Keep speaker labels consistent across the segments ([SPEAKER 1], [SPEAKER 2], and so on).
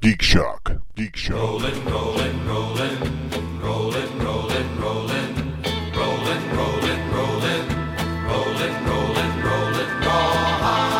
[SPEAKER 1] Geek Shock. Geek Shock.
[SPEAKER 2] Rolling, rolling, rolling, rolling, rolling, rolling, rolling, rolling, rolling, rolling, rolling, rolling,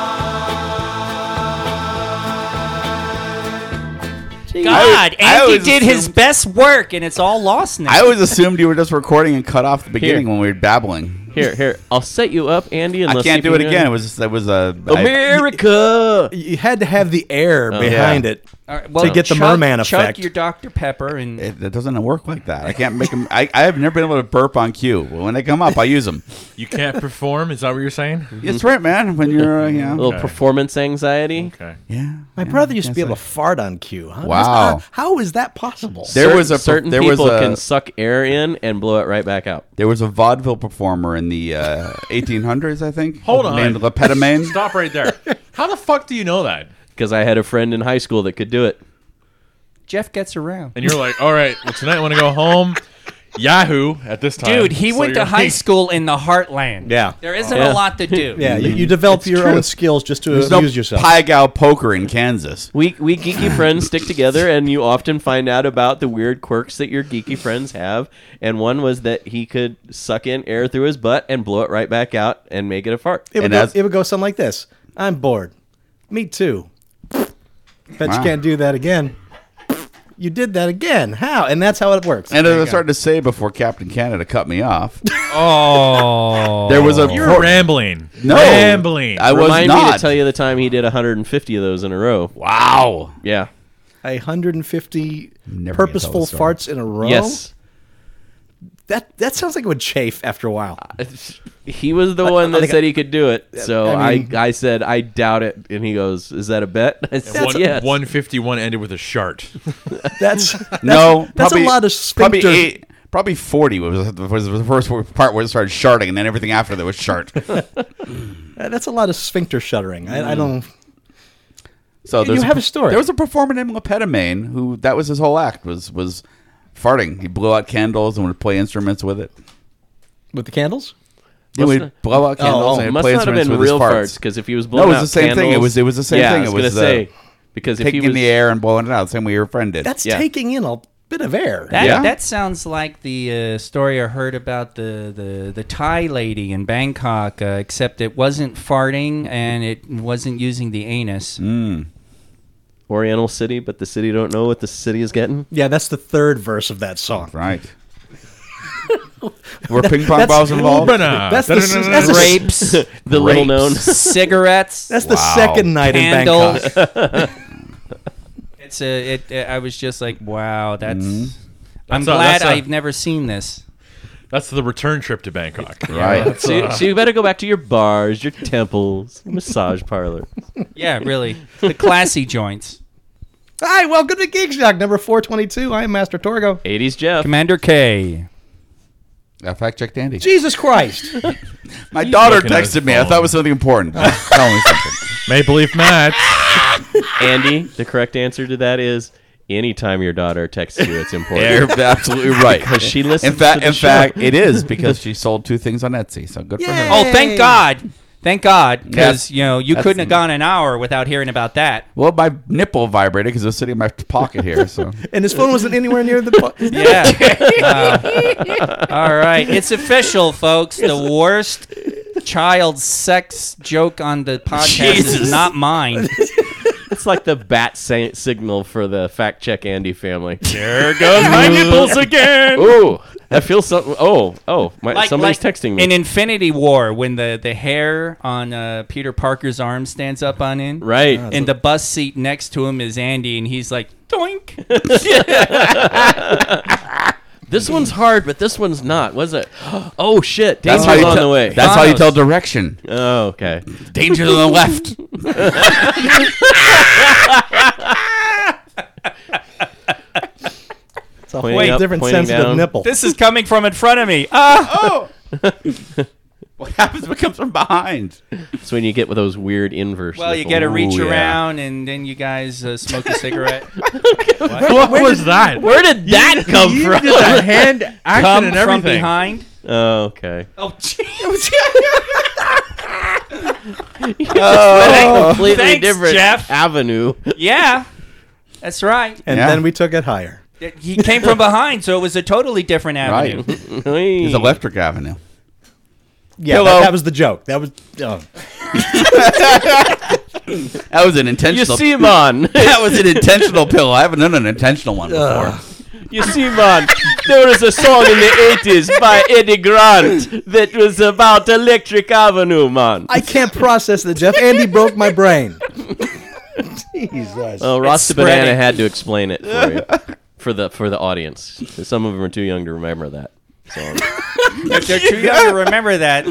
[SPEAKER 3] God,
[SPEAKER 4] I
[SPEAKER 3] Andy
[SPEAKER 4] always
[SPEAKER 3] did his
[SPEAKER 4] assumed-
[SPEAKER 3] best work, and it's all lost now.
[SPEAKER 4] I always assumed you were just recording and cut off the beginning when we were babbling.
[SPEAKER 5] Here, here. I'll set you up, Andy. And
[SPEAKER 4] I
[SPEAKER 5] let's
[SPEAKER 4] can't
[SPEAKER 5] see
[SPEAKER 4] do
[SPEAKER 5] if
[SPEAKER 4] it
[SPEAKER 5] you
[SPEAKER 4] again. It
[SPEAKER 5] know.
[SPEAKER 4] was just, it was a
[SPEAKER 5] Oh,
[SPEAKER 4] I-
[SPEAKER 5] America.
[SPEAKER 6] You had to have the air behind
[SPEAKER 4] yeah.
[SPEAKER 6] it.
[SPEAKER 3] All right, well,
[SPEAKER 6] to get the
[SPEAKER 3] chug-
[SPEAKER 6] merman effect.
[SPEAKER 3] Chug your Dr Pepper, and
[SPEAKER 4] it, it doesn't work like that. I can't make them. I, I have never been able to burp on cue. But When they come up, I use them.
[SPEAKER 7] You can't perform. Is that what you're saying?
[SPEAKER 4] It's right, man. When you're, uh, you know,
[SPEAKER 5] A little performance anxiety.
[SPEAKER 7] Okay.
[SPEAKER 4] yeah.
[SPEAKER 6] My brother used to be able to fart on cue. Huh?
[SPEAKER 4] Wow.
[SPEAKER 6] How- how is that possible?
[SPEAKER 4] There
[SPEAKER 5] Cer-
[SPEAKER 4] was a
[SPEAKER 5] certain
[SPEAKER 4] there was
[SPEAKER 5] people
[SPEAKER 4] a
[SPEAKER 5] can suck air in and blow it right back out.
[SPEAKER 4] there was a vaudeville performer in the uh, 1800s, I think.
[SPEAKER 7] Hold on.
[SPEAKER 4] named Lepetamine.
[SPEAKER 7] Stop right there. How the fuck do you know that?
[SPEAKER 5] Because I had a friend in high school that could do it.
[SPEAKER 3] Jeff gets around.
[SPEAKER 7] And you're like, all right, well, tonight I want to go home. Yahoo at this time.
[SPEAKER 3] Dude, he
[SPEAKER 7] So
[SPEAKER 3] went to
[SPEAKER 7] you're
[SPEAKER 3] high
[SPEAKER 7] like-
[SPEAKER 3] school in the heartland.
[SPEAKER 6] Yeah.
[SPEAKER 3] There isn't a
[SPEAKER 5] Yeah.
[SPEAKER 3] lot to do.
[SPEAKER 6] yeah, you, you develop your own skills just to
[SPEAKER 4] There's
[SPEAKER 6] amuse
[SPEAKER 4] no
[SPEAKER 6] yourself.
[SPEAKER 4] Pygow poker in Kansas.
[SPEAKER 5] We we geeky friends stick together, and you often find out about the weird quirks that your geeky friends have. And one was that he could suck in air through his butt and blow it right back out and make it a fart.
[SPEAKER 6] It would,
[SPEAKER 4] And
[SPEAKER 6] go,
[SPEAKER 4] as-
[SPEAKER 6] it would go something like this. I'm bored. Me too. Bet
[SPEAKER 4] Wow.
[SPEAKER 6] you can't do that again. You did that again. How? And that's how it works.
[SPEAKER 4] And as I started to say before Captain Canada cut me off,
[SPEAKER 7] Oh.
[SPEAKER 4] there was a
[SPEAKER 7] You're
[SPEAKER 4] por-
[SPEAKER 7] rambling.
[SPEAKER 4] no
[SPEAKER 7] Rambling.
[SPEAKER 4] I was
[SPEAKER 5] Remind me
[SPEAKER 4] not.
[SPEAKER 5] to tell you the time he did 150 of those in a row.
[SPEAKER 4] Wow.
[SPEAKER 5] Yeah.
[SPEAKER 6] A 150
[SPEAKER 4] Never gonna
[SPEAKER 6] purposeful
[SPEAKER 4] tell the story.
[SPEAKER 6] farts in a row.
[SPEAKER 5] Yes.
[SPEAKER 6] That that sounds like it would chafe after a while.
[SPEAKER 5] He was the one that
[SPEAKER 6] think I-
[SPEAKER 5] said he could do it. So
[SPEAKER 6] I
[SPEAKER 5] I,
[SPEAKER 6] mean-
[SPEAKER 5] I, said, I doubt it. And he goes, Is that a bet? I said,
[SPEAKER 7] One,
[SPEAKER 5] yes.
[SPEAKER 7] 151 ended with a shart.
[SPEAKER 6] That's, that's
[SPEAKER 4] no,
[SPEAKER 6] That's
[SPEAKER 4] probably-
[SPEAKER 6] a lot of sphincter.
[SPEAKER 4] Probably eight. Probably forty was was the first part where it started sharting, and then everything after that was shart.
[SPEAKER 6] Uh, That's a lot of sphincter shuddering. I, I don't.
[SPEAKER 4] So there's
[SPEAKER 6] you have a story.
[SPEAKER 4] There was a performer named Lepetamine who that was his whole act was was farting. He blew out candles and would play instruments with it.
[SPEAKER 6] With the candles?
[SPEAKER 4] He
[SPEAKER 5] Must
[SPEAKER 4] would
[SPEAKER 5] not-
[SPEAKER 4] blow out candles
[SPEAKER 5] Oh,
[SPEAKER 4] and
[SPEAKER 5] it
[SPEAKER 4] he'd
[SPEAKER 5] must
[SPEAKER 4] play
[SPEAKER 5] not have
[SPEAKER 4] instruments
[SPEAKER 5] been
[SPEAKER 4] with
[SPEAKER 5] real
[SPEAKER 4] his
[SPEAKER 5] farts
[SPEAKER 4] farts.
[SPEAKER 5] because if he was blowing
[SPEAKER 4] was
[SPEAKER 5] out
[SPEAKER 4] the same thing. It
[SPEAKER 5] candles-
[SPEAKER 4] was- it was the same
[SPEAKER 5] yeah,
[SPEAKER 4] thing.
[SPEAKER 5] I
[SPEAKER 4] It
[SPEAKER 5] was,
[SPEAKER 4] was
[SPEAKER 5] gonna
[SPEAKER 4] the
[SPEAKER 5] say because if he
[SPEAKER 4] Taking
[SPEAKER 5] was
[SPEAKER 4] in the air and blowing it out, same way your friend did.
[SPEAKER 6] That's
[SPEAKER 5] Yeah.
[SPEAKER 6] taking in a bit of air.
[SPEAKER 3] That,
[SPEAKER 4] Yeah.
[SPEAKER 3] that sounds like the uh, story I heard about the, the, the Thai lady in Bangkok, uh, except it wasn't farting and it wasn't using the anus.
[SPEAKER 5] Oriental City, but the city don't know what the city is getting.
[SPEAKER 6] yeah, that's the third verse of that song.
[SPEAKER 4] right. Were ping pong
[SPEAKER 6] that's-
[SPEAKER 4] balls involved?
[SPEAKER 6] That's the, that's the,
[SPEAKER 3] Grapes,
[SPEAKER 5] The little known.
[SPEAKER 3] cigarettes,
[SPEAKER 6] that's the
[SPEAKER 4] Wow.
[SPEAKER 6] second night in Bangkok.
[SPEAKER 3] candles. it's a, it, uh, I was just like, wow, that's.
[SPEAKER 5] Mm-hmm.
[SPEAKER 3] I'm
[SPEAKER 7] That's a-
[SPEAKER 3] glad
[SPEAKER 7] that's a-
[SPEAKER 3] i I've never seen this.
[SPEAKER 7] That's the return trip to Bangkok.
[SPEAKER 4] Right.
[SPEAKER 5] so, you, so you better go back to your bars, your temples, massage parlor.
[SPEAKER 3] Yeah, really. The classy joints.
[SPEAKER 6] Hi, welcome to Geek Shock number 422. I am Master Torgo.
[SPEAKER 5] 80s Jeff.
[SPEAKER 3] Commander K.
[SPEAKER 4] I fact checked Andy.
[SPEAKER 6] Jesus Christ.
[SPEAKER 4] My daughter
[SPEAKER 7] looking at his
[SPEAKER 4] texted me. I
[SPEAKER 7] phone.
[SPEAKER 4] thought it was something important. Tell me something.
[SPEAKER 7] Maple Leaf Matt.
[SPEAKER 5] Andy, the correct answer to that is anytime your daughter texts you, it's important.
[SPEAKER 4] You're absolutely right.
[SPEAKER 5] Because she listens
[SPEAKER 4] in fact,
[SPEAKER 5] to the
[SPEAKER 4] in
[SPEAKER 5] show.
[SPEAKER 4] fact, it is because she sold two things on Etsy. So good for her.
[SPEAKER 3] Oh, thank God. Thank God, because
[SPEAKER 4] Yes.
[SPEAKER 3] you know you
[SPEAKER 4] That's-
[SPEAKER 3] couldn't have gone an hour without hearing about that.
[SPEAKER 4] Well, my nipple vibrated because it was sitting in my pocket here. So
[SPEAKER 6] and his phone wasn't anywhere near the. Po-
[SPEAKER 3] Yeah. Wow. all right, it's official, folks. The worst child sex joke on the podcast is not mine.
[SPEAKER 5] It's like the bat sa- signal for the fact check Andy family.
[SPEAKER 7] There goes my nipples again.
[SPEAKER 5] Ooh, I feel something. Oh, oh, my, somebody's texting me.
[SPEAKER 3] In Infinity War, when the the hair on uh, Peter Parker's arm stands up on end,
[SPEAKER 5] right.
[SPEAKER 3] And the bus seat next to him is Andy, and he's like, "Doink."
[SPEAKER 5] this one's hard, but this one's not, was it? Oh shit, danger's
[SPEAKER 4] how you
[SPEAKER 5] on
[SPEAKER 4] tell-
[SPEAKER 5] the way.
[SPEAKER 4] That's how you
[SPEAKER 3] Thanos.
[SPEAKER 4] tell direction.
[SPEAKER 5] oh, okay.
[SPEAKER 4] Danger to the left.
[SPEAKER 6] it's a
[SPEAKER 5] Pointing
[SPEAKER 6] whole
[SPEAKER 5] up,
[SPEAKER 6] different
[SPEAKER 5] pointing
[SPEAKER 6] sensitive
[SPEAKER 5] down.
[SPEAKER 6] nipple.
[SPEAKER 3] This is coming from in front of me. Ah.
[SPEAKER 4] What happens when it comes from behind?
[SPEAKER 5] That's when you get with those weird inverse.
[SPEAKER 3] Well, you got to reach
[SPEAKER 4] Ooh, yeah.
[SPEAKER 3] around, and then you guys uh, smoke a cigarette.
[SPEAKER 7] What was that?
[SPEAKER 5] Where did that come
[SPEAKER 7] you
[SPEAKER 5] from?
[SPEAKER 7] did the hand action
[SPEAKER 3] Come
[SPEAKER 7] and
[SPEAKER 3] from
[SPEAKER 7] everything.
[SPEAKER 3] behind.
[SPEAKER 5] Oh, okay.
[SPEAKER 3] Oh,
[SPEAKER 5] That completely
[SPEAKER 3] Thanks,
[SPEAKER 5] different
[SPEAKER 3] Oh, Jeff.
[SPEAKER 5] avenue.
[SPEAKER 3] yeah. That's right.
[SPEAKER 6] And
[SPEAKER 4] Yeah.
[SPEAKER 6] then we took it higher.
[SPEAKER 3] He came from behind, so it was a totally different avenue.
[SPEAKER 4] Right. It's Electric Avenue.
[SPEAKER 6] Yeah,
[SPEAKER 4] Hello.
[SPEAKER 6] that, that was the joke. That was oh.
[SPEAKER 4] That was an
[SPEAKER 5] You
[SPEAKER 4] intentional.
[SPEAKER 5] see, man.
[SPEAKER 4] that was an intentional pill. I haven't done an intentional one before.
[SPEAKER 5] You see, man, there was a song in the 80s by Eddie Grant that was about Electric Avenue, man.
[SPEAKER 6] I can't process the Jeff. Andy broke my brain. Jesus.
[SPEAKER 5] Oh, Rasta
[SPEAKER 3] spreading.
[SPEAKER 5] Banana had to explain it for you, for the for the audience. Some of them are too young to remember that. song.
[SPEAKER 3] If they're too young to remember that,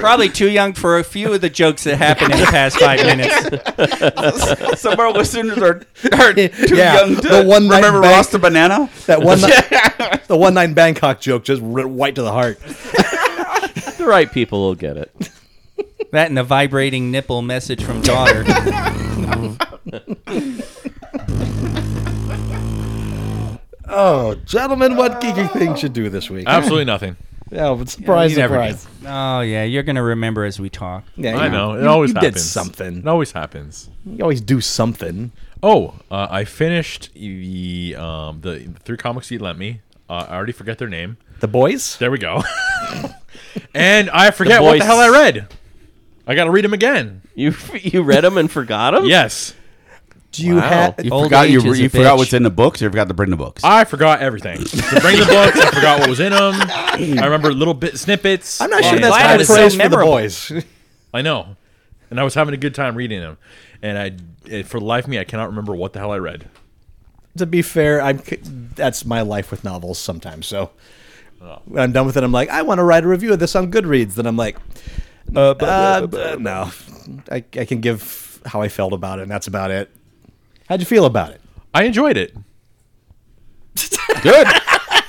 [SPEAKER 3] probably too young for a few of the jokes that happened in the past five minutes.
[SPEAKER 4] Some of our listeners are, are too
[SPEAKER 6] Yeah,
[SPEAKER 4] young to
[SPEAKER 6] the one night
[SPEAKER 4] remember
[SPEAKER 6] bank-
[SPEAKER 4] Rasta Banana.
[SPEAKER 6] That one, night, the one night in Bangkok joke just went right to the heart.
[SPEAKER 5] the right people will get it.
[SPEAKER 3] That and the vibrating nipple message from daughter.
[SPEAKER 6] Oh, gentlemen, what geeky thing should do this week?
[SPEAKER 7] Absolutely nothing.
[SPEAKER 6] Oh, but surprise,
[SPEAKER 3] You never
[SPEAKER 6] surprise.
[SPEAKER 3] do. Oh yeah, you're gonna remember as we talk.
[SPEAKER 6] Yeah,
[SPEAKER 7] I
[SPEAKER 6] you-
[SPEAKER 7] know. It
[SPEAKER 6] you-
[SPEAKER 7] always
[SPEAKER 6] you
[SPEAKER 7] happens.
[SPEAKER 6] did something.
[SPEAKER 7] It always happens.
[SPEAKER 6] You always do something.
[SPEAKER 7] Oh, uh, I finished the um, the the three comics you lent me. Uh, I already forget their name.
[SPEAKER 6] The boys?
[SPEAKER 7] There we go. and I forget what
[SPEAKER 5] boys.
[SPEAKER 7] the hell I read. I got to read them again.
[SPEAKER 5] You you read them and forgot them.
[SPEAKER 7] Yes,
[SPEAKER 6] Do you
[SPEAKER 5] Wow.
[SPEAKER 6] have?
[SPEAKER 4] You
[SPEAKER 3] Old
[SPEAKER 4] forgot
[SPEAKER 3] age
[SPEAKER 4] you,
[SPEAKER 3] is a
[SPEAKER 4] you forgot
[SPEAKER 3] bitch.
[SPEAKER 4] what's in the books. You forgot to bring the books.
[SPEAKER 7] I forgot everything. To bring the books, I forgot what was in them. I remember little bit snippets.
[SPEAKER 6] I'm not
[SPEAKER 3] Well,
[SPEAKER 6] sure
[SPEAKER 3] I'm
[SPEAKER 6] that's
[SPEAKER 3] glad
[SPEAKER 6] high
[SPEAKER 3] it was so
[SPEAKER 6] praise for the
[SPEAKER 3] memorable.
[SPEAKER 6] boys.
[SPEAKER 7] I know, and I was having a good time reading them. And I, it, for the life of me, I cannot remember what the hell I read.
[SPEAKER 6] to be fair, I'm c- that's my life with novels sometimes. So when I'm done with it, I'm like, I want to write a review of this on Goodreads. Then I'm like, uh, uh, no, I, I can give how I felt about it, and that's about it. How'd you feel about it?
[SPEAKER 7] I enjoyed it.
[SPEAKER 4] Good.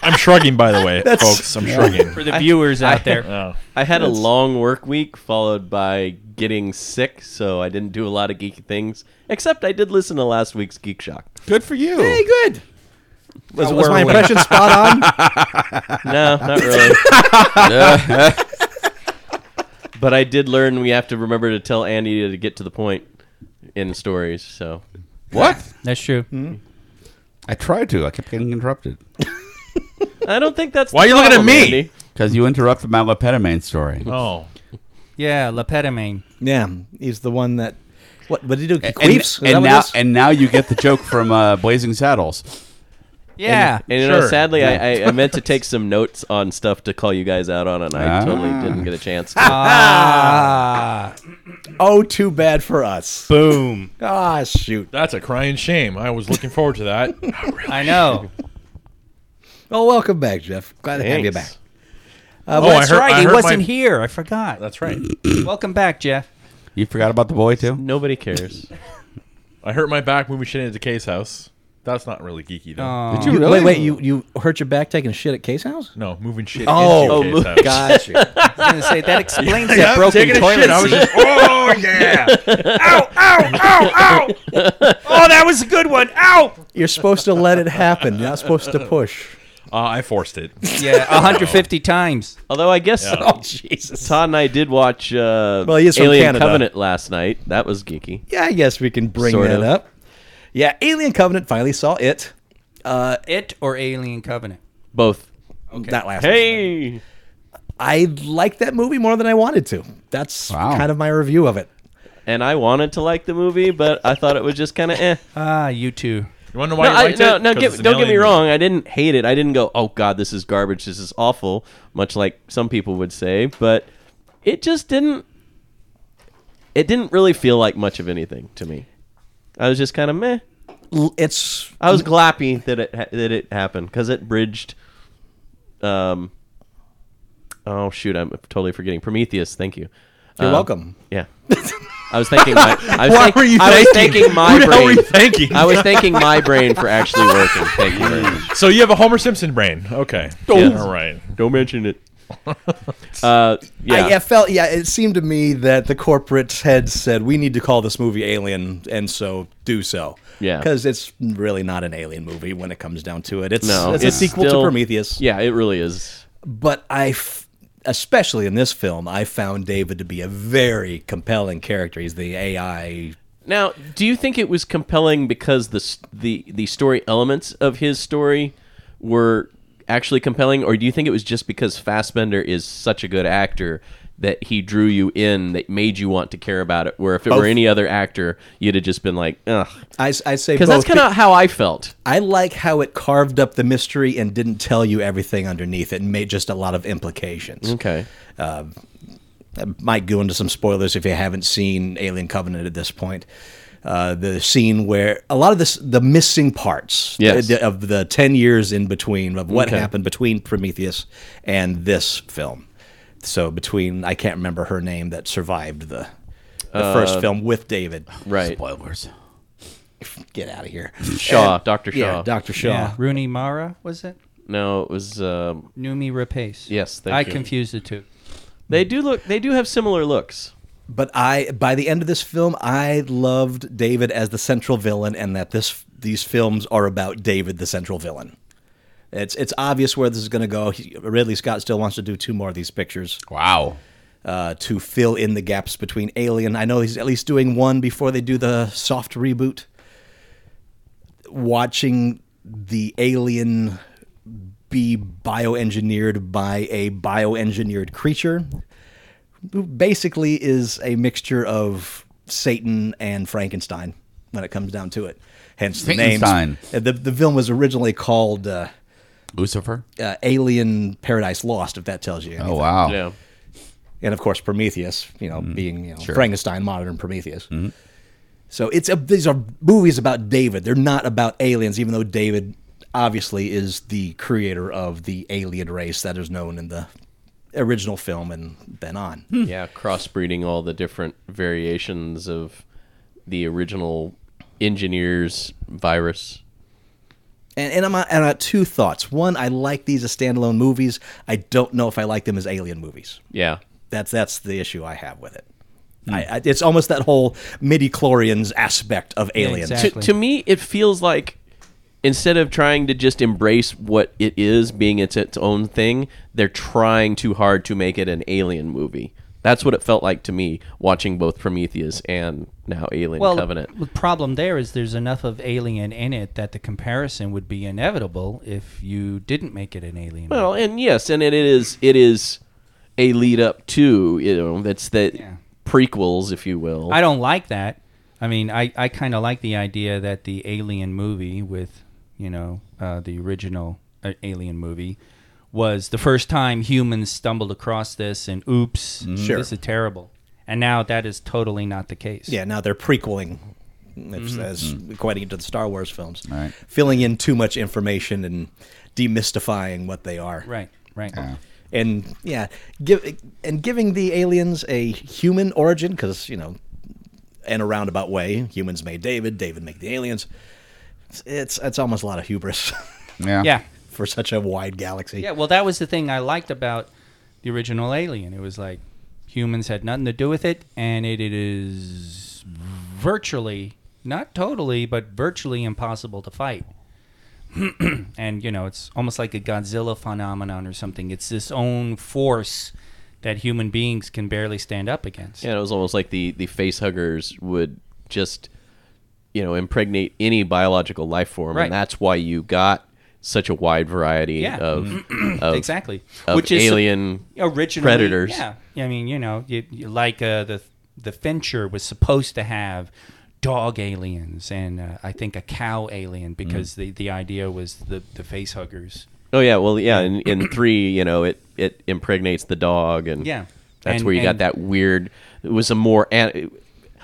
[SPEAKER 7] I'm shrugging, by the way, folks. I'm shrugging.
[SPEAKER 3] For the viewers out there,
[SPEAKER 7] Oh.
[SPEAKER 5] I had a long work week followed by getting sick, so I didn't do a lot of geeky things. Except I did listen to last week's Geek Shock.
[SPEAKER 4] Good for you.
[SPEAKER 6] good. Was,
[SPEAKER 5] How
[SPEAKER 6] was
[SPEAKER 5] were
[SPEAKER 6] my
[SPEAKER 5] we?
[SPEAKER 6] impression spot on?
[SPEAKER 5] No, not really. but I did learn we have to remember to tell Andy to get to the point in stories. So
[SPEAKER 4] What?
[SPEAKER 3] that's true.
[SPEAKER 7] Hmm?
[SPEAKER 4] I tried to. I kept getting interrupted
[SPEAKER 5] I don't think that's
[SPEAKER 7] Why
[SPEAKER 5] the
[SPEAKER 7] are you looking at
[SPEAKER 5] problem,
[SPEAKER 7] me?
[SPEAKER 5] Andy.
[SPEAKER 4] because you interrupted my lepetamine story.
[SPEAKER 7] Oh.
[SPEAKER 3] Yeah, lepetamine.
[SPEAKER 6] yeah, he's the one that. What, what did he do? He
[SPEAKER 4] And,
[SPEAKER 6] queefs? Is that
[SPEAKER 4] and
[SPEAKER 6] what it
[SPEAKER 4] now,
[SPEAKER 6] is?
[SPEAKER 4] and now you get the joke from uh, Blazing Saddles.
[SPEAKER 3] Yeah,
[SPEAKER 5] And you know,
[SPEAKER 7] Sure.
[SPEAKER 5] sadly, I, I, I meant to take some notes on stuff to call you guys out on, and I
[SPEAKER 4] Ah.
[SPEAKER 5] totally didn't get a chance. To.
[SPEAKER 6] oh, too bad for us.
[SPEAKER 3] boom.
[SPEAKER 6] Ah, shoot.
[SPEAKER 7] That's a crying shame. I was looking forward to that.
[SPEAKER 3] I know. Uh,
[SPEAKER 6] Well, welcome back, Jeff. Glad to have you back.
[SPEAKER 5] Thanks.
[SPEAKER 6] Uh,
[SPEAKER 7] Oh,
[SPEAKER 6] well,
[SPEAKER 7] I
[SPEAKER 3] That's
[SPEAKER 7] heard-
[SPEAKER 3] right. he
[SPEAKER 7] heard
[SPEAKER 3] wasn't
[SPEAKER 7] my-
[SPEAKER 3] here. I forgot.
[SPEAKER 7] That's right.
[SPEAKER 3] Welcome back, Jeff.
[SPEAKER 4] You forgot about the boy too.
[SPEAKER 5] Nobody cares.
[SPEAKER 7] I hurt my back moving shit into Kay's house. That's not really geeky though.
[SPEAKER 3] Aw.
[SPEAKER 4] you
[SPEAKER 6] Wait, wait, you, you hurt your back taking a shit at Case House?
[SPEAKER 7] No, moving shit
[SPEAKER 6] Oh,
[SPEAKER 7] into Kay's house.
[SPEAKER 6] Got you.
[SPEAKER 3] I was gonna say that explains
[SPEAKER 7] Yeah,
[SPEAKER 3] that broken
[SPEAKER 7] taking a
[SPEAKER 3] toilet
[SPEAKER 7] shit, I was
[SPEAKER 3] seat.
[SPEAKER 7] just, oh yeah.
[SPEAKER 3] Oh, that was a good one. Ow.
[SPEAKER 6] You're supposed to let it happen. You're not supposed to push.
[SPEAKER 7] Uh, I forced it.
[SPEAKER 3] Yeah, 150 times.
[SPEAKER 5] Although I guess
[SPEAKER 7] Yeah.
[SPEAKER 6] Jesus.
[SPEAKER 5] Todd and I did watch uh,
[SPEAKER 6] Well, he is from
[SPEAKER 5] Alien
[SPEAKER 6] Canada.
[SPEAKER 5] Covenant last night. That was geeky.
[SPEAKER 6] Yeah, I guess we can bring
[SPEAKER 5] Sort
[SPEAKER 6] that
[SPEAKER 5] of.
[SPEAKER 6] up. Yeah, Alien Covenant finally saw it.
[SPEAKER 3] Uh, It or Alien Covenant.
[SPEAKER 5] Both.
[SPEAKER 6] Not last. night.
[SPEAKER 5] Hey,
[SPEAKER 6] I liked that movie more than I wanted to. That's
[SPEAKER 4] Wow.
[SPEAKER 6] kind of my review of it.
[SPEAKER 5] and I wanted to like the movie, but I thought it was just kind of eh.
[SPEAKER 3] Ah, you two.
[SPEAKER 7] You want to know why
[SPEAKER 5] no,
[SPEAKER 7] you
[SPEAKER 5] I-
[SPEAKER 7] liked
[SPEAKER 5] no,
[SPEAKER 7] it?
[SPEAKER 5] no,
[SPEAKER 7] 'Cause
[SPEAKER 5] get-
[SPEAKER 7] it's an
[SPEAKER 5] don't get me
[SPEAKER 7] alien
[SPEAKER 5] wrong. I didn't hate it. I didn't go, oh god, this is garbage. This is awful. Much like some people would say, but it just didn't. It didn't really feel like much of anything to me. I was just kind of meh.
[SPEAKER 6] L- It's
[SPEAKER 5] I was glappy that it ha- that it happened because it bridged. Um. Oh shoot! I'm totally forgetting Prometheus. Thank you.
[SPEAKER 6] you're
[SPEAKER 5] Um,
[SPEAKER 6] welcome.
[SPEAKER 5] Yeah. I was thinking. My, I was,
[SPEAKER 7] What
[SPEAKER 5] think-
[SPEAKER 7] were you
[SPEAKER 5] I was
[SPEAKER 7] thinking?
[SPEAKER 5] thinking my
[SPEAKER 7] Who the hell were
[SPEAKER 5] brain.
[SPEAKER 7] you thinking?
[SPEAKER 5] I was thanking my brain for actually working. Thank you very much.
[SPEAKER 7] movie. So you have a Homer Simpson brain. Okay.
[SPEAKER 5] Yeah.
[SPEAKER 7] All right.
[SPEAKER 5] Don't mention it. Uh, yeah.
[SPEAKER 6] I, I felt yeah. It seemed to me that the corporate head said we need to call this movie Alien, and so do so.
[SPEAKER 5] Yeah.
[SPEAKER 6] because it's really not an Alien movie when it comes down to it. It's
[SPEAKER 5] no,
[SPEAKER 6] it's, a sequel
[SPEAKER 5] still-
[SPEAKER 6] to Prometheus.
[SPEAKER 5] Yeah, it really is.
[SPEAKER 6] but I, f- especially in this film, I found David to be a very compelling character. He's the AI
[SPEAKER 5] Now, do you think it was compelling because the s- the the story elements of his story were actually compelling, or do you think it was just because Fassbender is such a good actor that he drew you in that made you want to care about it? Where if it were
[SPEAKER 6] Both.
[SPEAKER 5] any other actor, you'd have just been like, ugh,
[SPEAKER 6] I, I say both.
[SPEAKER 5] because that's kind of how I felt.
[SPEAKER 6] I like how it carved up the mystery and didn't tell you everything underneath it and made just a lot of implications.
[SPEAKER 5] Okay,
[SPEAKER 6] I might go into some spoilers if you haven't seen Alien Covenant at this point. Uh, the scene where a lot of this, the missing parts
[SPEAKER 5] Yes.
[SPEAKER 6] the- of the 10 years in between of what
[SPEAKER 5] Okay.
[SPEAKER 6] happened between Prometheus and this film. So, between, I can't remember her name that survived the, the
[SPEAKER 5] Uh,
[SPEAKER 6] first film with David.
[SPEAKER 5] right,
[SPEAKER 4] Spoilers.
[SPEAKER 6] Get out of here.
[SPEAKER 5] Shaw, Doctor Shaw.
[SPEAKER 6] Yeah, Dr. Shaw.
[SPEAKER 3] Yeah. Rooney Mara was it?
[SPEAKER 5] no, it was. Um,
[SPEAKER 3] Numi Rapace.
[SPEAKER 5] Yes, thank
[SPEAKER 3] I
[SPEAKER 5] you.
[SPEAKER 3] confused the two.
[SPEAKER 5] they do look. They do have similar looks.
[SPEAKER 6] but I by the end of this film, I loved David as the central villain, and that this these films are about David, the central villain. It's it's obvious where this is going to go. He, Ridley Scott still wants to do two more of these pictures
[SPEAKER 4] Wow.
[SPEAKER 6] uh, to fill in the gaps between Alien. I know he's at least doing one before they do the soft reboot. Watching the Alien be bioengineered by a bioengineered creature who basically is a mixture of Satan and Frankenstein when it comes down to it. Hence the name.
[SPEAKER 4] Frankenstein.
[SPEAKER 6] The, the film was originally called uh,
[SPEAKER 4] Lucifer.
[SPEAKER 6] uh, Alien Paradise Lost, if that tells you anything
[SPEAKER 4] Oh wow.
[SPEAKER 5] Yeah.
[SPEAKER 6] and of course Prometheus, you know, being you know, Frankenstein, modern Prometheus. So it's a, these are movies about David. They're not about aliens, even though David obviously is the creator of the alien race that is known in the original film and then on.
[SPEAKER 5] yeah crossbreeding all the different variations of the original engineers virus
[SPEAKER 6] And, and I'm on, and I got two thoughts. One, I like these as standalone movies. I don't know if I like them as alien movies.
[SPEAKER 5] yeah
[SPEAKER 6] That's that's the issue I have with it. I, I, it's almost that whole midi chlorians aspect of aliens.
[SPEAKER 5] to,
[SPEAKER 3] exactly.
[SPEAKER 5] to me it feels like instead of trying to just embrace what it is being its its own thing they're trying too hard to make it an alien movie that's what it felt like to me watching both prometheus and now alien
[SPEAKER 3] Well,
[SPEAKER 5] covenant
[SPEAKER 3] the problem there is there's enough of Alien in it that the comparison would be inevitable if you didn't make it an Alien.
[SPEAKER 5] Well, and yes, and it is it is a lead up to you know that's the
[SPEAKER 3] Yeah.
[SPEAKER 5] prequels, if you will.
[SPEAKER 3] I don't like that. I mean, I, I kind of like the idea that the Alien movie with, you know, uh, the original uh, Alien movie was the first time humans stumbled across this and oops,
[SPEAKER 6] Sure.
[SPEAKER 3] this is terrible. And now that is totally not the case.
[SPEAKER 6] Yeah, now they're prequeling, if- as equating it to the Star Wars films,
[SPEAKER 4] Mm-hmm. Mm. Right.
[SPEAKER 6] filling in too much information and demystifying what they are.
[SPEAKER 3] Right, right.
[SPEAKER 6] And yeah, give and giving the aliens a human origin because you know, in a roundabout way, humans made David, David made the aliens. It's it's, it's almost a lot of hubris
[SPEAKER 4] Yeah.
[SPEAKER 3] Yeah.
[SPEAKER 6] for such a wide galaxy.
[SPEAKER 3] Yeah, well, that was the thing I liked about the original Alien. It was like humans had nothing to do with it, and it, it is virtually, not totally, but virtually impossible to fight. and, you know, it's almost like a Godzilla phenomenon or something. It's this own force that human beings can barely stand up against.
[SPEAKER 5] Yeah, it was almost like the the face huggers would just you know impregnate any biological life form,
[SPEAKER 3] Right.
[SPEAKER 5] and that's why you got such a wide variety
[SPEAKER 3] Yeah. Mm-hmm.
[SPEAKER 5] of of,
[SPEAKER 3] exactly.
[SPEAKER 5] of alien
[SPEAKER 3] originally
[SPEAKER 5] predators.
[SPEAKER 3] Yeah, I mean, you know, you, you, like uh, the the Fincher was supposed to have dog aliens and uh, I think a cow alien
[SPEAKER 5] Mm.
[SPEAKER 3] because the, the idea was the the face huggers.
[SPEAKER 5] Oh yeah, well yeah, in, in three, you know, it it impregnates the dog, and
[SPEAKER 3] Yeah.
[SPEAKER 5] that's
[SPEAKER 3] And-
[SPEAKER 5] where you got
[SPEAKER 3] and-
[SPEAKER 5] that weird. It was a more. An,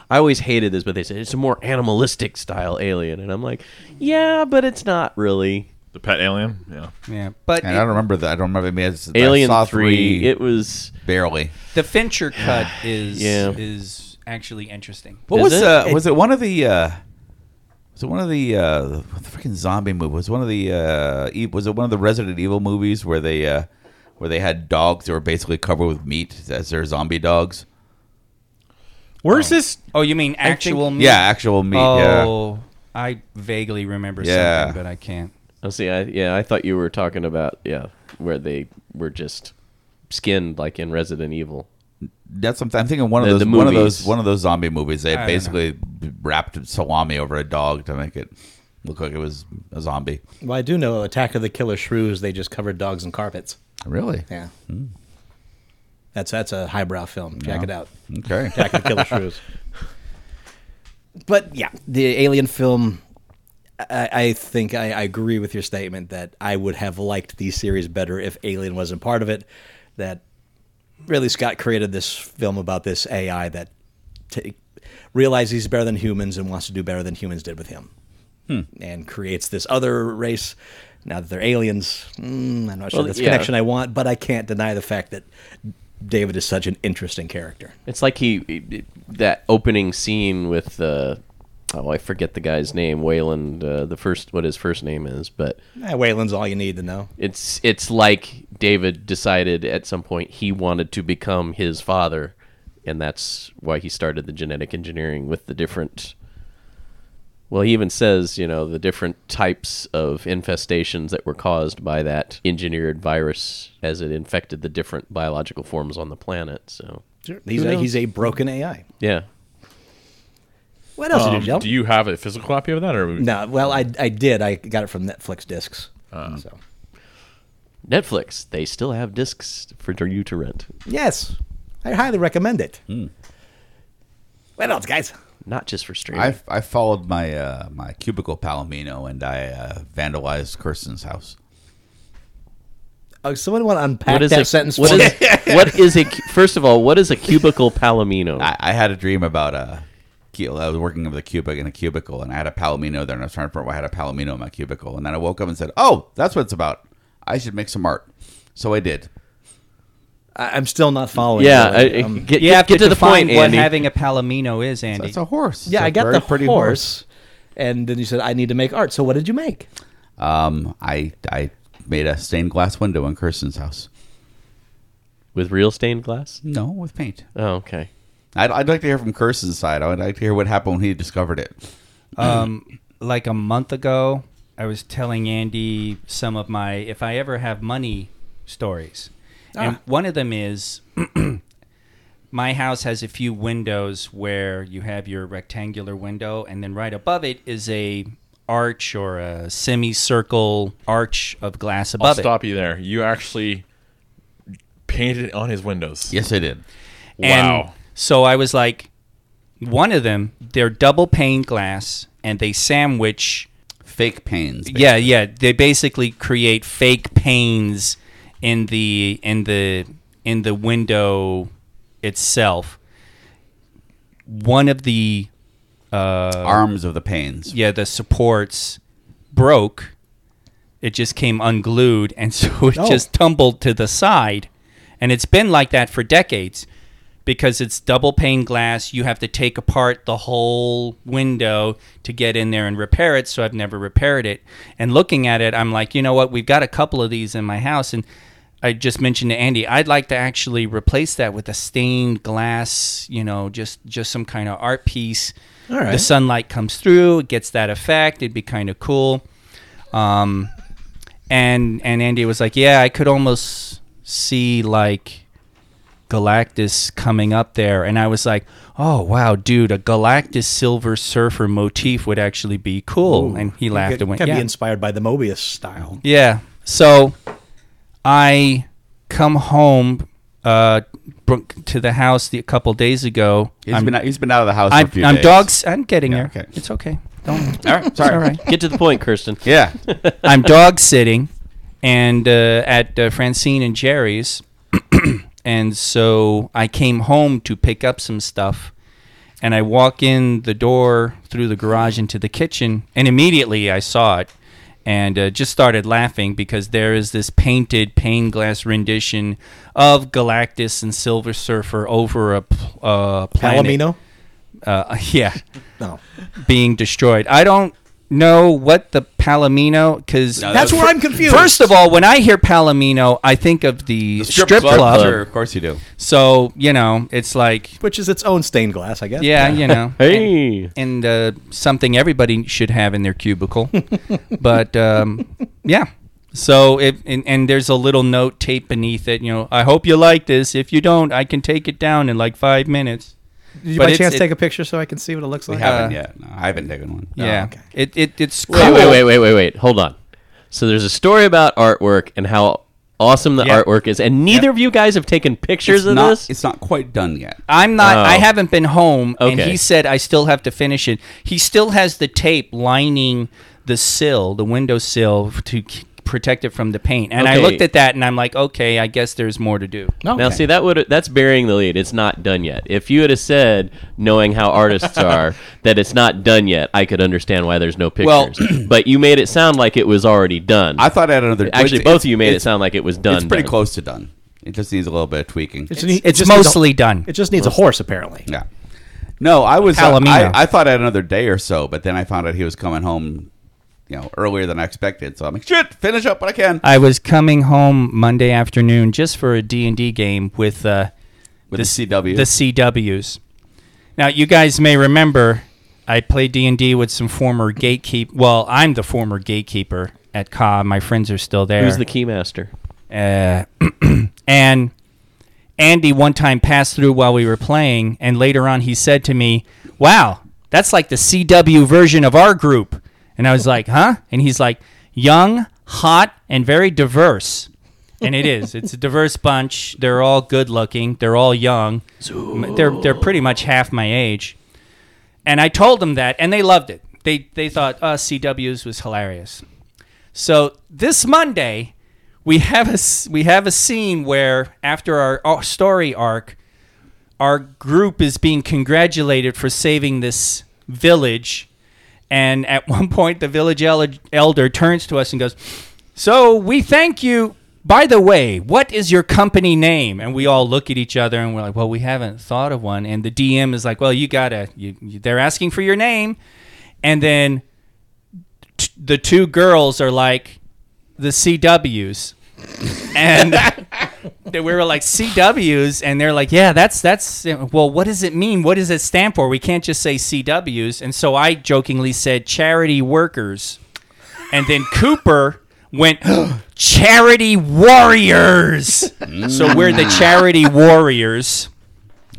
[SPEAKER 5] I always hated this, but they said it's a more animalistic style alien, and I'm like, yeah, but it's not really.
[SPEAKER 7] The pet alien. Yeah.
[SPEAKER 3] Yeah, but
[SPEAKER 4] And I don't
[SPEAKER 3] it-
[SPEAKER 4] remember that. I don't remember. I mean, I s- I
[SPEAKER 5] Alien
[SPEAKER 4] saw
[SPEAKER 5] three, it was
[SPEAKER 4] barely.
[SPEAKER 3] the Fincher cut is
[SPEAKER 5] Yeah.
[SPEAKER 3] is actually interesting.
[SPEAKER 4] What
[SPEAKER 5] Is
[SPEAKER 4] was
[SPEAKER 5] it?
[SPEAKER 4] uh, was it one of the uh, was it one of the uh, the freaking zombie movie? Was one of the uh, e- was it one of the Resident Evil movies where they uh, where they had dogs that were basically covered with meat as their zombie dogs?
[SPEAKER 7] Where's this?
[SPEAKER 3] Oh, you mean actual meat?
[SPEAKER 4] Yeah, actual meat. Yeah.
[SPEAKER 3] Oh, I vaguely remember
[SPEAKER 4] Yeah.
[SPEAKER 3] something, but I can't.
[SPEAKER 5] Oh, see, I, yeah, I thought you were talking about yeah, where they were just skinned like in Resident Evil.
[SPEAKER 4] that's something I'm thinking one of
[SPEAKER 5] The-
[SPEAKER 4] those
[SPEAKER 5] the
[SPEAKER 4] one of
[SPEAKER 5] movies.
[SPEAKER 4] those one of those zombie movies. They
[SPEAKER 3] don't know.
[SPEAKER 4] basically wrapped salami over a dog to make it look like it was a zombie.
[SPEAKER 6] Well, I do know Attack of the Killer Shrews. They just covered dogs and carpets.
[SPEAKER 4] Really?
[SPEAKER 6] Yeah. That's that's a highbrow film. Check
[SPEAKER 4] Hmm. Yeah.
[SPEAKER 6] it out.
[SPEAKER 4] Okay.
[SPEAKER 6] Attack of the Killer Shrews. But yeah, the Alien film. I, I think I, I agree with your statement that I would have liked the series better if Alien wasn't part of it. That really Scott created this film about this AI that ta realizes he's better than humans and wants to do better than humans did with him, and creates this other race. Now that they're aliens, mm, I'm not sure
[SPEAKER 5] Well,
[SPEAKER 6] that's
[SPEAKER 5] yeah.
[SPEAKER 6] connection I want, but I can't deny the fact that David is such an interesting character.
[SPEAKER 5] It's like he, he- that opening scene with the oh I forget the guy's name Wayland uh, the first what his first name is but
[SPEAKER 6] Eh, Waylon's all you need to know.
[SPEAKER 5] it's it's like David decided at some point he wanted to become his father and that's why he started the genetic engineering with the different well he even says you know the different types of infestations that were caused by that engineered virus as it infected the different biological forms on the planet so
[SPEAKER 6] He's
[SPEAKER 5] Who
[SPEAKER 6] a,
[SPEAKER 5] knows?
[SPEAKER 6] he's a broken AI.
[SPEAKER 5] yeah
[SPEAKER 6] What else
[SPEAKER 7] Um,
[SPEAKER 6] did you jump?
[SPEAKER 7] do you have a physical copy of that, or
[SPEAKER 6] no, well, I, I did. I got it from Netflix discs. so.
[SPEAKER 5] Netflix, they still have discs for you to rent.
[SPEAKER 6] Yes, I highly recommend it. What else, guys?
[SPEAKER 5] Not just for streaming.
[SPEAKER 4] I I followed my uh, my cubicle Palomino and I uh, vandalized Kirsten's house.
[SPEAKER 6] Oh, someone want to unpack
[SPEAKER 5] what is
[SPEAKER 6] that
[SPEAKER 5] a
[SPEAKER 6] sentence
[SPEAKER 5] What
[SPEAKER 6] for
[SPEAKER 5] is,
[SPEAKER 6] me?
[SPEAKER 5] what is a cu- first of all? What is a cubicle palomino?
[SPEAKER 4] I, I had a dream about a. cu- I was working with a cubic in a cubicle, and I had a palomino there, and I was trying to figure out why I had a palomino in my cubicle. And then I woke up and said, "Oh, that's what it's about. I should make some art." So I did.
[SPEAKER 6] I, I'm still not following.
[SPEAKER 5] yeah, I,
[SPEAKER 6] really.
[SPEAKER 5] I-
[SPEAKER 6] Um,
[SPEAKER 5] get,
[SPEAKER 3] You have
[SPEAKER 5] get
[SPEAKER 3] to,
[SPEAKER 5] to the
[SPEAKER 3] define
[SPEAKER 5] point,
[SPEAKER 3] what
[SPEAKER 5] Andy.
[SPEAKER 3] having a palomino is, Andy.
[SPEAKER 4] It's a horse.
[SPEAKER 6] yeah,
[SPEAKER 4] It's a
[SPEAKER 6] I got
[SPEAKER 4] very
[SPEAKER 6] the horse, and then you said I need to make art. So what did you make?
[SPEAKER 4] Um, I I made a stained glass window in Kirsten's house.
[SPEAKER 5] with real stained glass.
[SPEAKER 4] No, with paint.
[SPEAKER 5] Oh, okay.
[SPEAKER 4] I'd, I'd like to hear from Kirsten's side. I'd like to hear what happened when he discovered it.
[SPEAKER 3] um, like a month ago, I was telling Andy some of my if I ever have money stories.
[SPEAKER 7] Ah.
[SPEAKER 3] And one of them is my house has a few windows where you have your rectangular window, and then right above it is a arch or a semicircle arch of glass
[SPEAKER 7] I'll
[SPEAKER 3] above
[SPEAKER 7] stop you there. You actually painted it on his windows.
[SPEAKER 4] Yes, I did.
[SPEAKER 3] it. And
[SPEAKER 7] Wow.
[SPEAKER 3] So I was like, one of them, they're double pane glass, and they sandwich
[SPEAKER 4] Fake pains. basically.
[SPEAKER 3] yeah yeah they basically create fake panes in the in the in the window itself one of the uh
[SPEAKER 4] Arms of the pains.
[SPEAKER 3] yeah the supports broke it just came unglued and so it
[SPEAKER 6] Oh.
[SPEAKER 3] just tumbled to the side and it's been like that for decades because it's double pane glass you have to take apart the whole window to get in there and repair it so i've never repaired it and looking at it i'm like you know what we've got a couple of these in my house and i just mentioned to andy i'd like to actually replace that with a stained glass you know just just some kind of art piece
[SPEAKER 6] All right.
[SPEAKER 3] the sunlight comes through it gets that effect it'd be kind of cool um, and and Andy was like, "Yeah, I could almost see like Galactus coming up there." And I was like, "Oh wow, dude, a Galactus Silver Surfer motif would actually be cool." and he laughed
[SPEAKER 6] Could-
[SPEAKER 3] and went,
[SPEAKER 6] Can
[SPEAKER 3] "Yeah,
[SPEAKER 6] be inspired by the Mobius style.
[SPEAKER 3] yeah." So I come home uh, bro- to the house the, a couple days ago.
[SPEAKER 4] He's
[SPEAKER 3] I'm,
[SPEAKER 4] been out, he's been out of the house
[SPEAKER 3] I'm,
[SPEAKER 4] for a few
[SPEAKER 3] I'm
[SPEAKER 4] days.
[SPEAKER 3] dogs. I'm getting
[SPEAKER 4] Yeah,
[SPEAKER 3] there.
[SPEAKER 4] okay.
[SPEAKER 3] It's okay. Don't.
[SPEAKER 4] All right, sorry.
[SPEAKER 3] All right.
[SPEAKER 5] Get to the point, Kirsten.
[SPEAKER 4] Yeah,
[SPEAKER 3] I'm dog sitting, and uh, at uh, Francine and Jerry's, and so I came home to pick up some stuff, and I walk in the door through the garage into the kitchen, and immediately I saw it, and uh, just started laughing because there is this painted pane glass rendition of Galactus and Silver Surfer over a pl- uh, planet.
[SPEAKER 6] Palomino.
[SPEAKER 3] Uh, yeah
[SPEAKER 6] No,
[SPEAKER 3] being destroyed. I don't know what the Palomino because
[SPEAKER 6] that's where I'm confused.
[SPEAKER 3] First of all, when I hear Palomino, I think of the, strip, club.
[SPEAKER 4] Sure, of course you do.
[SPEAKER 3] So you know, it's like
[SPEAKER 6] which is its own stained glass, I guess.
[SPEAKER 3] yeah, you know,
[SPEAKER 5] Hey,
[SPEAKER 3] and uh, something everybody should have in their cubicle. but um, yeah, So it and, and there's a little note taped beneath it. You know, I hope you like this. If you don't, I can take it down in like five minutes.
[SPEAKER 6] Did you
[SPEAKER 3] But
[SPEAKER 6] by
[SPEAKER 3] it's-
[SPEAKER 6] chance
[SPEAKER 3] it-
[SPEAKER 6] take a picture so I can see what it looks
[SPEAKER 4] We
[SPEAKER 6] like?
[SPEAKER 4] haven't
[SPEAKER 3] Uh,
[SPEAKER 4] yet. No, I haven't taken one.
[SPEAKER 3] yeah,
[SPEAKER 6] Oh, okay.
[SPEAKER 3] it, it it's
[SPEAKER 5] Wait,
[SPEAKER 3] cool.
[SPEAKER 5] wait, wait, wait, wait, wait. Hold on. So there's a story about artwork and how awesome the
[SPEAKER 3] Yeah.
[SPEAKER 5] artwork is, and neither of you guys have taken pictures
[SPEAKER 4] It's
[SPEAKER 5] of
[SPEAKER 4] not,
[SPEAKER 5] this.
[SPEAKER 4] It's not quite done yet.
[SPEAKER 3] I'm not. I
[SPEAKER 5] Oh.
[SPEAKER 3] haven't been home, and
[SPEAKER 5] Okay.
[SPEAKER 3] he said I still have to finish it. He still has the tape lining the sill, the window sill, to k- protect it from the paint. And I
[SPEAKER 5] Okay.
[SPEAKER 3] looked at that, and I'm like, okay, I guess there's more to do.
[SPEAKER 6] No.
[SPEAKER 5] Now, see that would that's burying the lead. It's not done yet. If you had have said, knowing how artists are, that it's not done yet, I could understand why there's no
[SPEAKER 3] Well-
[SPEAKER 5] pictures. but you made it sound like it was already done.
[SPEAKER 4] I thought I had another.
[SPEAKER 5] Actually,
[SPEAKER 4] it's-
[SPEAKER 5] both
[SPEAKER 4] it's-
[SPEAKER 5] of you made it
[SPEAKER 4] it's-
[SPEAKER 5] sound like it was done.
[SPEAKER 4] It's pretty
[SPEAKER 5] done.
[SPEAKER 4] close to done. It just needs a little bit of tweaking.
[SPEAKER 6] It's,
[SPEAKER 3] It's
[SPEAKER 6] just needs a-
[SPEAKER 3] mostly done.
[SPEAKER 6] It just needs a horse, apparently.
[SPEAKER 4] Yeah. No, I was. Uh,
[SPEAKER 3] Palomino.
[SPEAKER 4] I, I thought I had another day or so, but then I found out he was coming home, you know, earlier than I expected. So I'm like, shit, finish up what I can.
[SPEAKER 3] I was coming home Monday afternoon just for a D&D game with uh,
[SPEAKER 4] With the CW.
[SPEAKER 3] the CWs. Now, you guys may remember I played D&D with some former gatekeep. Well, I'm the former gatekeeper at Cobb. My friends are still there.
[SPEAKER 5] Who's the keymaster?
[SPEAKER 3] Uh, and Andy one time passed through while we were playing, and later on he said to me, "Wow, that's like the CW version of our group." And I was like, "Huh?" And he's like, "Young, hot, and very diverse." And it is. It's a diverse bunch. They're all good looking. They're all young. M- They're they're pretty much half my age. And I told them that, and they loved it. They they thought uh, CWs was hilarious. So this Monday, we have a s- we have a scene where after our uh, story arc, our group is being congratulated for saving this village, and at one point the village el- elder turns to us and goes, "So we thank you." By the way, what is your company name? And we all look at each other and we're like, "Well, we haven't thought of one." And the DM is like, "Well, you gotta." You, you, they're asking for your name, and then t- the two girls are like the CWs. and they- we were like CWs, and they're like, "Yeah, that's that's well. What does it mean? What does it stand for? We can't just say CWs." And so I jokingly said charity workers, and then Cooper went charity warriors. so we're the charity warriors,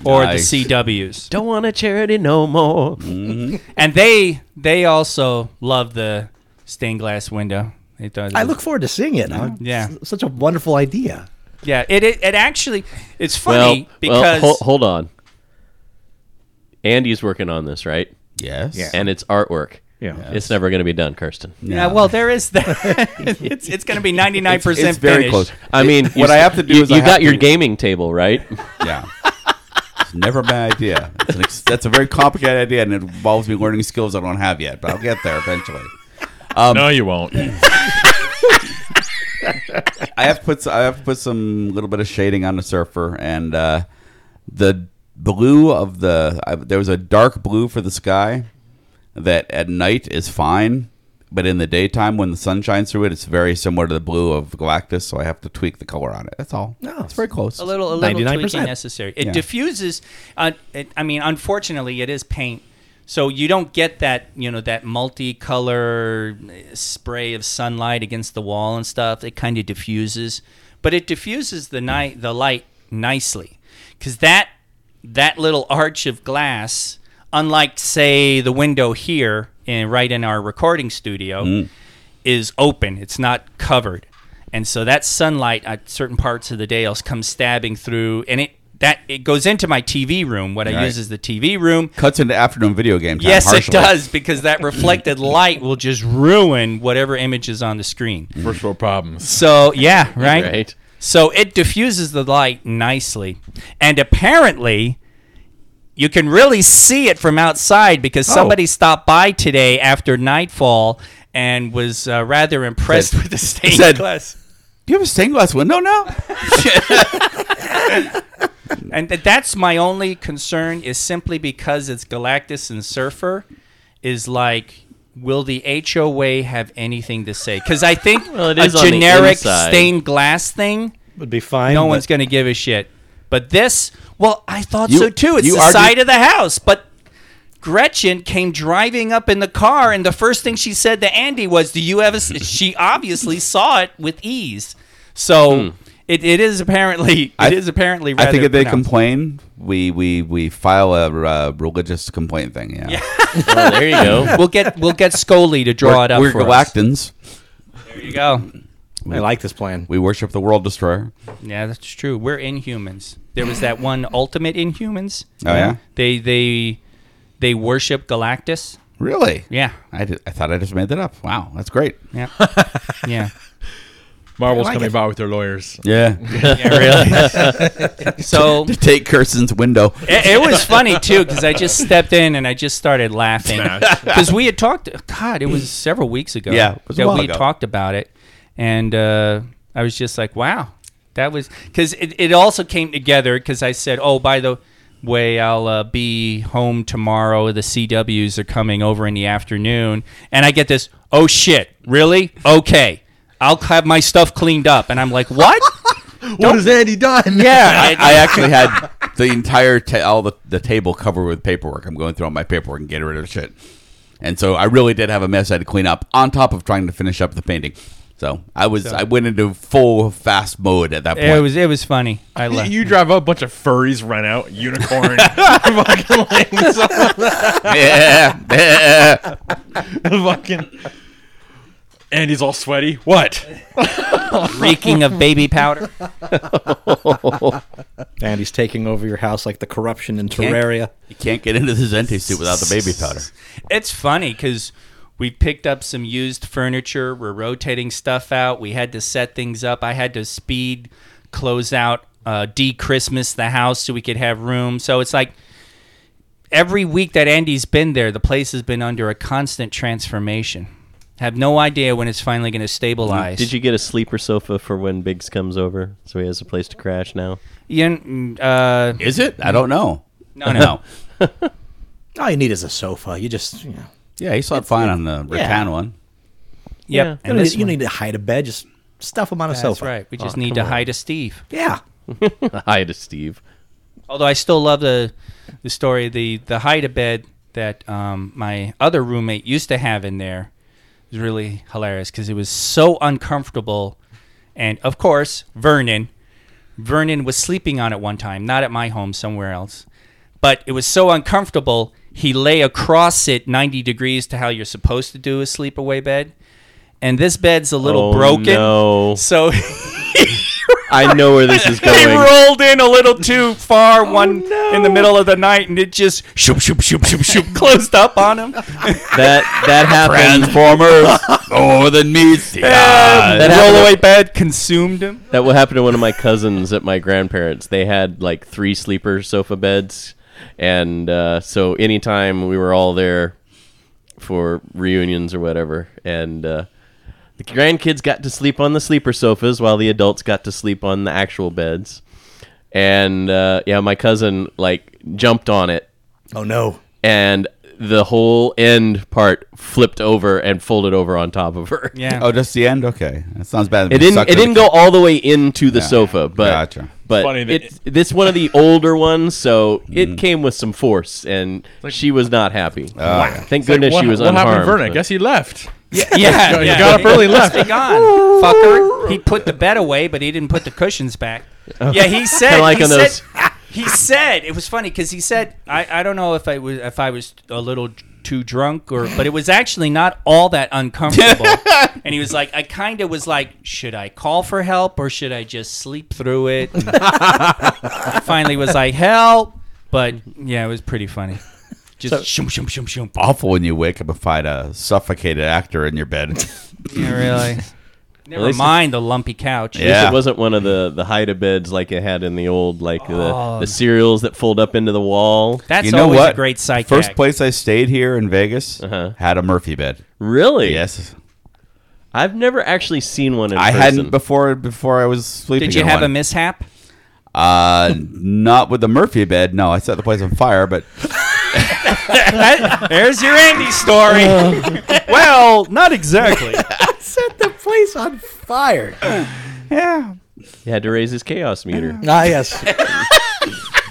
[SPEAKER 3] or
[SPEAKER 4] Nice.
[SPEAKER 3] the CWs
[SPEAKER 5] Don't want a charity no more.
[SPEAKER 3] and they they also love the stained glass window. They thought it
[SPEAKER 6] I
[SPEAKER 3] was-
[SPEAKER 6] look forward to seeing it. I'm-
[SPEAKER 3] Yeah.
[SPEAKER 6] s- Such a wonderful idea.
[SPEAKER 3] yeah. It, it it actually it's
[SPEAKER 5] Well,
[SPEAKER 3] funny because
[SPEAKER 5] well, hol- hold on. Andy's working on this, right?
[SPEAKER 4] yes.
[SPEAKER 6] Yeah.
[SPEAKER 5] And it's artwork.
[SPEAKER 6] Yeah.
[SPEAKER 5] It's never going to be done, Kirsten.
[SPEAKER 3] yeah. Well, there is that. it's it's going to be ninety nine percent.
[SPEAKER 4] It's very close.
[SPEAKER 5] I mean,
[SPEAKER 4] what I have to do
[SPEAKER 5] you,
[SPEAKER 4] is I
[SPEAKER 5] you
[SPEAKER 4] have
[SPEAKER 5] got your
[SPEAKER 4] to-
[SPEAKER 5] gaming table right.
[SPEAKER 4] Yeah. It's never a bad idea. It's an ex- that's a very complicated idea, and it involves me learning skills I don't have yet, but I'll get there eventually.
[SPEAKER 7] no, you won't.
[SPEAKER 4] I have put s- I have put some little bit of shading on the surfer, and uh, the blue of the I, there was a dark blue for the sky that at night is fine, but in the daytime when the sun shines through it, it's very similar to the blue of Galactus. So I have to tweak the color on it. That's all. No, it's very close.
[SPEAKER 3] A little, a little
[SPEAKER 6] 99%.
[SPEAKER 3] tweaking necessary. It
[SPEAKER 4] Yeah.
[SPEAKER 3] diffuses. Uh, it, I mean, unfortunately, it is paint, so you don't get that you know that multicolor uh, spray of sunlight against the wall and stuff. It kind of diffuses, but it diffuses the night, the light nicely, because that that little arch of glass, unlike say the window here in right in our recording studio,
[SPEAKER 4] Mm.
[SPEAKER 3] is open. It's not covered, and so that sunlight at certain parts of the day else comes stabbing through, and it that it goes into my TV room. What I
[SPEAKER 4] Right.
[SPEAKER 3] use is the TV room.
[SPEAKER 4] Cuts into afternoon video game time.
[SPEAKER 3] Yes,
[SPEAKER 4] harshly.
[SPEAKER 3] it does because that reflected light will just ruin whatever image is on the screen.
[SPEAKER 7] First world problems.
[SPEAKER 3] So yeah, right.
[SPEAKER 5] Right.
[SPEAKER 3] So it diffuses the light nicely, and apparently. You can really see it from outside
[SPEAKER 4] Oh.
[SPEAKER 3] because somebody stopped by today after nightfall and was uh, rather impressed
[SPEAKER 4] Said-
[SPEAKER 3] with the stained
[SPEAKER 4] said-
[SPEAKER 3] glass.
[SPEAKER 4] Do you have a stained glass window now?
[SPEAKER 3] And th- that's my only concern is simply because it's Galactus and Surfer is like will the HOA have anything to say? Because I think
[SPEAKER 5] Well, it
[SPEAKER 3] a
[SPEAKER 5] is on the
[SPEAKER 3] generic
[SPEAKER 5] inside.
[SPEAKER 3] stained glass thing,
[SPEAKER 6] Would be fine.
[SPEAKER 3] no
[SPEAKER 6] but-
[SPEAKER 3] one's going to give a shit. But this, well, I thought
[SPEAKER 4] You-
[SPEAKER 3] so too. It's
[SPEAKER 4] you
[SPEAKER 3] the
[SPEAKER 4] argue-
[SPEAKER 3] side of the house, but Gretchen came driving up in the car, and the first thing she said to Andy was, "Do you ever?" s-" She obviously saw it with ease. So it, it is apparently it is
[SPEAKER 4] Hmm. I-
[SPEAKER 3] apparently.
[SPEAKER 4] I think
[SPEAKER 3] rather
[SPEAKER 4] if they
[SPEAKER 3] pronounced.
[SPEAKER 4] complain, we we we file a uh, religious complaint thing. Yeah,
[SPEAKER 5] Oh, there you go.
[SPEAKER 3] we'll get we'll get Scully to draw
[SPEAKER 4] we're,
[SPEAKER 3] it up
[SPEAKER 4] we're
[SPEAKER 3] for us.
[SPEAKER 4] Galactans.
[SPEAKER 3] There you go.
[SPEAKER 6] I like this plan.
[SPEAKER 4] We worship the world destroyer.
[SPEAKER 3] Yeah, that's true. We're Inhumans. There was that one Ultimate Inhumans.
[SPEAKER 4] Oh, yeah?
[SPEAKER 3] They they they worship Galactus.
[SPEAKER 4] Really?
[SPEAKER 3] Yeah,
[SPEAKER 4] I, did- I thought I just made that up. Wow, that's great.
[SPEAKER 3] yeah, yeah.
[SPEAKER 7] Marvel's
[SPEAKER 4] I like
[SPEAKER 7] coming
[SPEAKER 4] it.
[SPEAKER 7] by with their lawyers.
[SPEAKER 4] Yeah.
[SPEAKER 3] So
[SPEAKER 4] to take Kirsten's window.
[SPEAKER 3] it, it was funny too because I just stepped in and I just started laughing because we had talked. God, it was several weeks ago.
[SPEAKER 4] Yeah, it was a
[SPEAKER 3] that
[SPEAKER 4] while
[SPEAKER 3] we
[SPEAKER 4] ago.
[SPEAKER 3] talked about it, and uh, I was just like, wow, that was because it, it also came together because I said, oh, by the way, I'll uh, be home tomorrow. The CWs are coming over in the afternoon, and I get this, oh shit, really? Okay, I'll have my stuff cleaned up, and I'm like, what?
[SPEAKER 7] What has Andy done?
[SPEAKER 3] yeah,
[SPEAKER 4] I, I actually had the entire ta- all the, the table covered with paperwork. I'm going through all my paperwork and getting rid of shit. And so I really did have a mess I had to clean up on top of trying to finish up the painting. So I was I went into full fast mode at that point.
[SPEAKER 3] it was it was funny. I
[SPEAKER 7] You-
[SPEAKER 3] left.
[SPEAKER 7] You drive up, a bunch of furries run out, unicorn. fucking, like, some-
[SPEAKER 4] yeah, yeah.
[SPEAKER 7] fucking. Andy's all sweaty. What?
[SPEAKER 3] reeking of baby powder.
[SPEAKER 6] And he's taking over your house like the corruption in Terraria.
[SPEAKER 4] You can't get into the Zente suit without the baby powder.
[SPEAKER 3] It's funny because we picked up some used furniture. We're rotating stuff out. We had to set things up. I had to speed close out, uh, de Christmas the house so we could have room. So it's like every week that Andy's been there, the place has been under a constant transformation. Have no idea when it's finally going to stabilize.
[SPEAKER 5] Did you get a sleeper sofa for when Biggs comes over, so he has a place to crash now?
[SPEAKER 3] Ian, mm, uh,
[SPEAKER 4] Is it? I don't know.
[SPEAKER 3] no, no.
[SPEAKER 4] No.
[SPEAKER 6] All you need is a sofa. You just, you know.
[SPEAKER 4] Yeah, he saw it fine on the rattan
[SPEAKER 6] yeah.
[SPEAKER 4] one.
[SPEAKER 3] Yep.
[SPEAKER 6] You
[SPEAKER 3] And
[SPEAKER 6] don't, need,
[SPEAKER 3] this
[SPEAKER 6] you
[SPEAKER 3] one.
[SPEAKER 6] don't need to hide a bed. Just stuff them on a
[SPEAKER 3] That's
[SPEAKER 6] sofa.
[SPEAKER 3] right. We just need to hide a Steve.
[SPEAKER 6] Yeah.
[SPEAKER 5] Hi to Steve.
[SPEAKER 3] Although I still love the the story, the the hide a bed that um, my other roommate used to have in there was really hilarious because it was so uncomfortable. And of course, Vernon, Vernon was sleeping on it one time, not at my home, somewhere else. But it was so uncomfortable, he lay across it 90 degrees to how you're supposed to do a sleepaway bed. And this bed's a little
[SPEAKER 5] Oh,
[SPEAKER 3] broken.
[SPEAKER 5] No,
[SPEAKER 3] So
[SPEAKER 5] I know where this is
[SPEAKER 3] they
[SPEAKER 5] going.
[SPEAKER 3] rolled in a little too far one in the middle of the night, and it just shoop shoop shoop shoop shoop closed up on him.
[SPEAKER 5] That that happened.
[SPEAKER 4] Transformers more than meets Oh, the eye.
[SPEAKER 5] That happened-
[SPEAKER 3] Rollaway bed consumed him.
[SPEAKER 5] That will happen to one of my cousins at my grandparents. They had like three sleeper sofa beds, and uh, so anytime we were all there for reunions or whatever, and uh, the grandkids got to sleep on the sleeper sofas while the adults got to sleep on the actual beds. And uh, yeah, my cousin like jumped on it
[SPEAKER 6] Oh, no.
[SPEAKER 5] and the whole end part flipped over and folded over on top of her.
[SPEAKER 3] Yeah.
[SPEAKER 4] Oh, just the end? Okay. That sounds bad.
[SPEAKER 5] It didn't. It didn't go all the way into the sofa, but
[SPEAKER 4] Gotcha.
[SPEAKER 5] but
[SPEAKER 7] Funny that-
[SPEAKER 5] it's this one of the older ones, so
[SPEAKER 4] Mm.
[SPEAKER 5] it came with some force, and she was not happy.
[SPEAKER 4] Oh,
[SPEAKER 5] Thank goodness
[SPEAKER 7] what,
[SPEAKER 5] she was
[SPEAKER 7] what
[SPEAKER 5] unharmed.
[SPEAKER 7] happened to Vernon? I
[SPEAKER 5] but-
[SPEAKER 7] guess he left.
[SPEAKER 3] yeah,
[SPEAKER 7] He got up early and left.
[SPEAKER 3] Be gone, fucker. He put the bed away, but he didn't put the cushions back. Yeah, he said.
[SPEAKER 5] Kinda like
[SPEAKER 3] he,
[SPEAKER 5] on
[SPEAKER 3] said
[SPEAKER 5] those-
[SPEAKER 3] he said it was funny because he said I, I don't know if I was if I was a little too drunk or but it was actually not all that uncomfortable. and he was like, I kind of was like, should I call for help or should I just sleep through it? And I finally was like, help. But yeah, it was pretty funny. Just shoom shoom shoom shoom.
[SPEAKER 4] awful when you wake up and find a suffocated actor in your bed.
[SPEAKER 3] Yeah, really. Never
[SPEAKER 5] least-
[SPEAKER 3] mind the lumpy couch.
[SPEAKER 5] At least
[SPEAKER 4] Yeah.
[SPEAKER 5] it wasn't one of the the hide a beds like it had in the old like
[SPEAKER 3] Oh.
[SPEAKER 5] the the cereals that fold up into the wall.
[SPEAKER 3] That's
[SPEAKER 4] you know
[SPEAKER 3] always
[SPEAKER 4] what?
[SPEAKER 3] a great psych.
[SPEAKER 4] First
[SPEAKER 3] act.
[SPEAKER 4] place I stayed here in Vegas
[SPEAKER 5] Uh-huh.
[SPEAKER 4] had a Murphy bed.
[SPEAKER 5] Really?
[SPEAKER 4] Yes,
[SPEAKER 5] I've never actually seen one in
[SPEAKER 4] I
[SPEAKER 5] person.
[SPEAKER 4] hadn't before. Before I was sleeping.
[SPEAKER 3] Did you
[SPEAKER 4] in
[SPEAKER 3] have a
[SPEAKER 4] one.
[SPEAKER 3] mishap?
[SPEAKER 4] Uh, not with the Murphy bed. No, I set the place on fire. But
[SPEAKER 3] There's your Andy story. Oh. well, not exactly.
[SPEAKER 6] Set the place on fire.
[SPEAKER 4] yeah,
[SPEAKER 5] He had to raise his chaos
[SPEAKER 7] Oh.
[SPEAKER 5] meter.
[SPEAKER 6] ah, yes.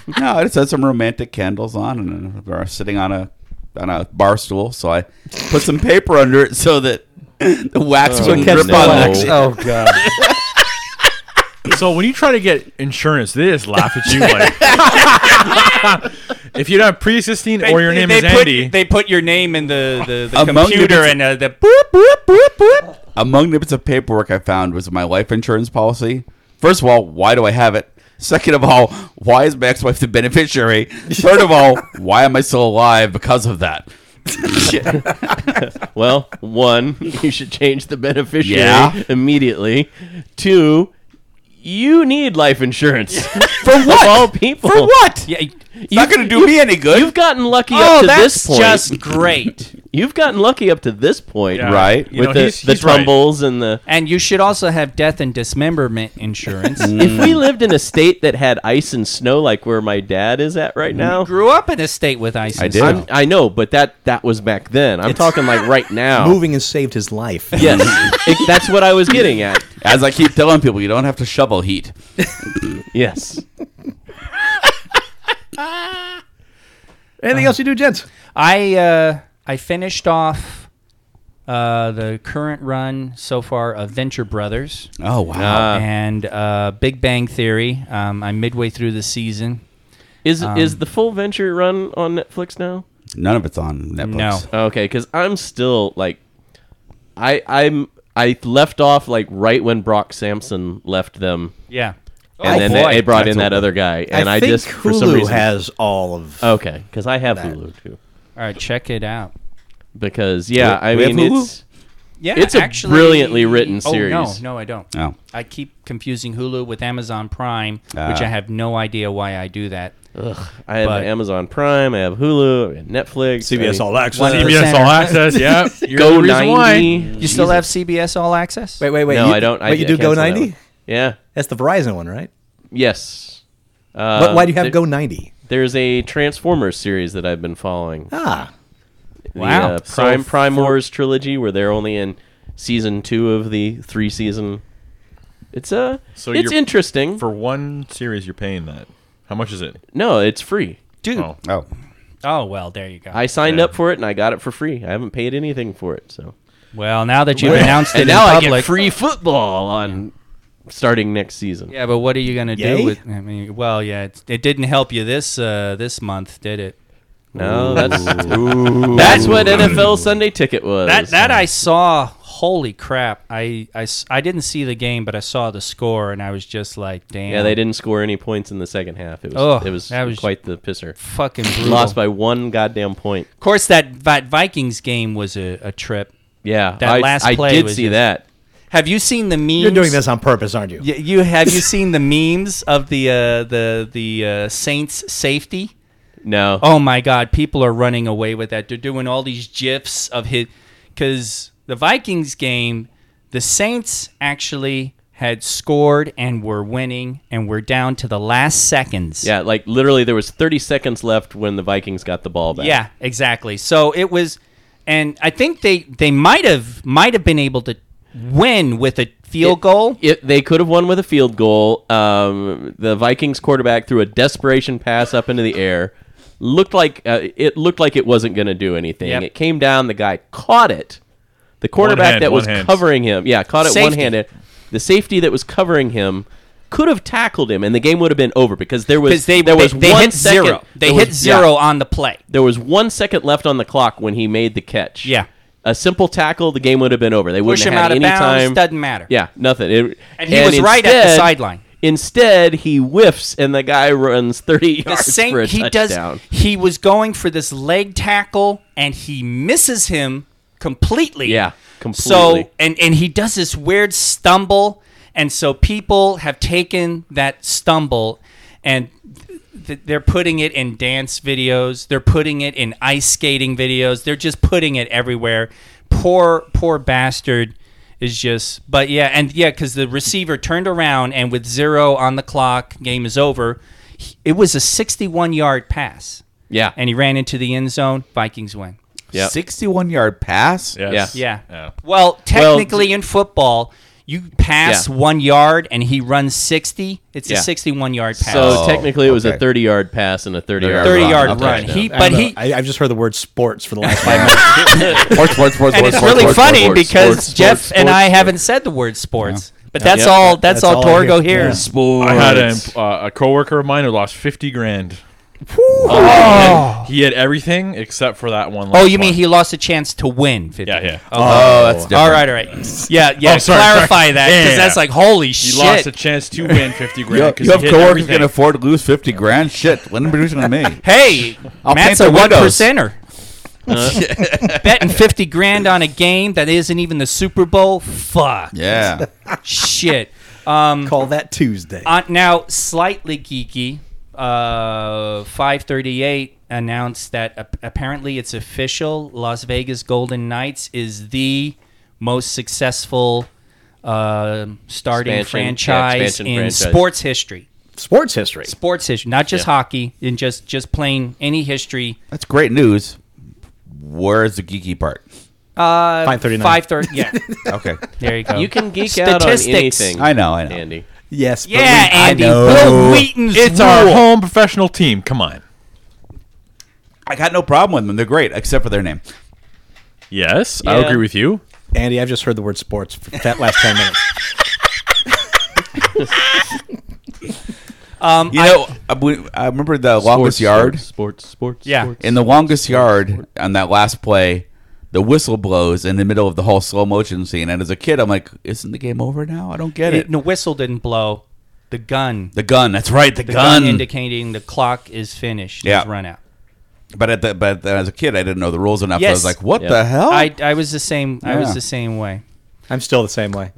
[SPEAKER 4] no, I just had some romantic candles on and uh, were sitting on a on a bar stool, so I put some paper under it so that the wax
[SPEAKER 5] Oh,
[SPEAKER 4] wouldn't
[SPEAKER 5] catch
[SPEAKER 4] drip
[SPEAKER 5] the
[SPEAKER 4] on
[SPEAKER 5] wax.
[SPEAKER 4] it.
[SPEAKER 6] Oh god.
[SPEAKER 7] So when you try to get insurance, they just laugh at you like, if you don't have pre-existing or your name
[SPEAKER 3] they
[SPEAKER 7] is
[SPEAKER 3] put,
[SPEAKER 7] Andy,
[SPEAKER 3] They put your name in the, the, the
[SPEAKER 4] Among
[SPEAKER 3] computer
[SPEAKER 4] the-
[SPEAKER 3] and uh, the
[SPEAKER 4] Boop, boop, boop, boop. Among the bits of paperwork I found was my life insurance policy. First of all, why do I have it? Second of all, why is my ex-wife the beneficiary? Third of all, why am I still alive because of that?
[SPEAKER 5] Well, one, you should change the beneficiary
[SPEAKER 4] Yeah.
[SPEAKER 5] immediately. Two, you need life insurance.
[SPEAKER 4] For what?
[SPEAKER 5] all people.
[SPEAKER 4] For what?
[SPEAKER 3] yeah,
[SPEAKER 4] It's not going to do me any good.
[SPEAKER 5] You've gotten lucky
[SPEAKER 3] oh,
[SPEAKER 5] up to
[SPEAKER 3] that's
[SPEAKER 5] this point.
[SPEAKER 3] just great.
[SPEAKER 5] You've gotten lucky up to this point,
[SPEAKER 7] Yeah.
[SPEAKER 4] right.
[SPEAKER 7] You know,
[SPEAKER 5] With the,
[SPEAKER 7] he's-
[SPEAKER 5] the
[SPEAKER 7] he's right.
[SPEAKER 5] tumbles and the.
[SPEAKER 3] And you should also have death and dismemberment insurance.
[SPEAKER 5] If we lived in a state that had ice and snow, like where my dad is at right now,
[SPEAKER 3] Mm. Grew up in a state with ISIS.
[SPEAKER 4] I did.
[SPEAKER 5] I'm, I know, but that that was back then. I'm talking like right now.
[SPEAKER 6] Moving has saved his life.
[SPEAKER 5] Yes, It- that's what I was getting at.
[SPEAKER 4] As I keep telling people, you don't have to shovel heat.
[SPEAKER 5] Yes.
[SPEAKER 6] Anything else you do, gents?
[SPEAKER 3] I uh, I finished off uh, the current run so far of Venture Brothers
[SPEAKER 4] Oh wow!
[SPEAKER 3] and uh, Big Bang Theory. Um, I'm midway through the season.
[SPEAKER 5] Is
[SPEAKER 3] Um.
[SPEAKER 5] is the full venture run on Netflix now?
[SPEAKER 4] None of it's on Netflix.
[SPEAKER 3] No,
[SPEAKER 5] Okay, because I'm still like, I I'm I left off like right when Brock Sampson left them,
[SPEAKER 3] yeah,
[SPEAKER 5] and
[SPEAKER 3] Oh,
[SPEAKER 5] then
[SPEAKER 3] boy.
[SPEAKER 5] they, they brought
[SPEAKER 4] That's
[SPEAKER 5] in that
[SPEAKER 4] a-
[SPEAKER 5] other guy, and I,
[SPEAKER 6] think
[SPEAKER 5] just
[SPEAKER 6] Hulu
[SPEAKER 5] for some reason
[SPEAKER 6] has all of.
[SPEAKER 5] okay because I have Hulu too
[SPEAKER 3] All right, check it out.
[SPEAKER 5] because yeah
[SPEAKER 4] We-
[SPEAKER 5] I
[SPEAKER 4] we have
[SPEAKER 5] mean
[SPEAKER 4] Hulu?
[SPEAKER 5] it's
[SPEAKER 3] Yeah,
[SPEAKER 5] It's a
[SPEAKER 3] actually-
[SPEAKER 5] brilliantly written
[SPEAKER 3] Oh, no,
[SPEAKER 5] series.
[SPEAKER 3] no, I don't.
[SPEAKER 4] Oh.
[SPEAKER 3] I keep confusing Hulu with Amazon Prime, which
[SPEAKER 4] Ah.
[SPEAKER 3] I have no idea why I do that.
[SPEAKER 5] I have
[SPEAKER 3] But-
[SPEAKER 5] Amazon Prime, I have Hulu, I have Netflix, I mean,
[SPEAKER 6] CBS All Access.
[SPEAKER 3] One of
[SPEAKER 7] CBS
[SPEAKER 3] Center.
[SPEAKER 7] All Access. Yeah, you're
[SPEAKER 5] Go
[SPEAKER 7] the reason why.
[SPEAKER 5] ninety.
[SPEAKER 3] You still have CBS All Access?
[SPEAKER 6] Wait, wait, wait.
[SPEAKER 5] No,
[SPEAKER 6] you,
[SPEAKER 5] I don't. I
[SPEAKER 6] Wait, you do
[SPEAKER 5] canceled
[SPEAKER 6] Go
[SPEAKER 5] that one.
[SPEAKER 6] ninety?
[SPEAKER 5] Yeah.
[SPEAKER 6] That's the Verizon one, right?
[SPEAKER 5] Yes. Uh,
[SPEAKER 6] But why do you have
[SPEAKER 5] there-
[SPEAKER 6] Go ninety?
[SPEAKER 5] There's a Transformers series that I've been following.
[SPEAKER 6] Ah,
[SPEAKER 5] The,
[SPEAKER 3] Wow.
[SPEAKER 5] uh, Prime
[SPEAKER 7] So
[SPEAKER 5] Prime Wars trilogy, where they're only in season two of the three season. It's uh,
[SPEAKER 7] So
[SPEAKER 5] it's
[SPEAKER 7] you're-
[SPEAKER 5] interesting.
[SPEAKER 7] For one series, you're paying that. How much is it?
[SPEAKER 5] no, it's free.
[SPEAKER 3] Dude.
[SPEAKER 7] Oh.
[SPEAKER 3] Oh.
[SPEAKER 4] Oh,
[SPEAKER 3] well, there you go.
[SPEAKER 5] I signed
[SPEAKER 7] Yeah.
[SPEAKER 5] up for it and I got it for free. I haven't paid anything for it. So
[SPEAKER 3] well, now that you've announced it
[SPEAKER 5] and now
[SPEAKER 3] in
[SPEAKER 5] I
[SPEAKER 3] public,
[SPEAKER 5] get free football on starting next season.
[SPEAKER 3] Yeah, but what are you gonna
[SPEAKER 6] Yay?
[SPEAKER 3] do with? I mean, well, yeah, it, it didn't help you this uh, this month, did it?
[SPEAKER 5] No, that's that's what NFL Sunday Ticket was.
[SPEAKER 3] That that I saw. Holy crap! I, I s- I didn't see the game, but I saw the score, and I was just like, damn.
[SPEAKER 5] yeah, they didn't score any points in the second half. It was
[SPEAKER 3] Ugh,
[SPEAKER 5] it was,
[SPEAKER 3] that was-
[SPEAKER 5] quite the pisser.
[SPEAKER 3] Fucking brutal.
[SPEAKER 5] Lost by one goddamn point.
[SPEAKER 3] Of course, that, that Vikings game was a, a trip.
[SPEAKER 5] Yeah,
[SPEAKER 3] That
[SPEAKER 5] I,
[SPEAKER 3] last
[SPEAKER 5] I
[SPEAKER 3] play
[SPEAKER 5] did
[SPEAKER 3] was
[SPEAKER 5] see
[SPEAKER 3] just-
[SPEAKER 5] that.
[SPEAKER 3] Have you seen the memes?
[SPEAKER 6] you're doing this on purpose, aren't you?
[SPEAKER 3] Y- You, have you seen the memes of the uh, the the uh, Saints safety?
[SPEAKER 5] No,
[SPEAKER 3] Oh my God, people are running away with that. They're doing all these gifs of his. Because the Vikings game, the Saints actually had scored and were winning and were down to the last seconds.
[SPEAKER 5] yeah, like literally there was 30 seconds left when the Vikings got the ball back.
[SPEAKER 3] Yeah, exactly. So it was, and I think they they might have might have been able to win with a field goal.
[SPEAKER 5] It, they could have won with a field goal. Um, the Vikings quarterback threw a desperation pass up into the air. Looked like uh, it looked like it wasn't going to do anything.
[SPEAKER 3] Yep.
[SPEAKER 5] It came down. The guy caught it. The quarterback
[SPEAKER 7] hand,
[SPEAKER 5] that was
[SPEAKER 7] one hand.
[SPEAKER 5] covering him, yeah, caught it
[SPEAKER 3] Safety.
[SPEAKER 5] one handed. The safety that was covering him could have tackled him, and the game would have been over because there was
[SPEAKER 3] Because they,
[SPEAKER 5] there
[SPEAKER 3] they,
[SPEAKER 5] was
[SPEAKER 3] they
[SPEAKER 5] one
[SPEAKER 3] hit
[SPEAKER 5] second-
[SPEAKER 3] zero. They
[SPEAKER 5] there
[SPEAKER 3] hit
[SPEAKER 5] was- yeah.
[SPEAKER 3] zero on the play.
[SPEAKER 5] There was one second left on the clock when he made the catch.
[SPEAKER 3] Yeah.
[SPEAKER 5] A simple tackle, the game would have been over. They wouldn't
[SPEAKER 3] Push
[SPEAKER 5] have
[SPEAKER 3] him
[SPEAKER 5] had
[SPEAKER 3] out of
[SPEAKER 5] any
[SPEAKER 3] bounds.
[SPEAKER 5] time.
[SPEAKER 3] Doesn't matter.
[SPEAKER 5] Yeah, nothing. It-
[SPEAKER 3] And he was right at the
[SPEAKER 5] instead-
[SPEAKER 3] sideline.
[SPEAKER 5] Instead, he whiffs and the guy runs 30
[SPEAKER 3] the
[SPEAKER 5] yards
[SPEAKER 3] Saint-
[SPEAKER 5] for a
[SPEAKER 3] he
[SPEAKER 5] touchdown.
[SPEAKER 3] does he was going for this leg tackle and he misses him completely
[SPEAKER 5] Yeah,
[SPEAKER 3] so
[SPEAKER 5] completely.
[SPEAKER 3] and and he does this weird stumble and so people have taken that stumble and th- they're putting it in dance videos they're putting it in ice skating videos they're just putting it everywhere poor poor bastard is just but yeah and yeah because the receiver turned around and with zero on the clock game is over he- it was a 61 yard pass
[SPEAKER 5] Yeah.
[SPEAKER 3] and he ran into the end zone vikings win
[SPEAKER 5] Yep.
[SPEAKER 4] sixty-one yard pass.
[SPEAKER 7] Yes.
[SPEAKER 3] yeah
[SPEAKER 7] Yeah.
[SPEAKER 3] well technically in football You pass
[SPEAKER 5] Yeah.
[SPEAKER 3] one yard and he runs sixty. It's
[SPEAKER 5] Yeah.
[SPEAKER 3] a sixty-one yard pass.
[SPEAKER 5] So
[SPEAKER 4] Oh,
[SPEAKER 5] technically, it was
[SPEAKER 4] okay.
[SPEAKER 5] a 30 yard pass and a 30 yard
[SPEAKER 3] 30
[SPEAKER 5] run.
[SPEAKER 3] yard
[SPEAKER 5] Oh, Okay.
[SPEAKER 3] run. He,
[SPEAKER 6] I
[SPEAKER 3] but
[SPEAKER 6] don't know.
[SPEAKER 3] he,
[SPEAKER 6] I, I've just heard the word sports for the last five minutes.
[SPEAKER 4] Sports, sports, sports,
[SPEAKER 3] and
[SPEAKER 4] sports,
[SPEAKER 3] it's
[SPEAKER 4] sports,
[SPEAKER 3] really
[SPEAKER 4] sports,
[SPEAKER 3] funny
[SPEAKER 4] sports,
[SPEAKER 3] because
[SPEAKER 4] sports,
[SPEAKER 3] Jeff
[SPEAKER 4] sports,
[SPEAKER 3] and
[SPEAKER 4] sports.
[SPEAKER 3] I haven't said the word sports, but that's
[SPEAKER 5] Yeah.
[SPEAKER 3] all. That's,
[SPEAKER 6] That's
[SPEAKER 3] all,
[SPEAKER 6] all I
[SPEAKER 3] Torgo
[SPEAKER 6] hear.
[SPEAKER 3] hears.
[SPEAKER 6] Yeah.
[SPEAKER 5] Sports.
[SPEAKER 7] I had a, uh, a coworker of mine who lost fifty grand. Uh, He had everything except for that one.
[SPEAKER 3] Oh,
[SPEAKER 7] last
[SPEAKER 3] you mean
[SPEAKER 7] one.
[SPEAKER 3] he lost a chance to win? 50.
[SPEAKER 7] Yeah, yeah.
[SPEAKER 4] Oh, that's different.
[SPEAKER 3] All right, all right. Yeah, yeah.
[SPEAKER 7] Oh, sorry,
[SPEAKER 3] clarify
[SPEAKER 7] sorry.
[SPEAKER 3] that
[SPEAKER 7] Yeah,
[SPEAKER 3] because
[SPEAKER 7] yeah,
[SPEAKER 3] that's
[SPEAKER 7] yeah.
[SPEAKER 3] like holy
[SPEAKER 7] He
[SPEAKER 3] shit.
[SPEAKER 7] lost a chance to win fifty
[SPEAKER 4] You,
[SPEAKER 7] grand. 'cause
[SPEAKER 4] you have
[SPEAKER 7] he hit
[SPEAKER 4] coworkers who
[SPEAKER 7] everything.
[SPEAKER 4] can afford to lose fifty grand. Shit, when producing on me.
[SPEAKER 3] hey,
[SPEAKER 4] I'll
[SPEAKER 3] Matt's
[SPEAKER 4] paint the
[SPEAKER 3] a one
[SPEAKER 4] windows. Uh.
[SPEAKER 3] percenter. Betting fifty grand on a game that isn't even the Super Bowl. Fuck.
[SPEAKER 4] Yeah,
[SPEAKER 3] Shit. Um,
[SPEAKER 6] Call that Tuesday.
[SPEAKER 3] Uh, now, slightly geeky, uh, 538 announced that ap- apparently it's official. Las Vegas Golden Knights is the most successful uh, starting
[SPEAKER 5] Expansion- yeah,
[SPEAKER 3] franchise
[SPEAKER 5] expansion
[SPEAKER 3] in
[SPEAKER 5] franchise.
[SPEAKER 3] sports history.
[SPEAKER 6] sports history.
[SPEAKER 3] Sports history, not just hockey, in just just plain any history.
[SPEAKER 4] that's great news. Where's the geeky part?
[SPEAKER 3] Uh,
[SPEAKER 6] 539.
[SPEAKER 3] 530 Yeah,
[SPEAKER 4] Okay,
[SPEAKER 3] there you go.
[SPEAKER 5] You can geek out on
[SPEAKER 3] Statistics.
[SPEAKER 5] anything.
[SPEAKER 4] I know, I know.
[SPEAKER 5] Andy.
[SPEAKER 6] Yes. but
[SPEAKER 3] yeah,
[SPEAKER 6] we- I
[SPEAKER 3] Andy.
[SPEAKER 6] know.
[SPEAKER 3] Bill Wheaton's
[SPEAKER 7] It's
[SPEAKER 3] rule.
[SPEAKER 7] our home professional team. Come on.
[SPEAKER 4] I got no problem with them. They're great, except for their name.
[SPEAKER 7] Yes, I
[SPEAKER 5] Yeah.
[SPEAKER 7] agree with you.
[SPEAKER 6] Andy, I've just heard the word sports for that last ten minutes.
[SPEAKER 3] Um,
[SPEAKER 4] You
[SPEAKER 3] I-
[SPEAKER 4] know, I, we- I remember the longest yard
[SPEAKER 5] Sports, sports,
[SPEAKER 3] Yeah.
[SPEAKER 5] sports.
[SPEAKER 4] in the longest yard on that last play. The whistle blows in the middle of the whole slow motion scene, and as a kid, I'm like, "Isn't the game over now? I don't get it."
[SPEAKER 3] it, the whistle didn't blow. The gun
[SPEAKER 4] The gun. That's right. The,
[SPEAKER 3] the
[SPEAKER 4] gun.
[SPEAKER 3] gun, indicating the clock is finished.
[SPEAKER 4] Yeah.
[SPEAKER 3] It's run out.
[SPEAKER 4] but at the but as a kid, I didn't know the rules enough. I
[SPEAKER 3] Yes.
[SPEAKER 4] was like, "What
[SPEAKER 5] Yeah.
[SPEAKER 4] the hell?"
[SPEAKER 3] I, I was the same. I was
[SPEAKER 4] Yeah.
[SPEAKER 3] the same way.
[SPEAKER 6] I'm still the same way.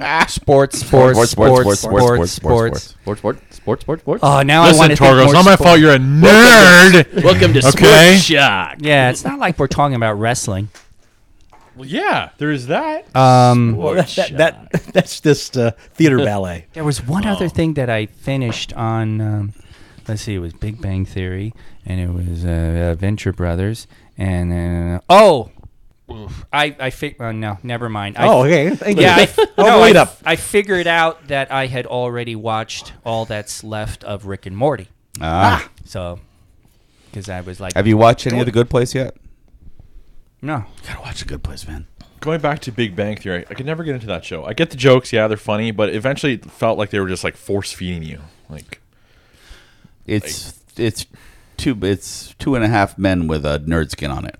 [SPEAKER 3] Ah, Sports, sports, sports, sports, sports, sports,
[SPEAKER 5] Sports, sports, sports, sports, sports.
[SPEAKER 3] Oh, now I
[SPEAKER 7] Listen,
[SPEAKER 3] want to think
[SPEAKER 7] Torgo,
[SPEAKER 3] more
[SPEAKER 7] it's not my
[SPEAKER 3] sport-
[SPEAKER 7] fault you're a nerd.
[SPEAKER 5] Welcome to
[SPEAKER 7] Okay.
[SPEAKER 5] Sports Shock.
[SPEAKER 3] Yeah, it's not like we're talking about wrestling.
[SPEAKER 7] Well, yeah, there is that.
[SPEAKER 3] Um,
[SPEAKER 6] That, that, that- that's just uh, theater ballet.
[SPEAKER 3] there was one other thing that I finished on. Um, let's see, it was Big Bang Theory, and it was uh, uh, Venture Brothers, and uh, oh, I I fi- uh, no, never mind. I
[SPEAKER 6] Oh, okay. Thank
[SPEAKER 3] Yeah,
[SPEAKER 6] you.
[SPEAKER 3] I,
[SPEAKER 6] oh,
[SPEAKER 3] no,
[SPEAKER 6] wait
[SPEAKER 3] I,
[SPEAKER 6] up.
[SPEAKER 3] I figured out that I had already watched all that's left of Rick and Morty.
[SPEAKER 4] Ah.
[SPEAKER 3] So, because I was like,
[SPEAKER 4] Have you watched any of the Good Place yet?
[SPEAKER 3] no.
[SPEAKER 4] Gotta watch the Good Place, man.
[SPEAKER 7] Going back to Big Bang Theory, I could never get into that show. I get the jokes, yeah, they're funny, but eventually it felt like they were just like force feeding you. Like,
[SPEAKER 4] It's it's two it's two and a half men with a nerd skin on it.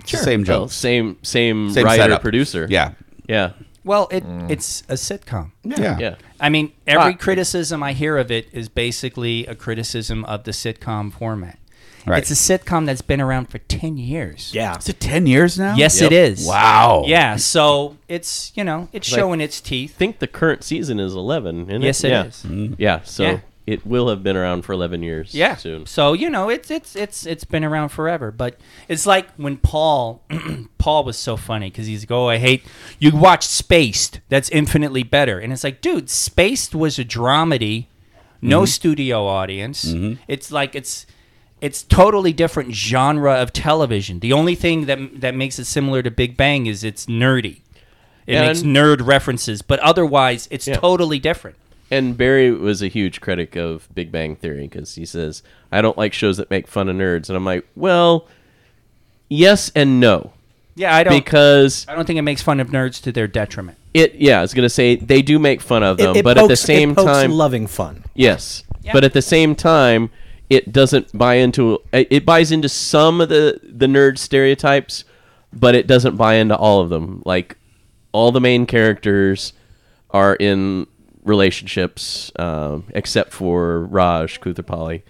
[SPEAKER 4] It's the Same
[SPEAKER 5] Well,
[SPEAKER 4] jokes.
[SPEAKER 5] same, same,
[SPEAKER 4] Same
[SPEAKER 5] writer,
[SPEAKER 4] setup.
[SPEAKER 5] producer.
[SPEAKER 4] Yeah.
[SPEAKER 5] yeah,
[SPEAKER 3] Well, it it's a sitcom.
[SPEAKER 4] Yeah.
[SPEAKER 5] yeah.
[SPEAKER 3] I mean, every
[SPEAKER 5] Ah.
[SPEAKER 3] criticism I hear of it is basically a criticism of the sitcom format.
[SPEAKER 4] Right.
[SPEAKER 3] It's a sitcom that's been around for ten years.
[SPEAKER 6] yeah.
[SPEAKER 4] Is it ten years now?
[SPEAKER 3] Yes,
[SPEAKER 5] Yep.
[SPEAKER 3] it is.
[SPEAKER 4] Wow.
[SPEAKER 3] Yeah. So it's you know it's
[SPEAKER 5] Like-
[SPEAKER 3] showing its teeth.
[SPEAKER 5] think the current season is 11. Isn't
[SPEAKER 3] Yes,
[SPEAKER 5] it
[SPEAKER 3] it
[SPEAKER 5] yeah.
[SPEAKER 3] is.
[SPEAKER 5] Yeah, so
[SPEAKER 3] Yeah.
[SPEAKER 5] it will have been around for 11 years
[SPEAKER 3] Yeah.
[SPEAKER 5] soon.
[SPEAKER 3] So you know, it's it's it's it's been around forever. But it's like when Paul Paul was so funny because he's like, "Oh, I hate you watched Spaced. That's infinitely better." And it's like, dude, Spaced was a dramedy, no
[SPEAKER 5] Mm-hmm.
[SPEAKER 3] studio audience. It's like it's. It's totally different genre of television. The only thing that that makes it similar to Big Bang is it's nerdy. It makes
[SPEAKER 5] And-
[SPEAKER 3] nerd references, but otherwise it's
[SPEAKER 5] Yeah.
[SPEAKER 3] totally different.
[SPEAKER 5] And Barry was a huge critic of Big Bang Theory because he says, I don't like shows that make fun of nerds. And I'm like, well, yes and no.
[SPEAKER 3] Yeah, I don't
[SPEAKER 5] Because
[SPEAKER 3] I don't think it makes fun of nerds to their detriment.
[SPEAKER 5] it, yeah, I was going to say they do make fun of them, um, but at the
[SPEAKER 6] pokes-
[SPEAKER 5] same
[SPEAKER 6] it pokes
[SPEAKER 5] time,
[SPEAKER 6] loving fun.
[SPEAKER 5] Yes, but at the same time, it doesn't buy into it it buys into some of the the nerd stereotypes, but it doesn't buy into all of them. Like all the main characters are in relationships, um, except for Raj Kuthapalli.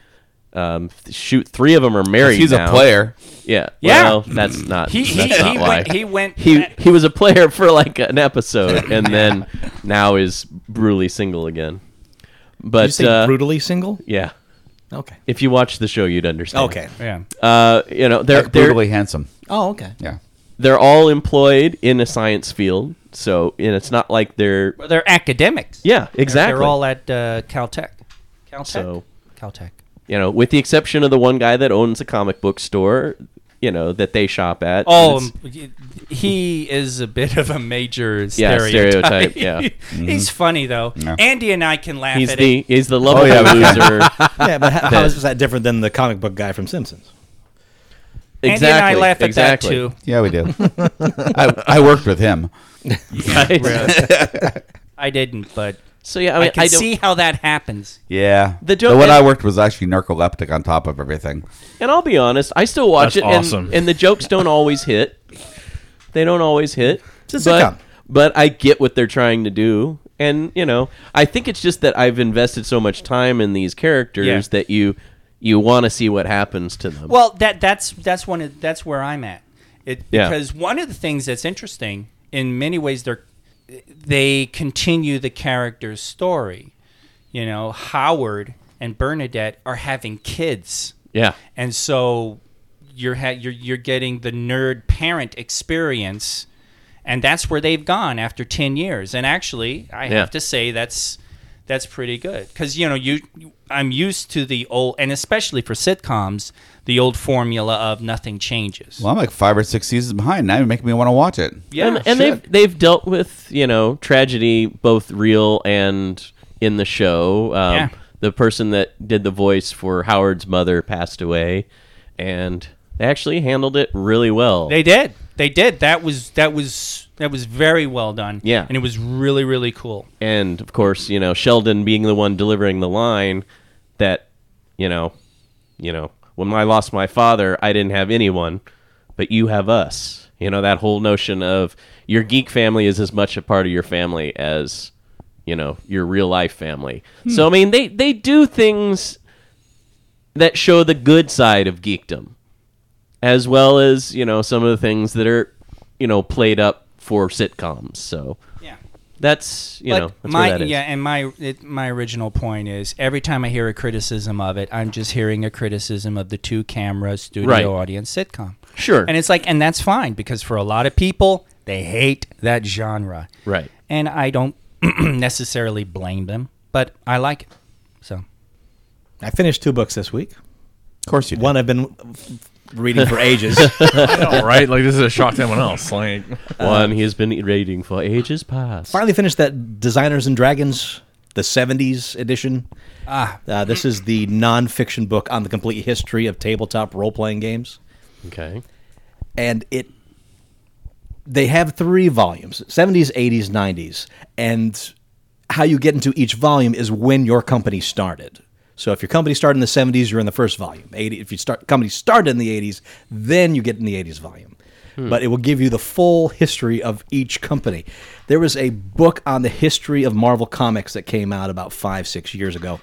[SPEAKER 5] Um, th- shoot, three of them are married.
[SPEAKER 4] He's
[SPEAKER 5] now.
[SPEAKER 4] a player.
[SPEAKER 5] Yeah,
[SPEAKER 3] Yeah. Mm.
[SPEAKER 5] Well, that's not.
[SPEAKER 3] He he,
[SPEAKER 5] that's not
[SPEAKER 3] he
[SPEAKER 5] why.
[SPEAKER 3] went he went
[SPEAKER 5] He he was a player for like an episode, and then now is brutally single again. But
[SPEAKER 6] Did you say
[SPEAKER 5] uh,
[SPEAKER 6] brutally single?
[SPEAKER 5] yeah,
[SPEAKER 6] Okay.
[SPEAKER 5] if you watch the show, you'd understand.
[SPEAKER 6] Okay.
[SPEAKER 3] yeah.
[SPEAKER 5] uh, you know they're
[SPEAKER 4] Like,
[SPEAKER 5] they're
[SPEAKER 4] brutally handsome.
[SPEAKER 6] Oh, okay.
[SPEAKER 4] Yeah.
[SPEAKER 5] they're all employed in a science field, so and it's not like they're
[SPEAKER 3] Well, they're academics.
[SPEAKER 5] yeah exactly.
[SPEAKER 3] They're all at uh, Caltech. Caltech.
[SPEAKER 5] So-
[SPEAKER 3] Caltech.
[SPEAKER 5] you know, with the exception of the one guy that owns a comic book store, you know that they shop at.
[SPEAKER 3] Oh,
[SPEAKER 5] It's-
[SPEAKER 3] um, he is a bit of a major
[SPEAKER 5] Yeah,
[SPEAKER 3] stereotype.
[SPEAKER 5] stereotype, yeah. Mm-hmm.
[SPEAKER 3] he's funny though. Andy and I can laugh
[SPEAKER 5] he's
[SPEAKER 3] at
[SPEAKER 5] the
[SPEAKER 3] it.
[SPEAKER 5] he's the
[SPEAKER 6] Oh,
[SPEAKER 5] lovable loser.
[SPEAKER 6] yeah, but how, how is that different than the comic book guy from Simpsons?
[SPEAKER 5] exactly.
[SPEAKER 3] Andy and I laugh at
[SPEAKER 5] exactly.
[SPEAKER 3] that too.
[SPEAKER 4] Yeah, we do. I, I worked with him.
[SPEAKER 5] Right?
[SPEAKER 3] I didn't, but
[SPEAKER 5] So yeah, I
[SPEAKER 3] I,
[SPEAKER 5] mean,
[SPEAKER 3] can
[SPEAKER 5] don't,
[SPEAKER 3] see how that happens.
[SPEAKER 4] Yeah.
[SPEAKER 5] The joke
[SPEAKER 4] one
[SPEAKER 5] is-
[SPEAKER 4] I worked was actually narcoleptic on top of everything.
[SPEAKER 5] and I'll be honest, I still watch
[SPEAKER 7] That's
[SPEAKER 5] it, and,
[SPEAKER 7] awesome.
[SPEAKER 5] and the jokes don't always hit. They don't always hit.
[SPEAKER 6] It's a sitcom.
[SPEAKER 5] but, but I get what they're trying to do, and you know, I think it's just that I've invested so much time in these characters
[SPEAKER 3] Yeah.
[SPEAKER 5] that you you want to see what happens to them.
[SPEAKER 3] Well, that that's that's one of that's where I'm at. It
[SPEAKER 5] Yeah.
[SPEAKER 3] because one of the things that's interesting in many ways they're they continue the character's story. You know, Howard and Bernadette are having kids.
[SPEAKER 5] yeah,
[SPEAKER 3] and so you're ha- you're you're getting the nerd parent experience, and that's where they've gone after ten years. And actually, I
[SPEAKER 5] Yeah.
[SPEAKER 3] have to say that's that's pretty good because you know you you- I'm used to the old and especially for sitcoms the old formula of nothing changes.
[SPEAKER 4] Well, I'm like five or six seasons behind. Now you're making me want to watch it.
[SPEAKER 3] yeah,
[SPEAKER 5] and, and they've they've dealt with you know tragedy both real and in the show. Um,
[SPEAKER 3] Yeah.
[SPEAKER 5] The person that did the voice for Howard's mother passed away, and they actually handled it really well.
[SPEAKER 3] They did. They did. That was that was that was very well done.
[SPEAKER 5] Yeah.
[SPEAKER 3] and it was really really cool.
[SPEAKER 5] and of course, you know Sheldon being the one delivering the line that you know, you know, when I lost my father, I didn't have anyone, but you have us. You know that whole notion of your geek family is as much a part of your family as you know your real life family. So I mean, they they do things that show the good side of geekdom, as well as you know some of the things that are you know played up for sitcoms. So
[SPEAKER 3] Yeah.
[SPEAKER 5] that's you
[SPEAKER 3] But
[SPEAKER 5] know that's
[SPEAKER 3] my
[SPEAKER 5] where that is.
[SPEAKER 3] yeah, and my it, my original point is every time I hear a criticism of it, I'm just hearing a criticism of the two camera studio
[SPEAKER 5] Right.
[SPEAKER 3] audience sitcom.
[SPEAKER 5] Sure.
[SPEAKER 3] and it's like, and that's fine because for a lot of people, they hate that genre,
[SPEAKER 5] Right.
[SPEAKER 3] And I don't necessarily blame them, but I like it. So
[SPEAKER 6] I finished two books this week.
[SPEAKER 4] Of course you do.
[SPEAKER 6] One I've been reading for ages.
[SPEAKER 7] know, right? Like this is a shock to anyone else. Like
[SPEAKER 6] uh,
[SPEAKER 5] One he has been rating for ages past.
[SPEAKER 6] Finally finished that Designers and Dragons, the 70s edition. Ah. Uh, this is the nonfiction book on the complete history of tabletop role playing games.
[SPEAKER 5] Okay.
[SPEAKER 6] and it they have three volumes 70s 80s 90s and how you get into each volume is when your company started so if your company started in the 70s you're in the first volume 80 if your start, company started in the 80s then you get in the 80s volume but it will give you the full history of each company there was a book on the history of marvel comics that came out about five six years ago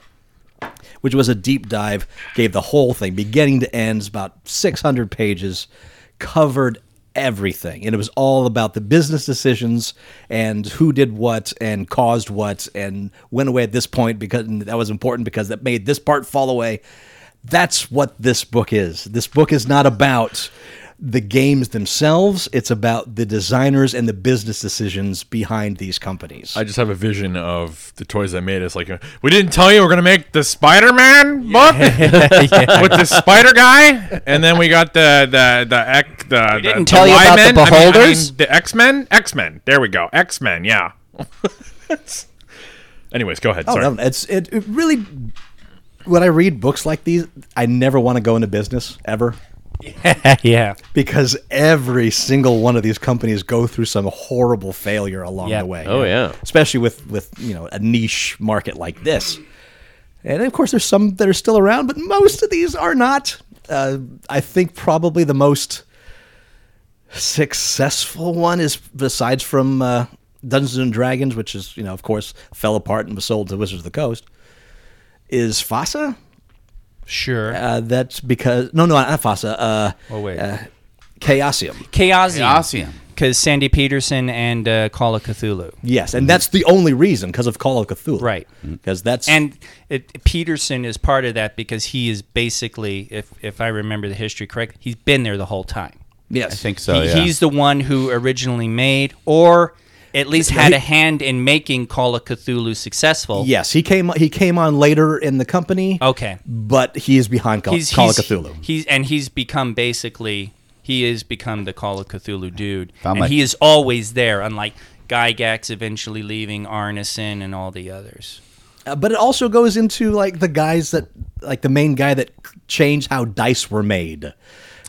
[SPEAKER 6] which was a deep dive, gave the whole thing, beginning to ends, about 600 pages, covered everything. And it was all about the business decisions and who did what and caused what and went away at this point because and that was important because that made this part fall away. That's what this book is. This book is not about the games themselves, it's about the designers and the business decisions behind these companies.
[SPEAKER 7] I just have a vision of the toys I made. It's like we didn't tell you we're gonna make the Spider-Man book with the Spider guy, and then we got the the the X the we
[SPEAKER 3] didn't tell you about the Beholders?
[SPEAKER 7] the X-Men, X-Men. There we go, X-Men. Yeah. Anyways, go ahead.
[SPEAKER 6] Oh
[SPEAKER 7] Sorry.
[SPEAKER 6] no, it's it, it really. When I read books like these, I never want to go into business ever
[SPEAKER 3] yeah,
[SPEAKER 6] because every single one of these companies go through some horrible failure along
[SPEAKER 3] Yeah.
[SPEAKER 6] the way.
[SPEAKER 5] Oh, yeah.
[SPEAKER 6] especially with with you know a niche market like this. And of course, there's some that are still around, but most of these are not. Uh, I think probably the most successful one is besides from uh, Dungeons and Dragons, which is you know of course fell apart and was sold to Wizards of the Coast, is Fossa.
[SPEAKER 3] sure.
[SPEAKER 6] Uh, that's because no, no, not Fossa. Uh,
[SPEAKER 3] Oh, wait.
[SPEAKER 6] uh, Chaosium.
[SPEAKER 3] Chaosium,
[SPEAKER 4] Chaosium.
[SPEAKER 3] because Sandy Peterson and uh, Call of Cthulhu.
[SPEAKER 6] Yes, and that's the only reason because of Call of Cthulhu,
[SPEAKER 3] Right.
[SPEAKER 6] Because that's
[SPEAKER 3] and it, Peterson is part of that because he is basically, if if I remember the history correct, he's been there the whole time.
[SPEAKER 6] yes,
[SPEAKER 4] I think
[SPEAKER 6] Oh,
[SPEAKER 4] so.
[SPEAKER 3] He-
[SPEAKER 4] yeah.
[SPEAKER 3] He's the one who originally made, or at least had a hand in making Call of Cthulhu successful.
[SPEAKER 6] yes. He came he came on later in the company.
[SPEAKER 3] Okay.
[SPEAKER 6] but he is behind Call,
[SPEAKER 3] He's,
[SPEAKER 6] Call
[SPEAKER 3] he's,
[SPEAKER 6] of Cthulhu.
[SPEAKER 3] He's and he's become basically He has become the Call of Cthulhu dude,
[SPEAKER 4] Found
[SPEAKER 3] and
[SPEAKER 4] my-
[SPEAKER 3] he is always there. Unlike Gygax eventually leaving, Arneson, and all the others.
[SPEAKER 6] Uh, but it also goes into like the guys that like the main guy that changed how dice were made.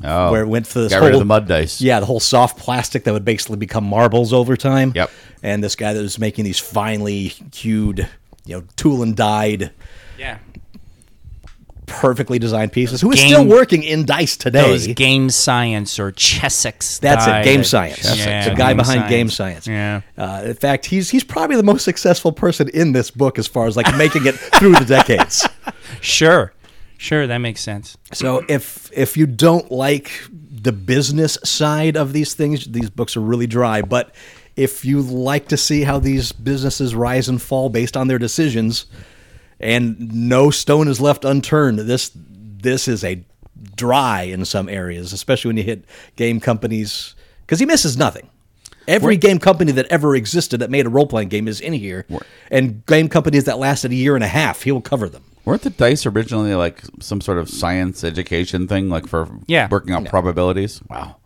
[SPEAKER 4] Oh.
[SPEAKER 6] where it went for this
[SPEAKER 4] Got
[SPEAKER 6] whole,
[SPEAKER 4] rid of the mud dice.
[SPEAKER 6] Yeah, the whole soft plastic that would basically become marbles over time.
[SPEAKER 4] Yep.
[SPEAKER 6] And this guy that was making these finely hued, you know, tool and dyed,
[SPEAKER 3] Yeah,
[SPEAKER 6] perfectly designed pieces, who is
[SPEAKER 3] Game-
[SPEAKER 6] still working in dice today.
[SPEAKER 3] those game science or Chessex.
[SPEAKER 6] That's it,
[SPEAKER 3] guy
[SPEAKER 6] game
[SPEAKER 3] that-
[SPEAKER 6] science.
[SPEAKER 3] Yeah,
[SPEAKER 6] the guy behind game science.
[SPEAKER 3] Yeah.
[SPEAKER 6] Uh, in fact, he's he's probably the most successful person in this book as far as like making it through the decades.
[SPEAKER 3] Sure, sure, that makes sense.
[SPEAKER 6] So if if you don't like the business side of these things, these books are really dry. But if you like to see how these businesses rise and fall based on their decisions, and no stone is left unturned, this this is a dry in some areas, especially when you hit game companies because he misses nothing. Every game company that ever existed that made a role playing game is in here, and game companies that lasted a year and a half, he'll cover them.
[SPEAKER 4] Weren't the dice originally like some sort of science education thing, like for
[SPEAKER 3] Yeah.
[SPEAKER 4] working out probabilities? Wow.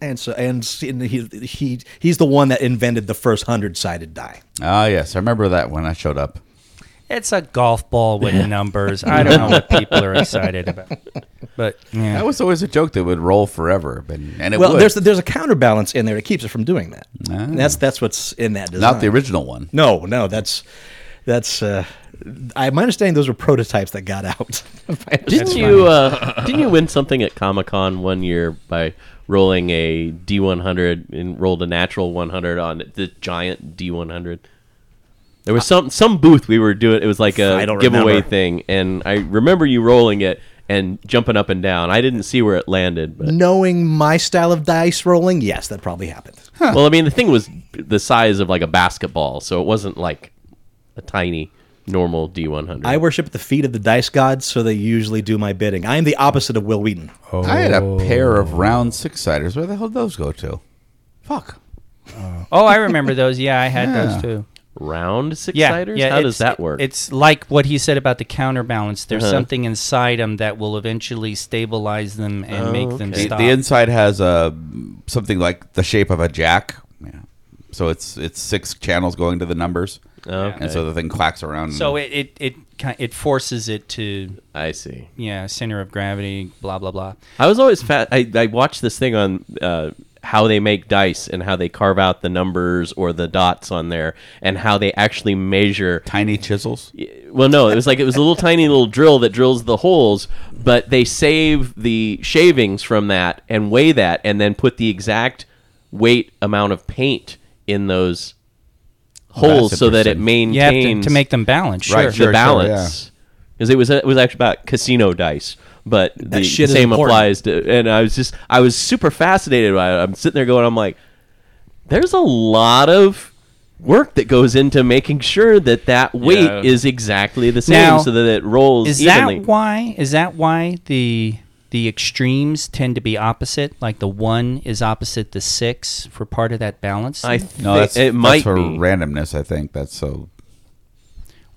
[SPEAKER 6] And so, and s- and he, he he's the one that invented the first hundred sided die.
[SPEAKER 4] Ah, yes, I remember that when I showed up.
[SPEAKER 3] It's a golf ball with numbers. I don't know what people are excited about, but yeah.
[SPEAKER 4] That was always a joke that would roll forever, but and it
[SPEAKER 6] Well,
[SPEAKER 4] would.
[SPEAKER 6] there's there's a counterbalance in there that keeps it from doing that. And That's that's what's in that design.
[SPEAKER 4] Ah. not the original one.
[SPEAKER 6] No, no, that's that's. Uh, I my understanding those were prototypes that got out.
[SPEAKER 5] Didn't you uh, didn't you win something at Comic Con one year by rolling a D one hundred and rolled a natural one hundred on the giant D one hundred? There was some some booth we were doing. It was like
[SPEAKER 6] I
[SPEAKER 5] a
[SPEAKER 6] don't
[SPEAKER 5] giveaway
[SPEAKER 6] remember.
[SPEAKER 5] thing, and I remember you rolling it and jumping up and down. I didn't see where it landed, but
[SPEAKER 6] Knowing my style of dice rolling, yes, that probably happened.
[SPEAKER 5] well, I mean, the thing was the size of like a basketball, so it wasn't like a tiny normal D one
[SPEAKER 6] I
[SPEAKER 5] hundred.
[SPEAKER 6] worship the feet of the dice gods, so they usually do my bidding. I am the opposite of Will Wheaton.
[SPEAKER 4] I had a pair of round six siders. Where the hell did those go to? Fuck.
[SPEAKER 3] Oh, I remember those. Yeah, I had those too.
[SPEAKER 5] Round six
[SPEAKER 3] Yeah,
[SPEAKER 5] siders.
[SPEAKER 3] yeah.
[SPEAKER 5] How
[SPEAKER 3] it's-
[SPEAKER 5] does that work?
[SPEAKER 3] It's like what he said about the counterbalance.
[SPEAKER 6] Uh-huh.
[SPEAKER 3] There's something inside them that will eventually stabilize them and make
[SPEAKER 6] Oh,
[SPEAKER 3] them
[SPEAKER 4] The,
[SPEAKER 3] stop.
[SPEAKER 4] the inside has a something like the shape of a jack. Yeah. So it's it's six channels going to the numbers,
[SPEAKER 5] Okay.
[SPEAKER 4] and so the thing clacks around.
[SPEAKER 3] so it it it ki- it forces it to
[SPEAKER 5] I see.
[SPEAKER 3] yeah center of gravity. Blah blah blah.
[SPEAKER 5] I was always fat. I, I watched this thing on uh, how they make dice and how they carve out the numbers or the dots on there and how they actually measure.
[SPEAKER 4] tiny chisels.
[SPEAKER 5] Well, no, it was like it was a little tiny little drill that drills the holes, but they save the shavings from that and weigh that and then put the exact weight amount of paint in those holes so that it
[SPEAKER 4] interesting.
[SPEAKER 5] maintains
[SPEAKER 3] You have to, to make them balance. Sure.
[SPEAKER 4] Right,
[SPEAKER 5] the
[SPEAKER 4] sure.
[SPEAKER 5] balance because it was it was actually about casino dice, but the
[SPEAKER 6] shit is
[SPEAKER 5] same
[SPEAKER 6] important.
[SPEAKER 5] applies to. And I was just I was super fascinated by it. I'm sitting there going, I'm like, there's a lot of work that goes into making sure that that weight
[SPEAKER 7] Yeah.
[SPEAKER 5] is exactly the same,
[SPEAKER 3] Now,
[SPEAKER 5] so that it rolls
[SPEAKER 3] Is
[SPEAKER 5] evenly.
[SPEAKER 3] that why? Is that why the the extremes tend to be opposite? Like the one is opposite the six for part of that balance.
[SPEAKER 5] I think
[SPEAKER 4] No, that's
[SPEAKER 5] it
[SPEAKER 4] that's
[SPEAKER 5] might
[SPEAKER 4] for
[SPEAKER 5] be.
[SPEAKER 4] randomness. I think that's so.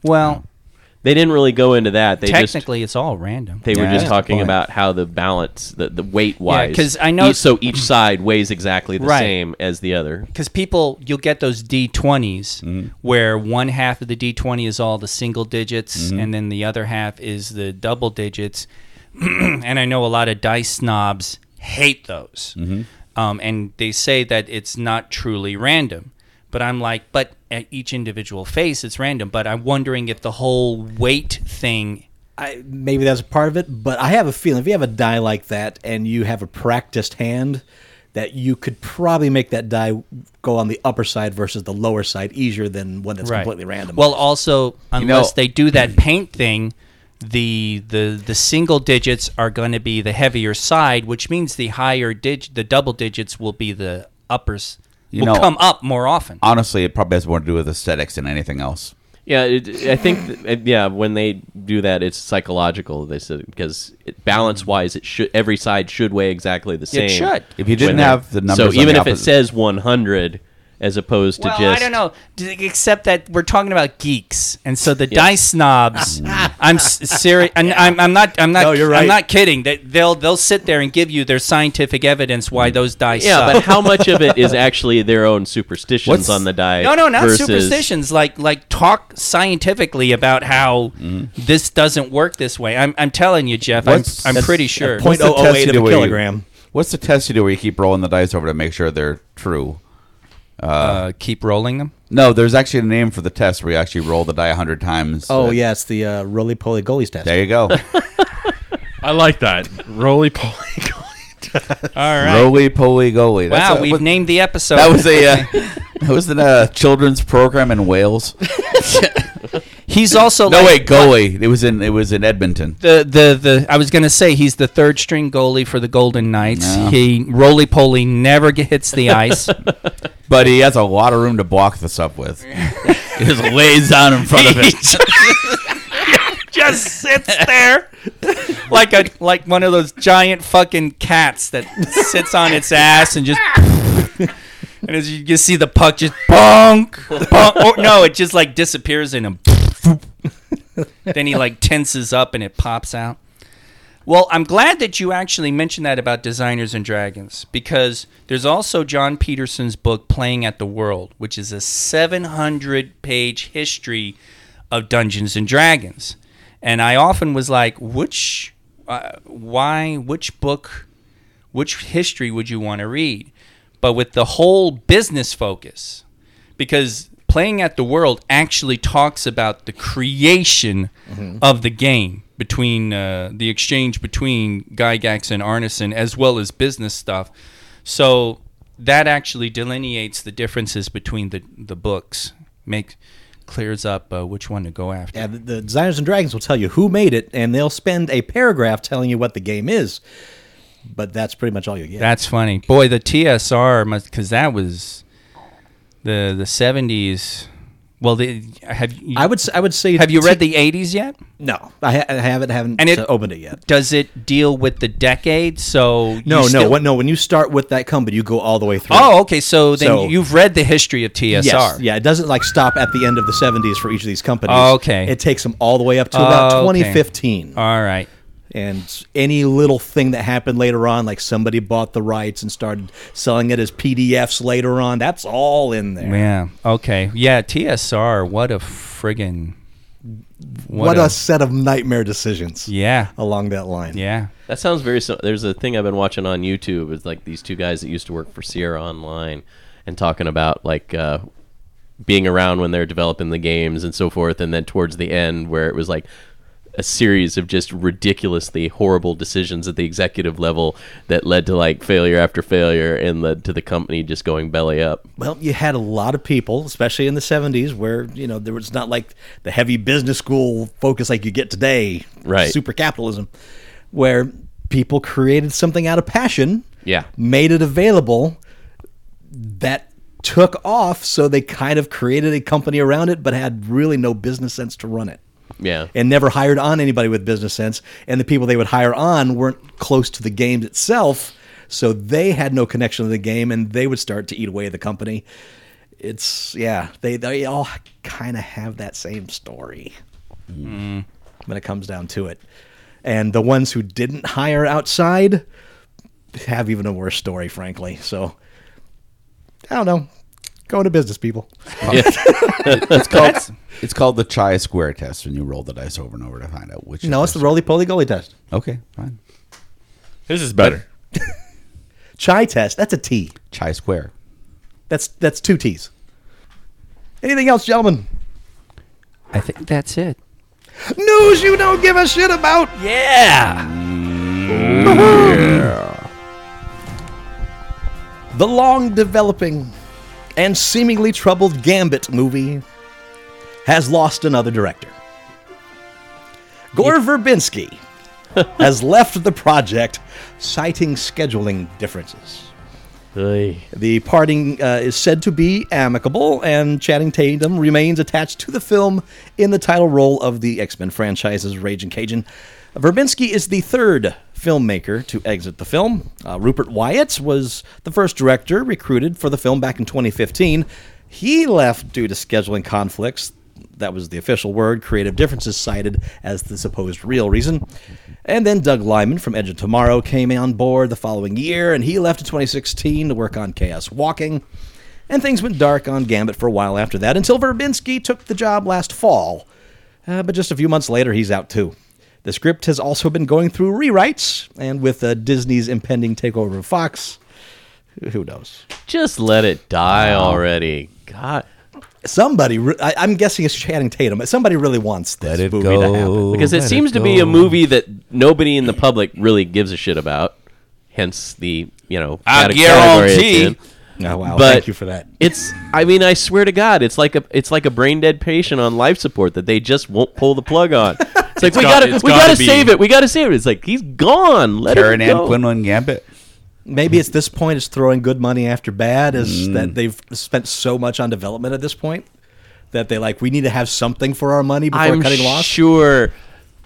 [SPEAKER 3] well,
[SPEAKER 5] they didn't really go into that. They just
[SPEAKER 3] technically, it's all random.
[SPEAKER 5] they
[SPEAKER 4] Yeah,
[SPEAKER 5] were just
[SPEAKER 4] that's a
[SPEAKER 5] talking
[SPEAKER 4] point.
[SPEAKER 5] about how the balance, the, the weight wise,
[SPEAKER 3] 'cause I know-
[SPEAKER 5] each- so each side weighs exactly the
[SPEAKER 3] Right.
[SPEAKER 5] same as the other.
[SPEAKER 3] because people you'll get those d20s where one half of the d20 is all the single digits and then the other half is the double digits and i know a lot of dice snobs hate those um, and they say that it's not truly random but i'm like but at each individual face it's random but i'm wondering if the whole weight thing
[SPEAKER 6] I, maybe that's a part of it, but I have a feeling if you have a die like that and you have a practiced hand, that you could probably make that die go on the upper side versus the lower side easier than one that's completely random.
[SPEAKER 3] Well, also unless they do that paint thing, the the the single digits are going to be the heavier side, which means the higher dig the double digits will be the uppers. will
[SPEAKER 4] know-
[SPEAKER 3] come up more often.
[SPEAKER 4] Honestly, it probably has more to do with aesthetics than anything else.
[SPEAKER 5] Yeah, it, I think th- yeah. When they do that, it's psychological. They said because balance wise, it should every side should weigh exactly the same.
[SPEAKER 3] should.
[SPEAKER 4] If you didn't
[SPEAKER 5] when they're-
[SPEAKER 4] have the numbers on
[SPEAKER 5] so even
[SPEAKER 4] the
[SPEAKER 5] if it
[SPEAKER 4] opposite-
[SPEAKER 5] says one hundred, as opposed to
[SPEAKER 3] well,
[SPEAKER 5] just
[SPEAKER 3] I don't know. D- Except that we're talking about geeks, and so the dice snobs. I'm s- serious, and I'm, I'm not. I'm not.
[SPEAKER 6] No, you're right.
[SPEAKER 3] I'm not kidding. They, they'll they'll sit there and give you their scientific evidence why those dice.
[SPEAKER 5] Yeah,
[SPEAKER 3] suck.
[SPEAKER 5] but how much of it is actually their own superstitions on the die?
[SPEAKER 3] No, no, not
[SPEAKER 5] versus-
[SPEAKER 3] superstitions. Like, like talk scientifically about how
[SPEAKER 4] Mm-hmm.
[SPEAKER 3] this doesn't work this way. I'm, I'm telling you, Jeff. I'm,
[SPEAKER 4] What's-
[SPEAKER 3] I'm
[SPEAKER 4] that's
[SPEAKER 3] pretty sure.
[SPEAKER 6] point-
[SPEAKER 4] What's the
[SPEAKER 6] 0.008
[SPEAKER 4] test you
[SPEAKER 6] of
[SPEAKER 4] do
[SPEAKER 6] a
[SPEAKER 4] where you-
[SPEAKER 6] kilogram.
[SPEAKER 4] what's the test you do where you keep rolling the dice over to make sure they're true?
[SPEAKER 3] Uh, keep rolling them.
[SPEAKER 4] No, there's actually a name for the test where you actually roll the die a hundred times.
[SPEAKER 6] Oh
[SPEAKER 4] Uh,
[SPEAKER 6] yeah, it's the uh, roly poly goalies test.
[SPEAKER 4] There you go.
[SPEAKER 7] I like that. Roly poly.
[SPEAKER 3] All right.
[SPEAKER 4] Roly poly goalie. That's
[SPEAKER 3] wow,
[SPEAKER 4] a-
[SPEAKER 3] we've
[SPEAKER 4] what-
[SPEAKER 3] named the episode.
[SPEAKER 4] that was a uh, that was a uh, children's program in Wales.
[SPEAKER 3] He's also
[SPEAKER 4] No
[SPEAKER 3] like
[SPEAKER 4] wait, goalie. It was in it was in Edmonton.
[SPEAKER 3] The, the the I was gonna say he's the third string goalie for the Golden Knights.
[SPEAKER 4] No.
[SPEAKER 3] He roly poly never g- hits the ice.
[SPEAKER 4] But he has a lot of room to block this up with. he just lays down in front of
[SPEAKER 3] he
[SPEAKER 4] it.
[SPEAKER 3] just, just sits there like a like one of those giant fucking cats that sits on its ass and just and as you just see the puck just bonk, bonk or no it just like disappears in him then he like tenses up and it pops out well i'm glad that you actually mentioned that about designers and dragons because there's also john peterson's book playing at the world which is a 700 page history of Dungeons and Dragons, and I often was like, which, uh, why, which book, which history would you want to read? But with the whole business focus, because playing at the world actually talks about the creation of the game between uh, the exchange between Gygax and Arneson, as well as business stuff. So that actually delineates the differences between the the books. Make clears up uh, which one to go after.
[SPEAKER 6] Yeah, the, the designers and dragons will tell you who made it, and they'll spend a paragraph telling you what the game is. But that's pretty much all you get.
[SPEAKER 3] That's funny, boy. The TSR must because that was the the seventies. Well, the, have you,
[SPEAKER 6] I would s- I would say
[SPEAKER 3] have you
[SPEAKER 6] t-
[SPEAKER 3] read the eighties yet?
[SPEAKER 6] No, I, ha- I haven't haven't
[SPEAKER 3] And it-
[SPEAKER 6] uh, opened it yet.
[SPEAKER 3] Does it deal with the decade? So
[SPEAKER 6] No,
[SPEAKER 3] you
[SPEAKER 6] no,
[SPEAKER 3] still-
[SPEAKER 6] what, no. When you start with that company, you go all the way through.
[SPEAKER 3] Oh, okay. So then
[SPEAKER 6] So-
[SPEAKER 3] you've read the history of TSR.
[SPEAKER 6] Yes, yeah, it doesn't like stop at the end of the 70s for each of these companies.
[SPEAKER 3] Oh, okay.
[SPEAKER 6] It takes them all the way up to about
[SPEAKER 3] Oh, okay.
[SPEAKER 6] 2015.
[SPEAKER 3] All right.
[SPEAKER 6] and any little thing that happened later on, like somebody bought the rights and started selling it as PDFs later on, that's all in there.
[SPEAKER 3] Yeah. Okay. Yeah. TSR. What a friggin'
[SPEAKER 6] what, a, set of nightmare decisions
[SPEAKER 3] yeah.
[SPEAKER 6] along that line.
[SPEAKER 3] Yeah.
[SPEAKER 5] That sounds very. sim- There's a thing I've been watching on YouTube. It's like these two guys that used to work for Sierra Online, and talking about like uh, being around when they're developing the games and so forth, and then towards the end where it was like a series of just ridiculously horrible decisions at the executive level that led to like failure after failure and led to the company just going belly up.
[SPEAKER 6] Well, you had a lot of people, especially in the 70s, where, you know, there was not like the heavy business school focus like you get today,
[SPEAKER 5] Right.
[SPEAKER 6] super capitalism, where people created something out of passion,
[SPEAKER 5] Yeah.
[SPEAKER 6] made it available that took off. So they kind of created a company around it, but had really no business sense to run it
[SPEAKER 5] Yeah.
[SPEAKER 6] and never hired on anybody with business sense. And the people they would hire on weren't close to the game itself, so they had no connection to the game, and they would start to eat away the company. It's yeah, they they all kind of have that same story when it comes down to it. And the ones who didn't hire outside have even a worse story, frankly. So I don't know. Go into business, people.
[SPEAKER 4] It's called it's called the Chi Square test when you roll the dice over and over to find out which.
[SPEAKER 6] No,
[SPEAKER 4] is
[SPEAKER 6] it's the roly poly goalie test.
[SPEAKER 4] okay, fine.
[SPEAKER 7] This is better.
[SPEAKER 6] Chai test. That's a T.
[SPEAKER 4] Chi Square.
[SPEAKER 6] That's that's two T's. Anything else, gentlemen?
[SPEAKER 3] I think that's it.
[SPEAKER 6] News you don't give a shit about.
[SPEAKER 3] Yeah.
[SPEAKER 6] The long developing and seemingly troubled Gambit movie has lost another director. Gore Verbinski has left the project, citing scheduling differences.
[SPEAKER 5] Oy.
[SPEAKER 6] The parting uh, is said to be amicable, and Channing Tatum remains attached to the film in the title role of the X Men franchise's Rage and Cajun. Verbinski is the third filmmaker to exit the film. Uh, Rupert Wyatt was the first director recruited for the film back in 2015. He left due to scheduling conflicts. That was the official word. Creative differences cited as the supposed real reason. And then Doug Lyman from Edge of Tomorrow came on board the following year, and he left in 2016 to work on Chaos Walking. And things went dark on Gambit for a while after that until Verbinski took the job last fall. Uh, but just a few months later, he's out too. The script has also been going through rewrites, and with uh, Disney's impending takeover of Fox, who knows?
[SPEAKER 5] Just let it die already. God.
[SPEAKER 6] Somebody, re- I, I'm guessing it's Channing Tatum, but somebody really wants this movie to happen.
[SPEAKER 5] Because it seems to be a movie that nobody in the public really gives a shit about. Hence the, you know,
[SPEAKER 4] I
[SPEAKER 5] cate- category it's
[SPEAKER 4] guarantee.
[SPEAKER 5] in.
[SPEAKER 6] Oh, wow,
[SPEAKER 5] But-
[SPEAKER 6] thank you for that.
[SPEAKER 5] It's I mean, I swear to God, it's like a it's like a brain dead patient on life support that they just won't pull the plug on. It's like we
[SPEAKER 7] got-
[SPEAKER 5] gotta
[SPEAKER 7] it's
[SPEAKER 5] we
[SPEAKER 7] gotta
[SPEAKER 5] gotta
[SPEAKER 7] be-
[SPEAKER 5] save it. We gotta save it. It's like he's gone. Let
[SPEAKER 4] Karen
[SPEAKER 5] him
[SPEAKER 4] Ann
[SPEAKER 5] go.
[SPEAKER 4] Quinlan Gambit.
[SPEAKER 6] Maybe it's this point it's throwing good money after bad
[SPEAKER 5] Mm.
[SPEAKER 6] is that they've spent so much on development at this point that they like we need to have something for our money before
[SPEAKER 5] I'm
[SPEAKER 6] cutting loss.
[SPEAKER 5] sure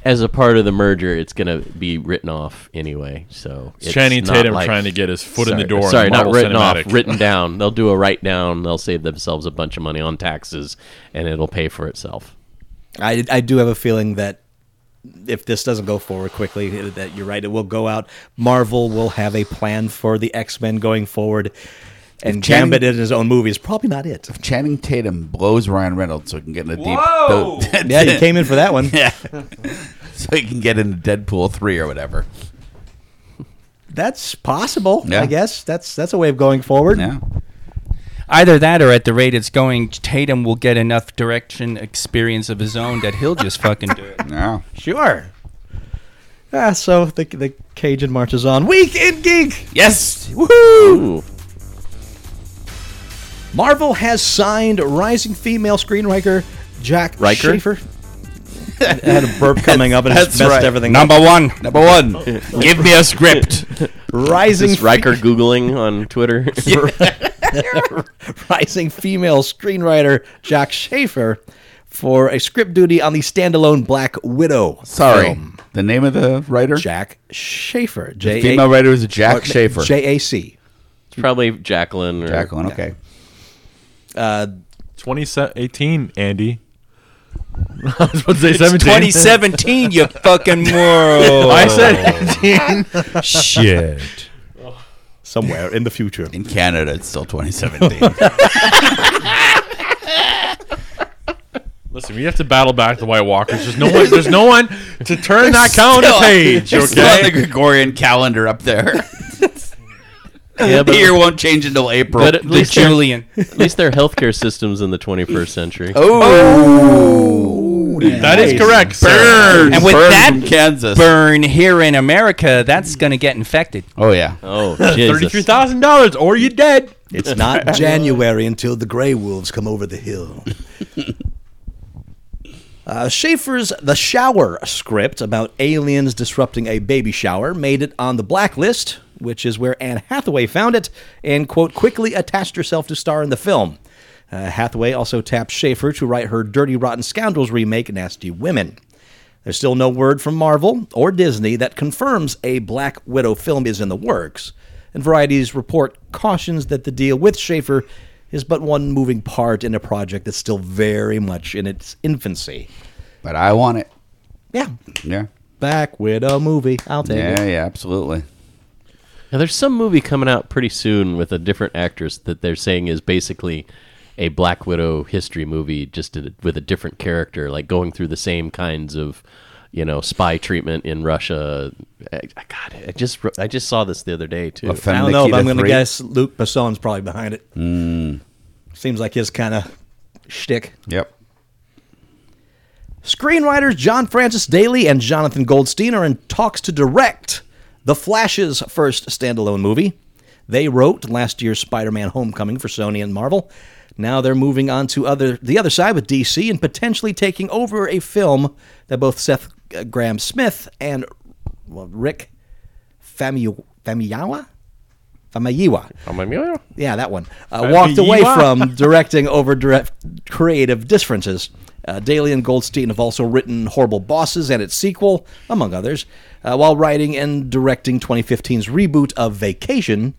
[SPEAKER 5] as a part of the merger it's gonna be written off anyway. So it's
[SPEAKER 7] Channing
[SPEAKER 5] not
[SPEAKER 7] Tatum
[SPEAKER 5] like-
[SPEAKER 7] trying to get his foot in the
[SPEAKER 5] Sorry,
[SPEAKER 7] door. in
[SPEAKER 5] Sorry, not
[SPEAKER 7] Marvel
[SPEAKER 5] written
[SPEAKER 7] Cinematic.
[SPEAKER 5] off, written down. They'll do a write down. They'll save themselves a bunch of money on taxes, and it'll pay for itself.
[SPEAKER 6] I, I do have a feeling that if this doesn't go forward quickly, that you're right, it will go out. Marvel will have a plan for the X Men going forward, and
[SPEAKER 4] Channing-
[SPEAKER 6] Gambit in his own movie is probably not it.
[SPEAKER 4] Channing Tatum blows Ryan Reynolds so he can get in a deep.
[SPEAKER 3] Whoa!
[SPEAKER 6] Yeah, he came in for that one.
[SPEAKER 4] so he can get into Deadpool three or whatever.
[SPEAKER 6] That's possible,
[SPEAKER 4] Yeah.
[SPEAKER 6] I guess. That's that's a way of going forward.
[SPEAKER 4] Yeah.
[SPEAKER 3] Either that, or at the rate it's going, Tatum will get enough direction experience of his own that he'll just fucking do it.
[SPEAKER 4] Yeah.
[SPEAKER 6] Sure. Ah, so the the Cajun marches on. Weekend geek.
[SPEAKER 4] Yes.
[SPEAKER 5] Woohoo!
[SPEAKER 6] Marvel has signed rising female screenwriter Jack
[SPEAKER 5] Riker?
[SPEAKER 6] Schaefer. I had a burp coming up and it's
[SPEAKER 4] That's
[SPEAKER 6] messed
[SPEAKER 4] right.
[SPEAKER 6] everything up.
[SPEAKER 3] Number one.
[SPEAKER 4] Number one. Give me a script.
[SPEAKER 6] Rising
[SPEAKER 5] Is Riker googling on Twitter?
[SPEAKER 6] rising female screenwriter Jack Schaefer for a script duty on the standalone Black Widow.
[SPEAKER 4] Sorry.
[SPEAKER 6] film.
[SPEAKER 4] The name of the writer.
[SPEAKER 6] Jack Schaefer. J uh,
[SPEAKER 4] Female writer is Jack Schaefer.
[SPEAKER 6] J A C.
[SPEAKER 5] it's probably Jacqueline. Or,
[SPEAKER 4] Jacqueline. Okay.
[SPEAKER 6] Uh,
[SPEAKER 7] 2018, Andy. I was about to say 17.
[SPEAKER 3] 2017, you fucking
[SPEAKER 6] Oh.
[SPEAKER 3] moron.
[SPEAKER 7] I said 18.
[SPEAKER 3] shit.
[SPEAKER 6] Somewhere in the future.
[SPEAKER 4] In Canada, it's still 2017.
[SPEAKER 7] Listen, we have to battle back the White Walkers. There's no one. There's no one to turn that calendar
[SPEAKER 4] Still-
[SPEAKER 7] page.
[SPEAKER 4] it's still on the
[SPEAKER 7] Okay.
[SPEAKER 4] Gregorian calendar up there.
[SPEAKER 5] Yeah,
[SPEAKER 4] the year
[SPEAKER 5] but,
[SPEAKER 4] won't change until April.
[SPEAKER 5] but at
[SPEAKER 3] The
[SPEAKER 5] least their,
[SPEAKER 3] Julian.
[SPEAKER 5] at least their healthcare systems in the 21st century.
[SPEAKER 4] oh,
[SPEAKER 7] That is correct. Sir.
[SPEAKER 4] Burn.
[SPEAKER 3] And with
[SPEAKER 4] Burn
[SPEAKER 3] that-
[SPEAKER 4] from Kansas.
[SPEAKER 3] Burn here in America, that's going to get infected.
[SPEAKER 4] Oh yeah.
[SPEAKER 5] Oh,
[SPEAKER 7] Thirty-three
[SPEAKER 5] Jesus.
[SPEAKER 7] thousand dollars, or you're dead.
[SPEAKER 6] It's not January until the gray wolves come over the hill. Uh, Schaefer's The Shower script about aliens disrupting a baby shower made it on the blacklist, which is where Anne Hathaway found it and, quote, quickly attached herself to star in the film. Uh, Hathaway also tapped Schaefer to write her Dirty Rotten Scoundrels remake, Nasty Women. There's still no word from Marvel or Disney that confirms a Black Widow film is in the works, and Variety's report cautions that the deal with Schaefer is but one moving part in a project that's still very much in its infancy.
[SPEAKER 4] But I want it.
[SPEAKER 6] Yeah,
[SPEAKER 4] Yeah.
[SPEAKER 6] Black Widow movie. I'll take
[SPEAKER 4] Yeah.
[SPEAKER 6] it.
[SPEAKER 4] Yeah. Absolutely.
[SPEAKER 5] Now, there's some movie coming out pretty soon with a different actress that they're saying is basically a Black Widow history movie, just in a, with a different character, like going through the same kinds of, you know, spy treatment in Russia. I, I- God, I just I just saw this the other day too.
[SPEAKER 4] Femme
[SPEAKER 6] I don't know, but
[SPEAKER 4] Nikita
[SPEAKER 6] I'm going to
[SPEAKER 4] three. Hmm.
[SPEAKER 6] guess Luke Besson's probably behind it. Seems like his kind of shtick.
[SPEAKER 4] Yep.
[SPEAKER 6] Screenwriters John Francis Daly and Jonathan Goldstein are in talks to direct The Flash's first standalone movie. They wrote last year's Spider-Man: Homecoming for Sony and Marvel. Now they're moving on to other the other side with DC and potentially taking over a film that both Seth uh, Graham Smith and well, Rick Famu- Famuyiwa Famayiwa.
[SPEAKER 5] I'm like, yeah.
[SPEAKER 6] Yeah, that one. Uh, walked away
[SPEAKER 7] Famayiwa.
[SPEAKER 6] from directing over direct creative differences. Uh, Daly and Goldstein have also written Horrible Bosses and its sequel, among others, uh, while writing and directing 2015's reboot of Vacation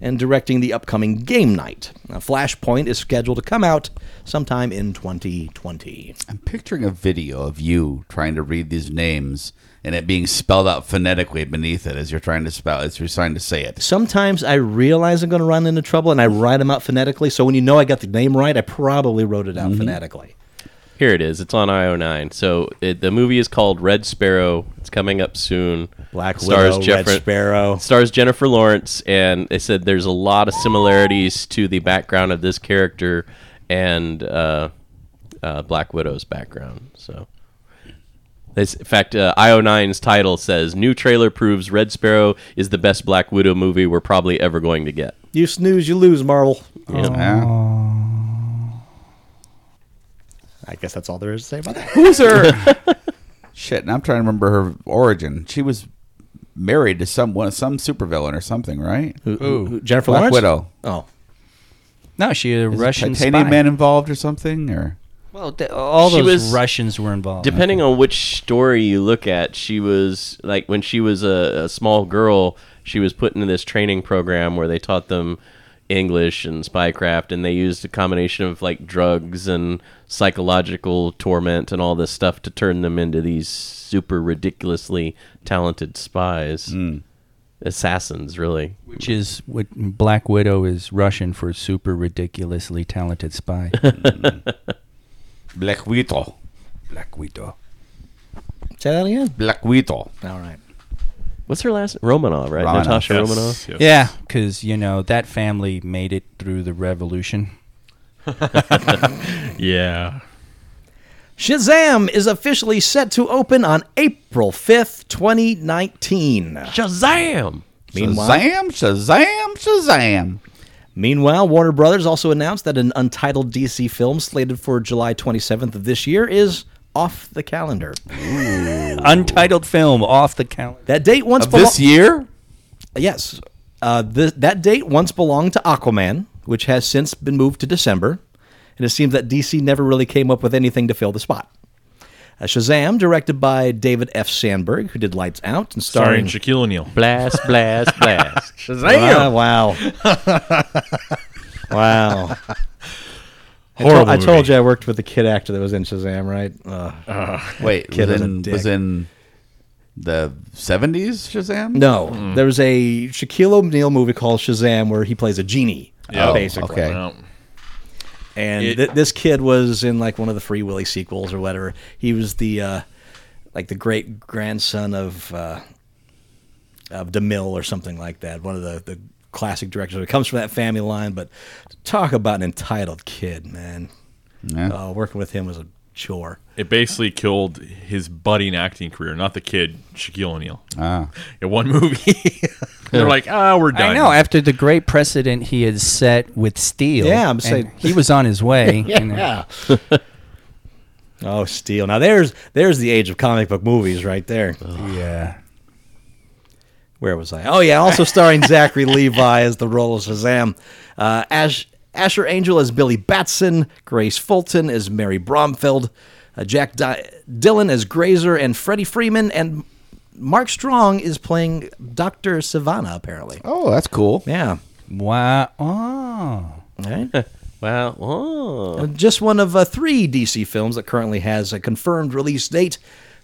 [SPEAKER 6] and directing the upcoming Game Night. Uh, Flashpoint is scheduled to come out sometime in 2020.
[SPEAKER 4] I'm picturing a video of you trying to read these names and it being spelled out phonetically beneath it as you're trying to spell as you're trying to say it.
[SPEAKER 6] Sometimes I realize I'm going to run into trouble and I write them out phonetically. So when you know I got the name right, I probably wrote it out phonetically.
[SPEAKER 5] Here it is. It's on IO9. So it, the movie is called Red Sparrow. It's coming up soon.
[SPEAKER 6] Black Widow, Red Sparrow.
[SPEAKER 5] Stars Jennifer Lawrence, and they said there's a lot of similarities to the background of this character and uh, uh, Black Widow's background. So, this, in fact, uh, IO9's title says new trailer proves Red Sparrow is the best Black Widow movie we're probably ever going to get.
[SPEAKER 6] You snooze, you lose, Marvel.
[SPEAKER 4] Yeah.
[SPEAKER 6] I guess that's all there is to say about that.
[SPEAKER 4] Who's her? Shit, and I'm trying to remember her origin. She was married to someone, some supervillain or something, right?
[SPEAKER 6] Jennifer
[SPEAKER 4] Black
[SPEAKER 6] Lawrence?
[SPEAKER 4] Widow.
[SPEAKER 6] Oh,
[SPEAKER 3] No, she a Russian
[SPEAKER 4] Titanium
[SPEAKER 3] spy.
[SPEAKER 4] Man involved or something, or
[SPEAKER 3] Well, th- all
[SPEAKER 5] She
[SPEAKER 3] those
[SPEAKER 5] was-
[SPEAKER 3] Russians were involved.
[SPEAKER 5] Depending on which story you look at, she was like when she was a, a small girl, she was put into this training program where they taught them English and spycraft, and they used a combination of like drugs and psychological torment and all this stuff to turn them into these super ridiculously talented spies, assassins, really.
[SPEAKER 3] which is what Black Widow is Russian for super ridiculously talented spy.
[SPEAKER 4] Black Widow.
[SPEAKER 3] Black Widow.
[SPEAKER 6] say that again.
[SPEAKER 4] Black Widow.
[SPEAKER 6] All right.
[SPEAKER 5] What's her last Romanov, right?
[SPEAKER 4] Romanov,
[SPEAKER 5] Natasha
[SPEAKER 7] Yes,
[SPEAKER 5] Romanov.
[SPEAKER 7] yes.
[SPEAKER 3] Yeah, because you know that family made it through the revolution.
[SPEAKER 7] Yeah.
[SPEAKER 6] Shazam is officially set to open on April 5th, 2019.
[SPEAKER 5] Shazam!
[SPEAKER 6] Meanwhile,
[SPEAKER 4] Shazam! Shazam! Shazam!
[SPEAKER 6] meanwhile, Warner Brothers also announced that an untitled DC film slated for July 27th of this year is off the calendar.
[SPEAKER 3] Untitled film off the calendar.
[SPEAKER 6] That date once
[SPEAKER 4] Of this
[SPEAKER 6] belo-
[SPEAKER 4] year,
[SPEAKER 6] Yes. Uh, th- that date once belonged to Aquaman, which has since been moved to December, and it seems that DC never really came up with anything to fill the spot. Uh, Shazam, directed by David F. Sandberg, who did Lights Out and starring.
[SPEAKER 7] Starring Shaquille O'Neal.
[SPEAKER 5] Blast, blast, blast.
[SPEAKER 6] Ah, wow. wow. I,
[SPEAKER 7] Horrible
[SPEAKER 6] told, I told
[SPEAKER 7] movie. Uh-huh.
[SPEAKER 6] you I worked with the kid actor that was in Shazam, right? Uh, Ugh.
[SPEAKER 4] wait,
[SPEAKER 6] Kid
[SPEAKER 4] was
[SPEAKER 6] is a
[SPEAKER 4] in,
[SPEAKER 6] dick.
[SPEAKER 4] was in the seventies? Shazam?
[SPEAKER 6] no,
[SPEAKER 7] Mm-hmm.
[SPEAKER 6] there was a Shaquille O'Neal movie called Shazam where he plays a genie,
[SPEAKER 7] Yeah. Oh,
[SPEAKER 6] basically.
[SPEAKER 4] okay.
[SPEAKER 7] Well,
[SPEAKER 6] and
[SPEAKER 7] It-
[SPEAKER 6] th- this kid was in like one of the Free Willy sequels or whatever. He was the uh, like the great grandson of uh, of DeMille or something like that. One of the, the classic directors. It comes from that family line, but talk about an entitled kid, man.
[SPEAKER 4] Yeah.
[SPEAKER 6] Oh, working with him was a chore.
[SPEAKER 7] it basically killed his budding acting career, not the kid, Shaquille O'Neal.
[SPEAKER 4] Ah.
[SPEAKER 7] In one movie. They're like, ah, we're done.
[SPEAKER 3] I know. After the great precedent he had set with Steel,
[SPEAKER 6] Yeah, I'm
[SPEAKER 3] and
[SPEAKER 6] saying-
[SPEAKER 3] he was on his way. yeah.
[SPEAKER 6] Oh, Steel. Now there's there's the age of comic book movies right there.
[SPEAKER 3] yeah.
[SPEAKER 6] Where was I? Oh yeah, also starring Zachary Levi as the role of Shazam. Uh, Ash, Asher Angel as Billy Batson, Grace Fulton as Mary Bromfeld, uh, Jack Di- Dillon as Grazer, and Freddie Freeman and Mark Strong is playing Doctor Savannah. Apparently,
[SPEAKER 4] Oh, that's cool.
[SPEAKER 6] yeah.
[SPEAKER 3] Wow. Oh.
[SPEAKER 6] All right.
[SPEAKER 5] Wow. Oh.
[SPEAKER 6] Uh, Just one of uh, three DC films that currently has a confirmed release date,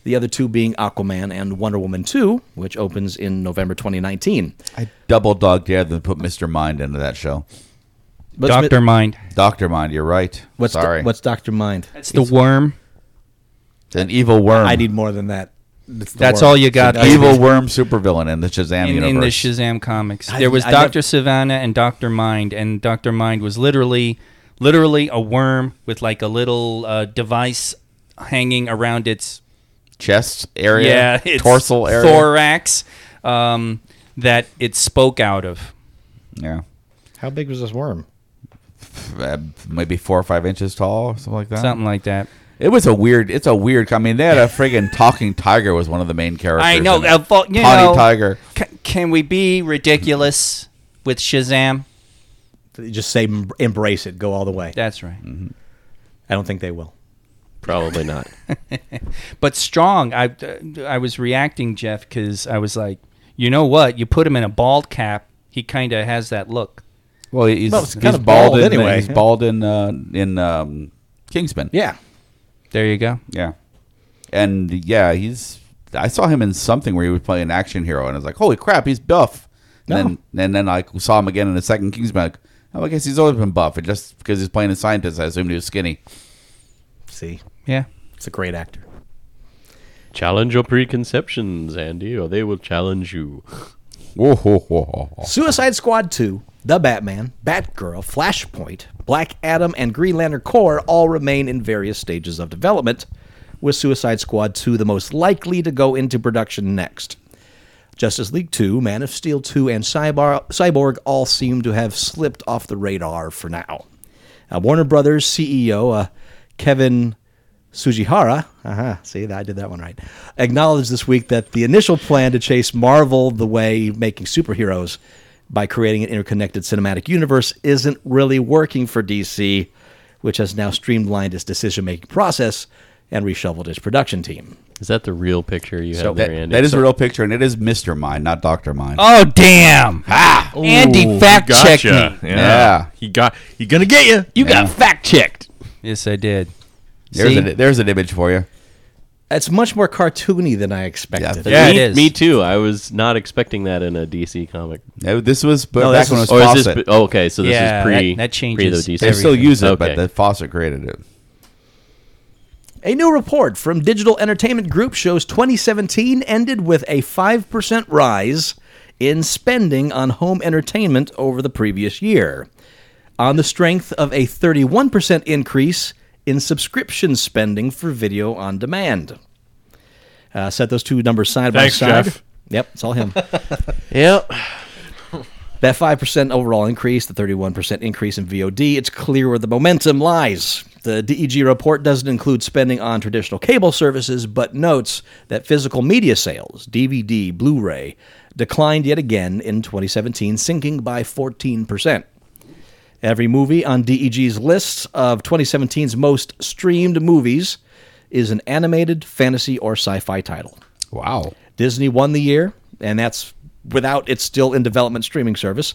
[SPEAKER 6] the other two being Aquaman and Wonder Woman 2, which opens in November 2019.
[SPEAKER 4] I double dog dared them to put Mister Mind into that show.
[SPEAKER 6] What's mi-
[SPEAKER 3] Doctor Mind.
[SPEAKER 4] Doctor Mind, you're right.
[SPEAKER 6] what's
[SPEAKER 4] Sorry,
[SPEAKER 6] what's Dr. Mind?
[SPEAKER 3] That's the worm.
[SPEAKER 4] an evil worm?
[SPEAKER 6] I need more than that.
[SPEAKER 3] Um, That's all you got.
[SPEAKER 4] an evil worm supervillain in the Shazam
[SPEAKER 3] in,
[SPEAKER 4] universe.
[SPEAKER 3] in the Shazam comics.
[SPEAKER 6] I-
[SPEAKER 3] there was
[SPEAKER 6] I nev-
[SPEAKER 3] Doctor Savannah and Doctor Mind, and Doctor Mind was literally, literally a worm with like a little uh, device hanging around its
[SPEAKER 4] Chest area,
[SPEAKER 3] yeah, its
[SPEAKER 4] torso area.
[SPEAKER 3] thorax um, that it spoke out of.
[SPEAKER 4] yeah,
[SPEAKER 6] How big was this worm?
[SPEAKER 4] Uh, maybe four or five inches tall, or something like that.
[SPEAKER 3] Something like that.
[SPEAKER 4] It was a weird. It's a weird. I mean, they had a friggin' talking tiger was one of the main characters.
[SPEAKER 3] I know.
[SPEAKER 4] in it.
[SPEAKER 3] uh, fu- you
[SPEAKER 4] Tawny
[SPEAKER 3] know,
[SPEAKER 4] tiger.
[SPEAKER 3] ca- can we be ridiculous? with Shazam.
[SPEAKER 6] Just say em- embrace it, go all the way.
[SPEAKER 3] That's right.
[SPEAKER 6] I don't think they will.
[SPEAKER 5] Probably not.
[SPEAKER 3] But strong. I I was reacting Jeff because I was like, you know what? You put him in a bald cap. He kind of has that look.
[SPEAKER 4] Well, he's,
[SPEAKER 6] Well, it's
[SPEAKER 4] he's
[SPEAKER 6] kind of
[SPEAKER 4] bald,
[SPEAKER 6] bald
[SPEAKER 4] in,
[SPEAKER 6] anyway.
[SPEAKER 4] He's bald in uh, in um, Kingsman.
[SPEAKER 6] Yeah,
[SPEAKER 3] There you go.
[SPEAKER 4] yeah, and yeah, he's. I saw him in something where he was playing an action hero, and I was like, "Holy crap, he's buff!" And then and then I saw him again in the second Kingsman. Like, oh, I guess he's always been buff. It just because he's playing a scientist, I assumed he was skinny.
[SPEAKER 6] see,
[SPEAKER 3] Yeah.
[SPEAKER 6] it's a great actor.
[SPEAKER 5] challenge your preconceptions, Andy, or they will challenge you.
[SPEAKER 4] Whoa, whoa, whoa, whoa, whoa.
[SPEAKER 6] Suicide Squad 2, The Batman, Batgirl, Flashpoint, Black Adam, and Green Lantern Corps all remain in various stages of development, with Suicide Squad 2 the most likely to go into production next. Justice League 2, Man of Steel 2, and Cyborg, Cyborg all seem to have slipped off the radar for now. Uh, Warner Brothers CEO uh, Kevin Sujihara, uh-huh, see, I did that one right, acknowledged this week that the initial plan to chase Marvel the way making superheroes by creating an interconnected cinematic universe isn't really working for DC, which has now streamlined its decision making process and reshuffled its production team.
[SPEAKER 5] Is that the real picture you have there,
[SPEAKER 4] That,
[SPEAKER 5] Andy?
[SPEAKER 4] that is a real picture, and it is Mister Mind, not Doctor Mind.
[SPEAKER 3] Oh damn! Ah, Andy fact checked
[SPEAKER 7] Gotcha.
[SPEAKER 3] me.
[SPEAKER 7] Yeah.
[SPEAKER 4] Yeah.
[SPEAKER 7] He got he gonna get you.
[SPEAKER 5] you got fact checked.
[SPEAKER 3] Yes, I did.
[SPEAKER 4] There's,
[SPEAKER 3] See?
[SPEAKER 4] an, there's an image for you.
[SPEAKER 6] It's much more cartoony than I expected.
[SPEAKER 4] Yeah,
[SPEAKER 3] It
[SPEAKER 5] me,
[SPEAKER 3] is.
[SPEAKER 5] me too. I was not expecting that in a DC comic.
[SPEAKER 4] No, This was b-
[SPEAKER 6] No,
[SPEAKER 4] back
[SPEAKER 6] this
[SPEAKER 4] when
[SPEAKER 6] is-
[SPEAKER 4] it
[SPEAKER 5] Or
[SPEAKER 4] was
[SPEAKER 5] is this?
[SPEAKER 4] Fawcett.
[SPEAKER 5] oh, okay, so this
[SPEAKER 3] Yeah,
[SPEAKER 5] is pre.
[SPEAKER 3] that- that
[SPEAKER 5] Pre
[SPEAKER 3] changes
[SPEAKER 5] the DC.
[SPEAKER 4] they still
[SPEAKER 3] everything.
[SPEAKER 4] use it,
[SPEAKER 5] Okay.
[SPEAKER 4] but the Fawcett created it.
[SPEAKER 6] A new report from Digital Entertainment Group shows 2017 ended with a 5% rise in spending on home entertainment over the previous year, on the strength of a 31% increase in subscription spending for video on demand. Uh, set those two numbers side
[SPEAKER 7] Thanks,
[SPEAKER 6] by side.
[SPEAKER 7] Jeff.
[SPEAKER 6] Yep, it's all him.
[SPEAKER 5] Yep.
[SPEAKER 6] That 5% overall increase, the 31% increase in VOD, it's clear where the momentum lies. The DEG report doesn't include spending on traditional cable services, but notes that physical media sales, DVD, Blu ray, declined yet again in 2017, sinking by 14%. Every movie on DEG's list of 2017's most streamed movies is an animated, fantasy, or sci fi title.
[SPEAKER 4] Wow.
[SPEAKER 6] Disney won the year, and that's without its still in development streaming service.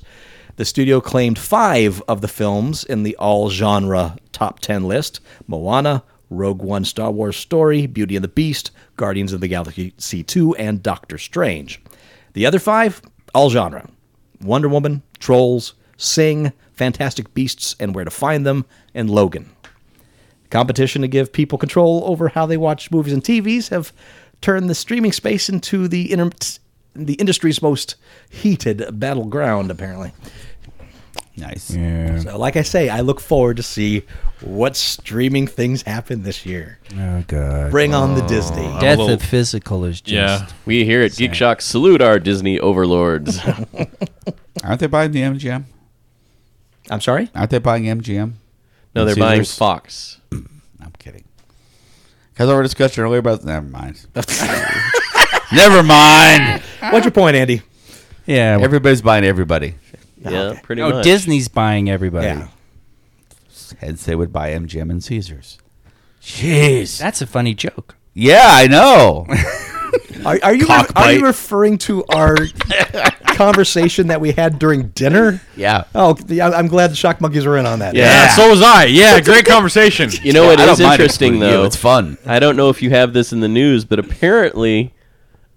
[SPEAKER 6] The studio claimed five of the films in the all genre top 10 list Moana, Rogue One Star Wars Story, Beauty and the Beast, Guardians of the Galaxy 2, and Doctor Strange. The other five, all genre Wonder Woman, Trolls, Sing, Fantastic Beasts and Where to Find Them, and Logan. Competition to give people control over how they watch movies and TVs have turned the streaming space into the inter- the industry's most heated battleground. Apparently,
[SPEAKER 4] Nice.
[SPEAKER 6] so like I say, I look forward to see what streaming things happen this year.
[SPEAKER 3] Oh god!
[SPEAKER 6] Bring on the Disney.
[SPEAKER 3] Death
[SPEAKER 7] little-
[SPEAKER 3] of physical is just.
[SPEAKER 7] Yeah.
[SPEAKER 5] We here at Geek Shock salute our Disney overlords.
[SPEAKER 4] Aren't they buying the MGM?
[SPEAKER 6] I'm sorry.
[SPEAKER 4] Aren't they buying MGM?
[SPEAKER 5] no, they're
[SPEAKER 4] See,
[SPEAKER 5] buying
[SPEAKER 4] there's-
[SPEAKER 5] Fox.
[SPEAKER 4] I'm kidding. Because our discussion earlier about never mind. never mind.
[SPEAKER 6] What's your point, Andy?
[SPEAKER 3] Yeah. well-
[SPEAKER 4] Everybody's buying everybody.
[SPEAKER 5] yeah, pretty
[SPEAKER 3] no,
[SPEAKER 5] much.
[SPEAKER 3] Disney's buying everybody.
[SPEAKER 4] Hence, they would buy MGM and Caesars. Jeez.
[SPEAKER 3] That's a funny joke.
[SPEAKER 4] Yeah, I know.
[SPEAKER 6] Are, are you are you referring to our conversation that we had during dinner?
[SPEAKER 4] yeah.
[SPEAKER 6] Oh, the- I- I'm glad the shock monkeys were in on that.
[SPEAKER 5] Yeah.
[SPEAKER 7] Yeah. so was I. Yeah, great conversation.
[SPEAKER 5] You know what
[SPEAKER 4] I don't
[SPEAKER 5] is
[SPEAKER 4] mind
[SPEAKER 5] interesting
[SPEAKER 4] including you.
[SPEAKER 5] though?
[SPEAKER 4] It's fun.
[SPEAKER 5] I don't know if you have this in the news, but apparently,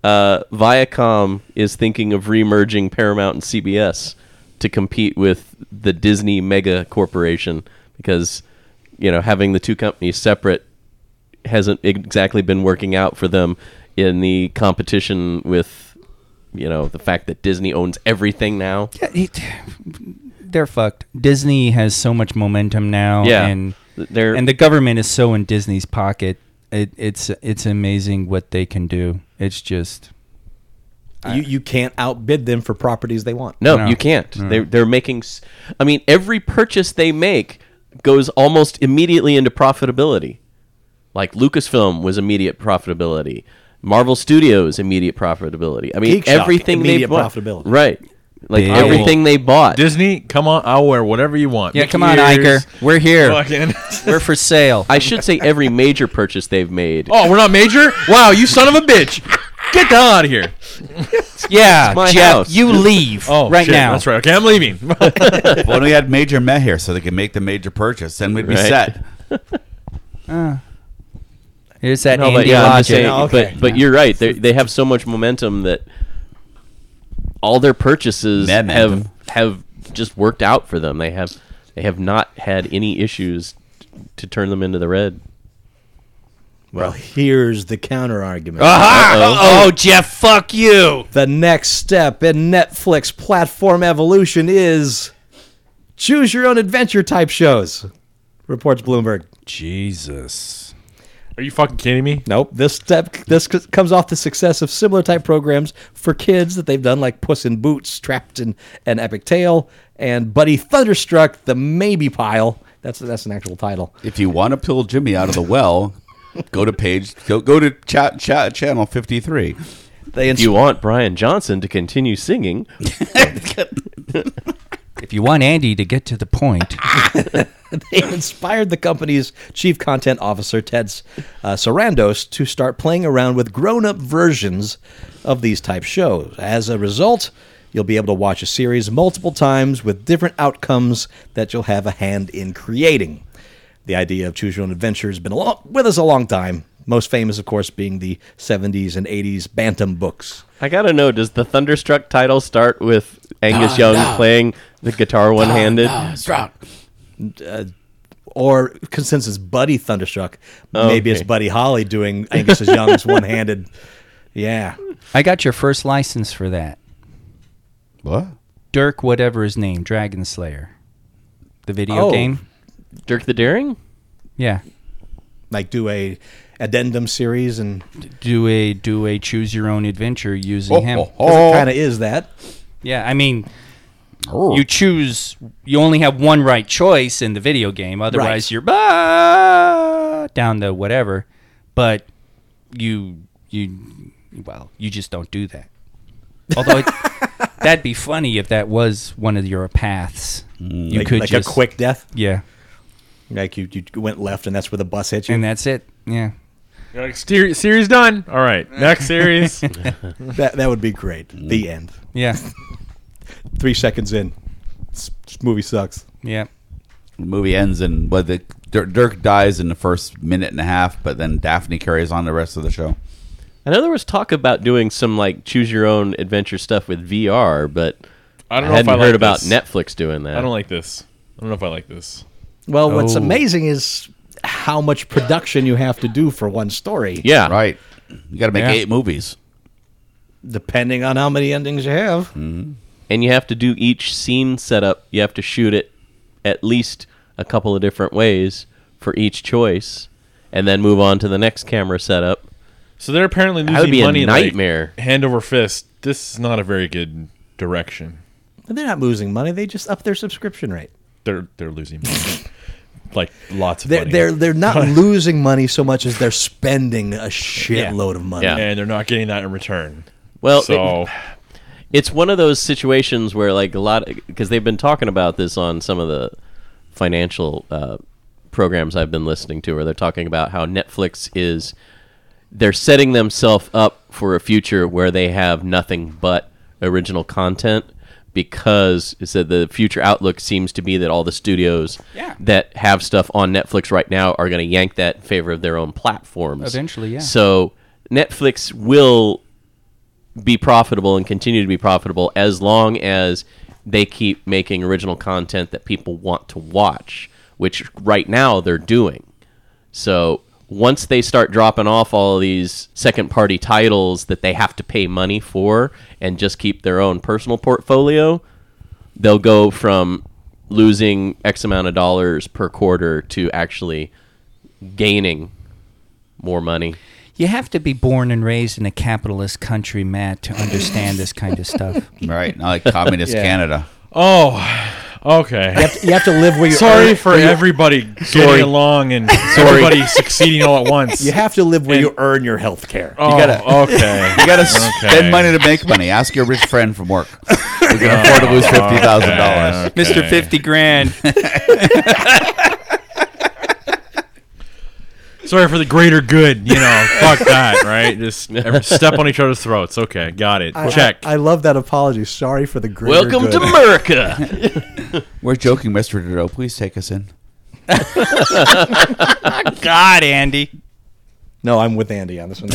[SPEAKER 5] uh, Viacom is thinking of remerging Paramount and CBS to compete with the Disney mega corporation because you know having the two companies separate hasn't exactly been working out for them in the competition with you know the fact that Disney owns everything now.
[SPEAKER 3] Yeah, it- they're fucked. Disney has so much momentum now.
[SPEAKER 5] Yeah.
[SPEAKER 3] And
[SPEAKER 5] Th- they're-
[SPEAKER 3] and the government is so in Disney's pocket. It, it's it's amazing what they can do. It's just
[SPEAKER 6] You you can't outbid them for properties they want.
[SPEAKER 5] No,
[SPEAKER 3] No.
[SPEAKER 5] you can't. They're they're making. s- I mean, every purchase they make goes almost immediately into profitability. Like Lucasfilm was immediate profitability. Marvel Studios immediate profitability. I mean,
[SPEAKER 6] Geek Shock,
[SPEAKER 5] everything they
[SPEAKER 6] immediate
[SPEAKER 5] bought-
[SPEAKER 6] profitability.
[SPEAKER 5] Right. Like
[SPEAKER 4] Big.
[SPEAKER 5] everything they bought.
[SPEAKER 7] Disney, come on, I'll wear whatever you want.
[SPEAKER 3] Yeah,
[SPEAKER 7] Mickey
[SPEAKER 3] come on,
[SPEAKER 7] ears,
[SPEAKER 3] Iker. We're here.
[SPEAKER 7] Fucking.
[SPEAKER 3] We're for sale.
[SPEAKER 5] I should say every major purchase they've made.
[SPEAKER 7] Oh, we're not major? Wow, you son of a bitch. Get the hell out of here.
[SPEAKER 3] yeah,
[SPEAKER 5] my
[SPEAKER 3] Jeff,
[SPEAKER 5] house.
[SPEAKER 3] you leave
[SPEAKER 7] Oh,
[SPEAKER 3] right
[SPEAKER 7] shit,
[SPEAKER 3] now.
[SPEAKER 7] That's right. Okay, I'm leaving.
[SPEAKER 4] If only we had Major Met here so they could make the major purchase, then we'd be
[SPEAKER 5] Right.
[SPEAKER 4] set.
[SPEAKER 3] Here's that
[SPEAKER 5] No, but
[SPEAKER 3] Andy
[SPEAKER 5] yeah, I'm just
[SPEAKER 3] logic.
[SPEAKER 5] saying,
[SPEAKER 7] Oh,
[SPEAKER 6] okay.
[SPEAKER 5] but but you're right. They they have so much momentum that all their purchases
[SPEAKER 4] Momentum.
[SPEAKER 5] have have just worked out for them. They have they have not had any issues to turn them into the red.
[SPEAKER 6] Well, here's the counter argument.
[SPEAKER 3] oh, Jeff, fuck you.
[SPEAKER 6] The next step in Netflix platform evolution is choose your own adventure type shows, reports Bloomberg.
[SPEAKER 3] Jesus.
[SPEAKER 7] Are you fucking kidding me?
[SPEAKER 6] Nope. This step this c- comes off the success of similar type programs for kids that they've done like Puss in Boots, Trapped in an Epic Tale, and Buddy Thunderstruck, the Maybe Pile. That's that's an actual title.
[SPEAKER 4] If you want to pull Jimmy out of the well, go to page go go to chat chat channel fifty three.
[SPEAKER 6] They
[SPEAKER 5] If you want Brian Johnson to continue singing,
[SPEAKER 3] If you want Andy to get to the point,
[SPEAKER 5] Ah,
[SPEAKER 6] They inspired the company's chief content officer, Ted uh, Sarandos, to start playing around with grown up versions of these type shows. As a result, you'll be able to watch a series multiple times with different outcomes that you'll have a hand in creating. The idea of Choose Your Own Adventure has been along, with us a long time, most famous, of course, being the 70s and 80s Bantam books.
[SPEAKER 5] I gotta know: Does the Thunderstruck title start with Angus Young playing the guitar one-handed?
[SPEAKER 6] Or since it's Buddy Thunderstruck, maybe it's
[SPEAKER 5] Okay.
[SPEAKER 6] Buddy Holly doing Angus Young's one handed. Yeah.
[SPEAKER 3] I got your first license for that.
[SPEAKER 4] What?
[SPEAKER 3] Dirk, whatever his name, Dragon Slayer, the video
[SPEAKER 6] Oh.
[SPEAKER 3] game.
[SPEAKER 5] Dirk the Daring?
[SPEAKER 3] Yeah,
[SPEAKER 6] like do a addendum series and
[SPEAKER 3] do a do a choose your own adventure using him.
[SPEAKER 6] oh. kind of is that
[SPEAKER 3] Yeah, I mean,
[SPEAKER 6] Oh.
[SPEAKER 3] you choose. You only have one right choice in the video game. Otherwise,
[SPEAKER 6] Right.
[SPEAKER 3] you're bah, down to whatever. But you you well, you just don't do that. Although it, that'd be funny if that was one of your paths. You
[SPEAKER 6] Mm, like,
[SPEAKER 3] could
[SPEAKER 6] like
[SPEAKER 3] just
[SPEAKER 6] a quick death
[SPEAKER 3] yeah,
[SPEAKER 6] like you, you went left and that's where the bus hit you
[SPEAKER 3] and that's it. Yeah,
[SPEAKER 7] You're like, "Steer- series done. All right, next series.
[SPEAKER 6] that that would be great the end
[SPEAKER 3] yeah,
[SPEAKER 6] three seconds in this, this movie sucks
[SPEAKER 3] yeah.
[SPEAKER 4] The movie ends and what the Dirk, Dirk dies in the first minute and a half, but then Daphne carries on the rest of the show.
[SPEAKER 5] I know there was talk about doing some like choose your own adventure stuff with VR, but
[SPEAKER 7] I
[SPEAKER 5] I,
[SPEAKER 7] don't know if
[SPEAKER 5] hadn't
[SPEAKER 7] I
[SPEAKER 5] heard
[SPEAKER 7] like
[SPEAKER 5] about
[SPEAKER 7] this.
[SPEAKER 5] Netflix doing that.
[SPEAKER 7] I don't like this. I don't know if I like this.
[SPEAKER 6] well what's
[SPEAKER 3] Oh.
[SPEAKER 6] amazing is how much production you have to do for one story
[SPEAKER 5] Yeah,
[SPEAKER 4] Right. You got to make
[SPEAKER 3] Yeah.
[SPEAKER 4] eight movies.
[SPEAKER 6] depending on how many endings you have
[SPEAKER 5] and you have to do each scene setup. You have to shoot it at least a couple of different ways for each choice, and then move on to the next camera setup.
[SPEAKER 7] So they're apparently losing
[SPEAKER 5] would be a
[SPEAKER 7] money like,
[SPEAKER 5] nightmare.
[SPEAKER 7] hand over fist. This is not a very good direction.
[SPEAKER 6] And they're not losing money they just up their subscription rate
[SPEAKER 7] They're they're losing money. like lots of
[SPEAKER 6] they're,
[SPEAKER 7] money.
[SPEAKER 6] they're they're not losing money so much as they're spending a shitload of money.
[SPEAKER 5] Yeah.
[SPEAKER 7] and they're not getting that in return.
[SPEAKER 5] Well,
[SPEAKER 7] so
[SPEAKER 5] it's one of those situations where like a lot because they've been talking about this on some of the financial uh, programs I've been listening to, where they're talking about how Netflix is they're setting themselves up for a future where they have nothing but original content because it said the future outlook seems to be that all the studios
[SPEAKER 3] Yeah.
[SPEAKER 5] that have stuff on Netflix right now are going to yank that in favor of their own platforms
[SPEAKER 3] Eventually, yeah.
[SPEAKER 5] so Netflix will be profitable and continue to be profitable as long as they keep making original content that people want to watch, which right now they're doing. So once they start dropping off all these second party titles that they have to pay money for and just keep their own personal portfolio, they'll go from losing X amount of dollars per quarter to actually gaining more money.
[SPEAKER 3] You have to be born and raised in a capitalist country, Matt, to understand this kind of stuff.
[SPEAKER 4] Right. Not like Communist Canada.
[SPEAKER 7] oh, okay.
[SPEAKER 6] You have to live where you
[SPEAKER 7] Sorry
[SPEAKER 6] earn-
[SPEAKER 7] for everybody getting along and everybody succeeding all at once.
[SPEAKER 6] You have to live where you earn your health care.
[SPEAKER 7] oh,
[SPEAKER 4] gotta-
[SPEAKER 7] okay.
[SPEAKER 4] You got to
[SPEAKER 7] Okay.
[SPEAKER 4] spend money to make money. Ask your rich friend from work. We can afford to lose fifty thousand dollars.
[SPEAKER 7] Okay,
[SPEAKER 3] Mr.
[SPEAKER 7] okay.
[SPEAKER 3] 50 grand.
[SPEAKER 7] Sorry for the greater good, you know. fuck that, right? Just every step on each other's throats. Okay, got it.
[SPEAKER 6] I-
[SPEAKER 7] Check.
[SPEAKER 6] I, I love that apology. Sorry for the greater
[SPEAKER 5] Welcome
[SPEAKER 6] good.
[SPEAKER 5] to America.
[SPEAKER 4] We're joking, Mister Trudeau. Please take us in.
[SPEAKER 3] God, Andy.
[SPEAKER 6] No, I'm with Andy on this one.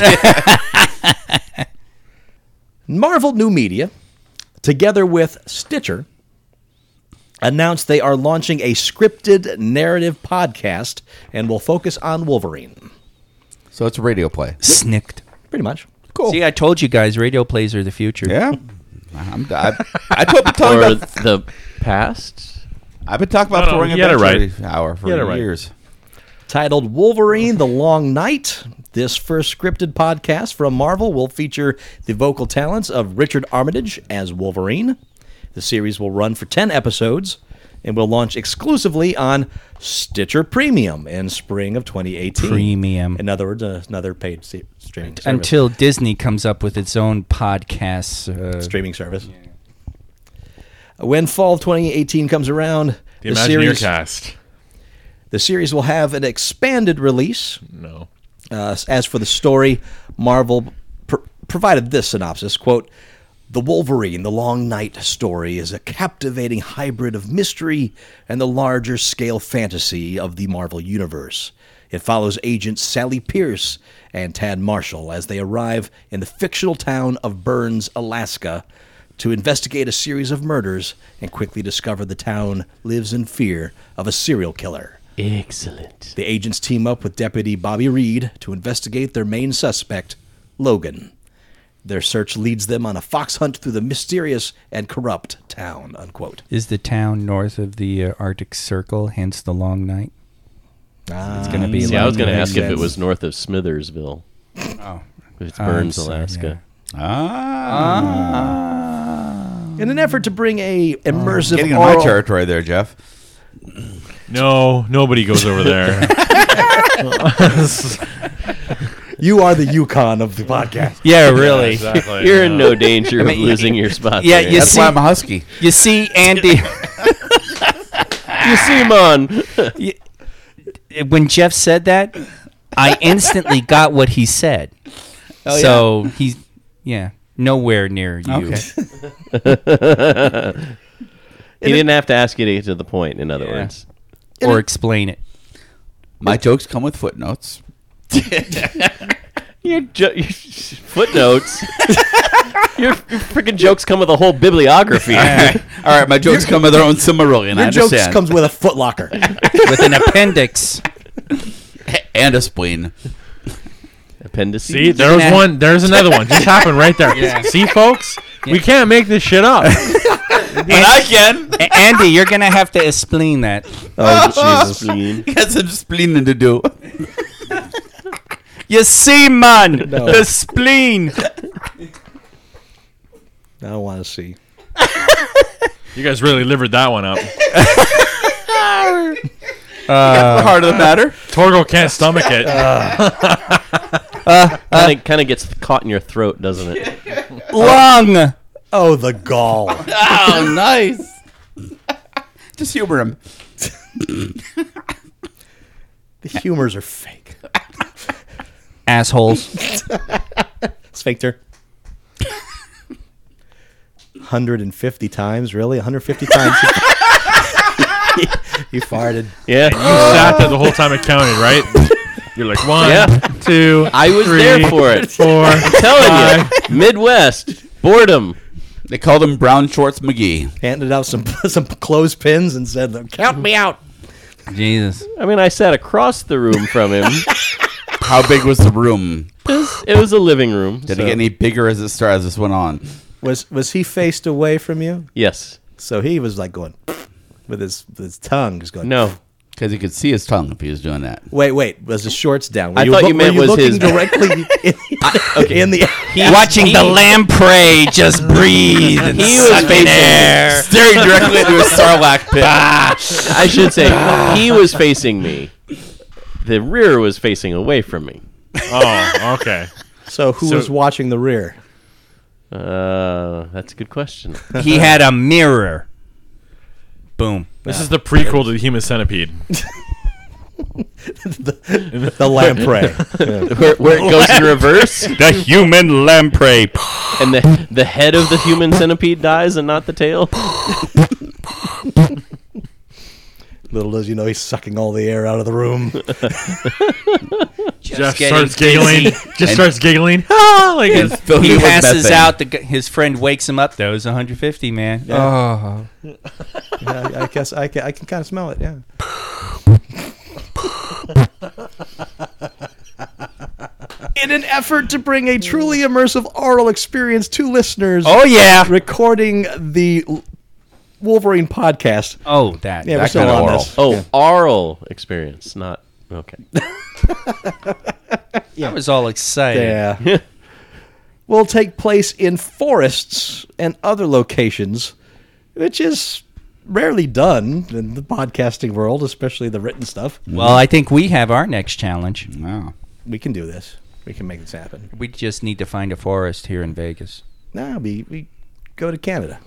[SPEAKER 6] Marvel New Media, together with Stitcher, announced they are launching a scripted narrative podcast and will focus on Wolverine.
[SPEAKER 4] So it's a radio play.
[SPEAKER 3] Snicked.
[SPEAKER 6] Pretty much.
[SPEAKER 3] See, I told you guys, radio plays are the future.
[SPEAKER 4] Yeah. I'm, I, I've been talking
[SPEAKER 5] or
[SPEAKER 4] about.
[SPEAKER 5] the past.
[SPEAKER 4] I've been talking about
[SPEAKER 7] No, no,
[SPEAKER 4] throwing a
[SPEAKER 7] you had it
[SPEAKER 4] bench every hour
[SPEAKER 7] You had it
[SPEAKER 4] for
[SPEAKER 7] right.
[SPEAKER 4] years.
[SPEAKER 6] Titled Wolverine The Long Night, this first scripted podcast from Marvel will feature the vocal talents of Richard Armitage as Wolverine. The series will run for 10 episodes and will launch exclusively on Stitcher Premium in spring of 2018.
[SPEAKER 3] Premium.
[SPEAKER 6] In other words, uh, another paid se- streaming service.
[SPEAKER 3] Until Disney comes up with its own podcasts. Uh,
[SPEAKER 6] streaming service. When fall of 2018 comes around,
[SPEAKER 7] the
[SPEAKER 6] the
[SPEAKER 7] Imagineer
[SPEAKER 6] series,
[SPEAKER 7] cast.
[SPEAKER 6] the series will have an expanded release
[SPEAKER 7] No.
[SPEAKER 6] Uh, as for the story, Marvel pr- provided this synopsis quote, The Wolverine, the Long Night story is a captivating hybrid of mystery and the larger scale fantasy of the Marvel Universe. It follows agents Sally Pierce and Tad Marshall as they arrive in the fictional town of Burns, Alaska, to investigate a series of murders and quickly discover the town lives in fear of a serial killer.
[SPEAKER 5] Excellent.
[SPEAKER 6] The agents team up with Deputy Bobby Reed to investigate their main suspect, Logan. Their search leads them on a fox hunt through the mysterious and corrupt town. Unquote.
[SPEAKER 3] is the town north of the uh, Arctic Circle, hence the long night? it's going to be
[SPEAKER 5] Ah. See,
[SPEAKER 3] like
[SPEAKER 5] I was going to
[SPEAKER 3] that.
[SPEAKER 5] ask if it was north of Smithersville. Oh, it's Burns,
[SPEAKER 3] sorry,
[SPEAKER 5] Alaska.
[SPEAKER 6] In an effort to bring a immersive
[SPEAKER 4] Getting in
[SPEAKER 6] oral,
[SPEAKER 4] my territory there, Jeff.
[SPEAKER 7] No, nobody goes over there.
[SPEAKER 6] you are the Yukon of the podcast.
[SPEAKER 3] Yeah, really.
[SPEAKER 7] exactly.
[SPEAKER 5] You're in
[SPEAKER 7] no.
[SPEAKER 5] no danger of losing your spot.
[SPEAKER 3] yeah,
[SPEAKER 5] there.
[SPEAKER 3] you
[SPEAKER 4] That's
[SPEAKER 3] see,
[SPEAKER 4] why I'm a husky.
[SPEAKER 3] you see, Andy.
[SPEAKER 5] you see, man.
[SPEAKER 3] when Jeff said that, I instantly got what he said. so he's yeah, nowhere near you.
[SPEAKER 5] He didn't have to ask you to get to the point. In other
[SPEAKER 3] Yeah.
[SPEAKER 5] words,
[SPEAKER 3] or explain it.
[SPEAKER 4] My jokes come with footnotes.
[SPEAKER 5] your, jo- your footnotes, your freaking jokes come with a whole bibliography.
[SPEAKER 4] All right, my jokes come with their own Cimarrillion. I
[SPEAKER 6] Your jokes
[SPEAKER 4] understand.
[SPEAKER 6] comes with a footlocker.
[SPEAKER 3] with an appendix.
[SPEAKER 4] and a spleen.
[SPEAKER 5] Appendices.
[SPEAKER 7] See, there was
[SPEAKER 3] Yeah.
[SPEAKER 7] one. There's another one. Just happened right there. See, folks, we can't make this shit up.
[SPEAKER 4] But I can.
[SPEAKER 3] A- Andy, you're gonna have to explain that.
[SPEAKER 5] oh, Jesus. Spleen.
[SPEAKER 4] Got some spleen to do.
[SPEAKER 3] You see, man, the spleen.
[SPEAKER 6] I don't want to see.
[SPEAKER 7] You guys really livered that one up.
[SPEAKER 4] the heart of the matter.
[SPEAKER 7] Torgo can't stomach it.
[SPEAKER 5] Uh, Kind of, kind of gets caught in your throat, doesn't it?
[SPEAKER 3] Lung.
[SPEAKER 6] Oh, the gall!
[SPEAKER 4] Oh, nice. Just humor him.
[SPEAKER 6] The humors are fake.
[SPEAKER 3] Assholes.
[SPEAKER 6] Sphincter. 150 times, really? 150 times. you farted.
[SPEAKER 5] Yeah,
[SPEAKER 7] Sat there the whole time it counted, right? You're like one,
[SPEAKER 5] Yeah.
[SPEAKER 7] two,
[SPEAKER 5] I was
[SPEAKER 7] three,
[SPEAKER 5] there for it.
[SPEAKER 7] four.
[SPEAKER 5] telling you, Midwest boredom.
[SPEAKER 4] They called him Brown Shorts McGee.
[SPEAKER 6] handed out some some clothespins and said, "Count me out."
[SPEAKER 3] Jesus.
[SPEAKER 5] I mean, I sat across the room from him.
[SPEAKER 4] How big was the room?
[SPEAKER 5] It was, it was a living room.
[SPEAKER 4] Did
[SPEAKER 5] so-
[SPEAKER 4] it get any bigger as it started as this went on?
[SPEAKER 6] Was was he faced away from you?
[SPEAKER 5] Yes.
[SPEAKER 6] So he was like going with his with his tongue, just going.
[SPEAKER 5] No.
[SPEAKER 4] Because you could see his tongue if he was doing that.
[SPEAKER 6] Wait, wait. Was his shorts down? Were
[SPEAKER 5] I thought you
[SPEAKER 6] were
[SPEAKER 5] meant was
[SPEAKER 6] looking
[SPEAKER 5] his-
[SPEAKER 6] directly in, in the.
[SPEAKER 3] Watching the lamprey just breathe. And
[SPEAKER 5] He was facing
[SPEAKER 3] air.
[SPEAKER 4] Staring directly into a sarlacc pit.
[SPEAKER 5] I should say he was facing me. The rear was facing away from me.
[SPEAKER 7] Oh, okay.
[SPEAKER 6] So who
[SPEAKER 7] So-
[SPEAKER 6] was watching the rear?
[SPEAKER 5] Uh, that's a good question.
[SPEAKER 3] he had a mirror. Boom.
[SPEAKER 7] This is the prequel to the Human Centipede.
[SPEAKER 6] The lamprey.
[SPEAKER 5] where, where it goes in reverse,
[SPEAKER 3] The human lamprey.
[SPEAKER 5] and the the head of the human centipede dies, and not the tail.
[SPEAKER 6] Little does you know he's sucking all the air out of the room.
[SPEAKER 7] Jeff starts giggling. Just starts giggling. like it's-
[SPEAKER 4] Filled
[SPEAKER 3] He
[SPEAKER 4] it with
[SPEAKER 3] passes
[SPEAKER 4] methane.
[SPEAKER 3] out. The, g- his friend wakes him up. Though it was 150, man. Oh,
[SPEAKER 6] Yeah, I, I guess I can, I can kind of smell it. Yeah. In an effort to bring a truly immersive oral experience to listeners,
[SPEAKER 3] oh yeah.
[SPEAKER 6] recording the L- Wolverine podcast.
[SPEAKER 3] Oh, that.
[SPEAKER 6] Yeah, we're
[SPEAKER 4] That
[SPEAKER 6] still
[SPEAKER 4] kind of
[SPEAKER 6] on
[SPEAKER 4] oral.
[SPEAKER 6] this.
[SPEAKER 5] Oh, aural experience, not okay.
[SPEAKER 3] I was all excited.
[SPEAKER 6] Yeah. will take place in forests and other locations, which is rarely done in the podcasting world, especially the written stuff.
[SPEAKER 3] Well, I think we have our next challenge.
[SPEAKER 4] Wow.
[SPEAKER 6] We can do this. We can make this happen.
[SPEAKER 3] We just need to find a forest here in Vegas.
[SPEAKER 6] No, we, we go to Canada.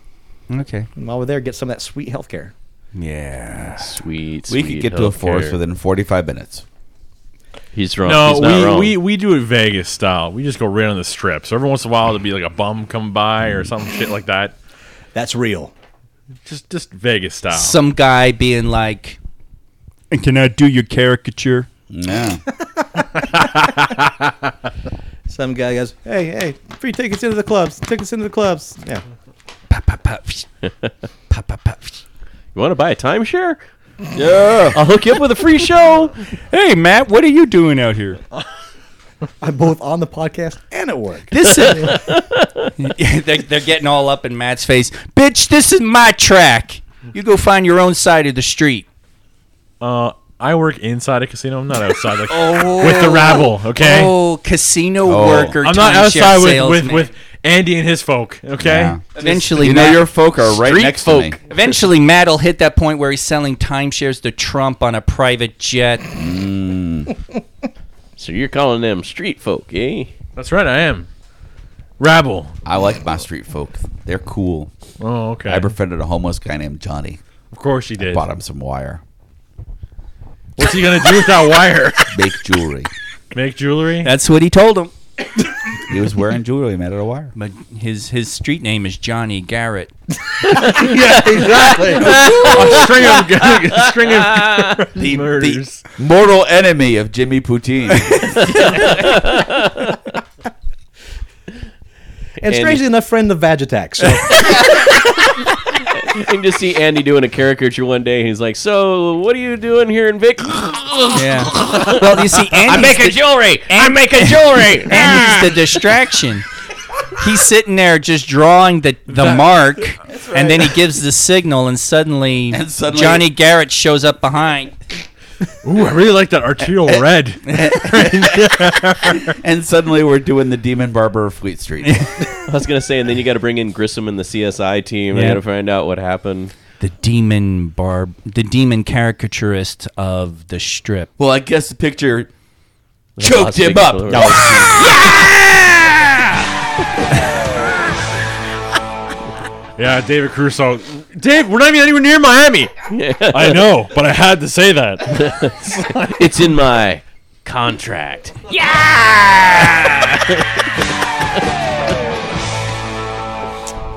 [SPEAKER 3] Okay.
[SPEAKER 6] And while we're there, get some of that sweet health care.
[SPEAKER 3] Yeah.
[SPEAKER 5] Sweet.
[SPEAKER 4] We
[SPEAKER 5] sweet
[SPEAKER 4] could get to a forest
[SPEAKER 5] healthcare.
[SPEAKER 4] within 45 minutes.
[SPEAKER 5] He's wrong.
[SPEAKER 7] no,
[SPEAKER 5] He's not
[SPEAKER 7] we,
[SPEAKER 5] wrong.
[SPEAKER 7] we we do it Vegas style. We just go right on the strip. So every once in a while, there'll be like a bum come by or some shit like that.
[SPEAKER 6] That's real.
[SPEAKER 7] Just just Vegas style.
[SPEAKER 3] Some guy being like, "And can I do your caricature?"
[SPEAKER 4] Yeah.
[SPEAKER 6] Some guy goes, hey, hey, free tickets into the clubs, tickets into the clubs. Yeah.
[SPEAKER 3] Pa, pa, pa, psh. Pa, pa, pa, psh.
[SPEAKER 5] you want to buy a timeshare?
[SPEAKER 4] yeah.
[SPEAKER 5] I'll hook you up with a free show.
[SPEAKER 3] Hey, Matt, what are you doing out here?
[SPEAKER 6] I'm both on the podcast and at work.
[SPEAKER 3] This is. they're, they're getting all up in Matt's face. Bitch, this is my track. You go find your own side of the street.
[SPEAKER 7] Uh, I work inside a casino. I'm not outside. Like, with the rabble. Okay.
[SPEAKER 3] Oh, casino
[SPEAKER 4] Oh.
[SPEAKER 3] worker.
[SPEAKER 7] I'm not
[SPEAKER 3] timeshare
[SPEAKER 7] outside with, with,
[SPEAKER 3] salesman.
[SPEAKER 7] with Andy and his folk. Okay.
[SPEAKER 4] Yeah.
[SPEAKER 3] Eventually,
[SPEAKER 4] You know,
[SPEAKER 3] Matt-
[SPEAKER 4] your folk are right
[SPEAKER 5] Street
[SPEAKER 4] next to me.
[SPEAKER 5] folk.
[SPEAKER 3] Eventually, Matt will hit that point where he's selling timeshares to Trump on a private jet.
[SPEAKER 5] So you're calling them street folk, eh?
[SPEAKER 7] That's right. I am. Rabble.
[SPEAKER 4] I like my street folk. They're cool.
[SPEAKER 7] Oh, okay.
[SPEAKER 4] I befriended a homeless guy named Johnny.
[SPEAKER 7] of course you did.
[SPEAKER 4] Bought him some wire.
[SPEAKER 7] What's he gonna do with that wire?
[SPEAKER 4] Make jewelry.
[SPEAKER 7] Make jewelry.
[SPEAKER 3] That's what he told him.
[SPEAKER 4] he was wearing jewelry made out of wire.
[SPEAKER 3] But his his street name is Johnny Garrett.
[SPEAKER 7] a string of a string of murders.
[SPEAKER 4] Mortal enemy of Jimmy Poutine.
[SPEAKER 6] And
[SPEAKER 5] Andy.
[SPEAKER 6] strangely enough, friend of Vagitax. So
[SPEAKER 5] I can just see Andy doing a caricature one day. And he's like, "So what are you doing here in Vic?"
[SPEAKER 3] Yeah. well, you see, Andy's the,
[SPEAKER 5] jewelry.
[SPEAKER 3] I'm
[SPEAKER 5] making jewelry.
[SPEAKER 4] Ah.
[SPEAKER 3] Andy's the distraction. He's sitting there just drawing the, the mark, and then he gives the signal, and suddenly,
[SPEAKER 4] And suddenly-
[SPEAKER 3] Johnny Garrett shows up behind.
[SPEAKER 7] Ooh, I really like that arterial red.
[SPEAKER 4] and suddenly we're doing the Demon Barber of Fleet Street.
[SPEAKER 5] I was gonna say, and then you got to bring in Grissom and the CSI team. and
[SPEAKER 3] Yeah.
[SPEAKER 5] got to find out what happened.
[SPEAKER 3] The demon barb, the demon caricaturist of the strip.
[SPEAKER 4] well, I guess the picture choked
[SPEAKER 5] Plastic
[SPEAKER 4] him up.
[SPEAKER 5] floor.
[SPEAKER 7] yeah, David Crusoe. Dave, we're not even anywhere near Miami. I know, but I had to say that.
[SPEAKER 5] It's in my contract.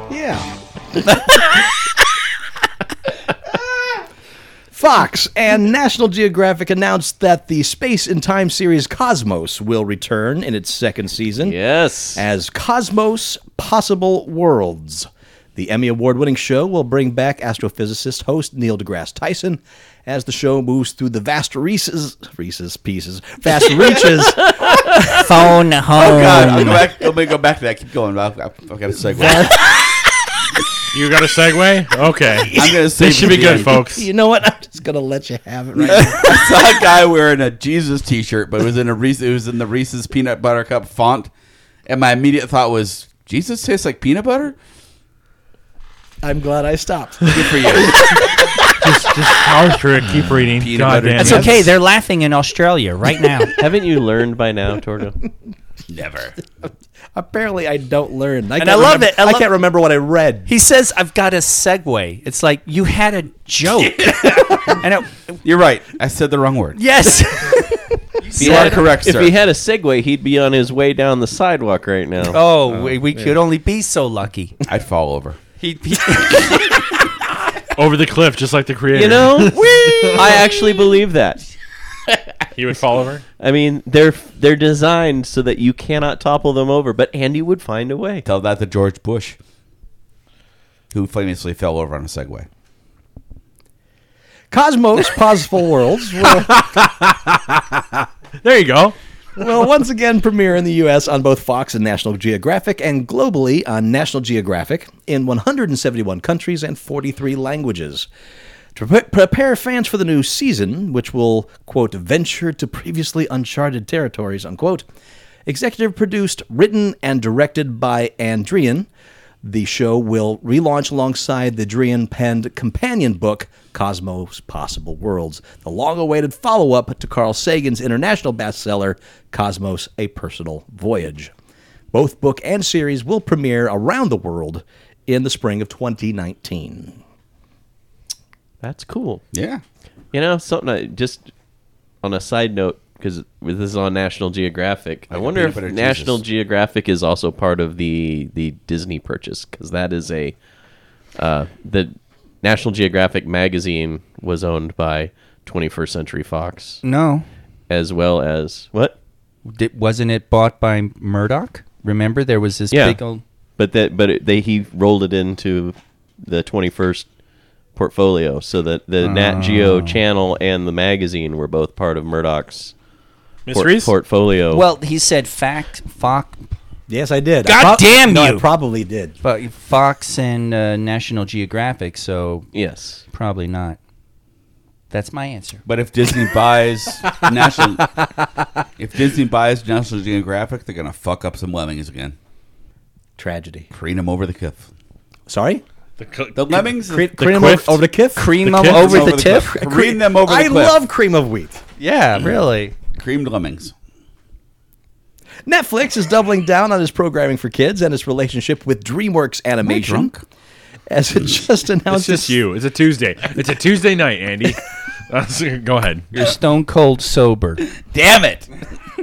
[SPEAKER 6] Yeah. Fox and National Geographic announced that the space and time series Cosmos will return in its second season
[SPEAKER 5] Yes.
[SPEAKER 6] as Cosmos Possible Worlds. The Emmy Award winning show will bring back astrophysicist host Neil deGrasse Tyson as the show moves through the vast reaches, reaches pieces, vast reaches
[SPEAKER 3] Phone home.
[SPEAKER 4] Oh, God, I'll go back. Let me go back to that. Keep going. I've, I've got a segue.
[SPEAKER 7] You got a segue? Okay.
[SPEAKER 4] I'm gonna say
[SPEAKER 7] This should be good, folks.
[SPEAKER 6] You know what? I'm just gonna let you have it right now.
[SPEAKER 4] I saw a guy wearing a Jesus T-shirt, but it was in a Reese. It was in the Reese's peanut butter cup font, and my immediate thought was, "Jesus tastes like peanut butter."
[SPEAKER 6] I'm glad I stopped.
[SPEAKER 4] Good for you.
[SPEAKER 7] just, just power through it. Keep reading.
[SPEAKER 4] Uh, Peanut
[SPEAKER 7] God
[SPEAKER 4] butter
[SPEAKER 7] damn
[SPEAKER 3] That's
[SPEAKER 7] it.
[SPEAKER 4] Yes.
[SPEAKER 3] okay. They're laughing in Australia right now.
[SPEAKER 5] Haven't you learned by now, Torgo?
[SPEAKER 4] Never.
[SPEAKER 6] Apparently, I don't learn. I
[SPEAKER 3] And
[SPEAKER 6] can't
[SPEAKER 3] I love
[SPEAKER 6] remember-
[SPEAKER 3] it. I
[SPEAKER 6] I
[SPEAKER 3] love-
[SPEAKER 6] can't remember what I read.
[SPEAKER 3] He says, "I've got a segue." It's like you had a joke, and it,
[SPEAKER 4] You're right. I said the wrong word.
[SPEAKER 3] yes,
[SPEAKER 4] you are
[SPEAKER 5] had-
[SPEAKER 4] correct,
[SPEAKER 5] If
[SPEAKER 4] sir.
[SPEAKER 5] he had a Segway, he'd be on his way down the sidewalk right now.
[SPEAKER 3] oh, we, we could only be so lucky.
[SPEAKER 4] I'd fall over.
[SPEAKER 3] He, he
[SPEAKER 7] Over the cliff, just like the creator.
[SPEAKER 5] You know, I actually believe that.
[SPEAKER 7] he would fall over.
[SPEAKER 5] I mean, they're they're designed so that you cannot topple them over, but Andy would find a way.
[SPEAKER 4] Tell that to George Bush, who famously fell over on a Segway.
[SPEAKER 6] Cosmos, Possible Worlds will,
[SPEAKER 7] There you go.
[SPEAKER 6] will once again premiere in the U.S. on both Fox and National Geographic, and globally on National Geographic in 171 countries and 43 languages. To pre- prepare fans for the new season, which will, quote, venture to previously uncharted territories, unquote, executive produced, written, and directed by Andrian, the show will relaunch alongside the Drian penned companion book, Cosmos Possible Worlds, the long awaited follow up to Carl Sagan's international bestseller, Cosmos A Personal Voyage. Both book and series will premiere around the world in the spring of 2019.
[SPEAKER 5] That's cool.
[SPEAKER 4] Yeah.
[SPEAKER 5] You know, something I, just on a side note because this is on National Geographic. I
[SPEAKER 4] Like a
[SPEAKER 5] wonder
[SPEAKER 4] peanut
[SPEAKER 5] if
[SPEAKER 4] butter
[SPEAKER 5] National
[SPEAKER 4] Jesus.
[SPEAKER 5] Geographic is also part of the the Disney purchase because that is a uh, the National Geographic magazine was owned by 21st Century Fox
[SPEAKER 4] Mm.
[SPEAKER 3] no,
[SPEAKER 5] as well as what?
[SPEAKER 3] Di- wasn't it bought by Murdoch? Remember, there was this
[SPEAKER 5] Yeah,
[SPEAKER 3] big old.
[SPEAKER 5] but that but it, they he rolled it into the 21st portfolio so that the
[SPEAKER 3] Ah.
[SPEAKER 5] Nat Geo channel and the magazine were both part of Murdoch's port-
[SPEAKER 7] Mysteries.
[SPEAKER 5] portfolio.
[SPEAKER 3] Well, he said fact, Fox,
[SPEAKER 6] Yes, I did.
[SPEAKER 3] God damn
[SPEAKER 6] no, I
[SPEAKER 3] you!
[SPEAKER 6] probably did.
[SPEAKER 3] Fo- Fox and uh, National Geographic, so
[SPEAKER 5] yes.
[SPEAKER 3] probably not. That's my answer.
[SPEAKER 4] But if Disney buys National, if Disney buys National Geographic, they're gonna fuck up some lemmings again.
[SPEAKER 6] Tragedy.
[SPEAKER 4] Crean them over the cliff.
[SPEAKER 6] Sorry?
[SPEAKER 7] The cl-
[SPEAKER 4] The lemmings.
[SPEAKER 6] Cre- cream
[SPEAKER 7] quift?
[SPEAKER 6] of, over the kiff?
[SPEAKER 3] Cream
[SPEAKER 7] The
[SPEAKER 3] them
[SPEAKER 7] kids
[SPEAKER 3] over
[SPEAKER 4] over
[SPEAKER 3] the
[SPEAKER 4] the
[SPEAKER 3] tip.
[SPEAKER 4] cliff. Cream them over the
[SPEAKER 6] I
[SPEAKER 4] cliff.
[SPEAKER 6] love cream of wheat.
[SPEAKER 3] Yeah, really.
[SPEAKER 4] creamed lemmings.
[SPEAKER 6] Netflix is doubling down on its programming for kids and its relationship with DreamWorks Animation.
[SPEAKER 4] drunk?
[SPEAKER 6] As it just announced,
[SPEAKER 7] it's just you. It's a Tuesday. It's a Tuesday night, Andy. Uh, so Go ahead.
[SPEAKER 3] You're stone cold sober.
[SPEAKER 4] Damn it!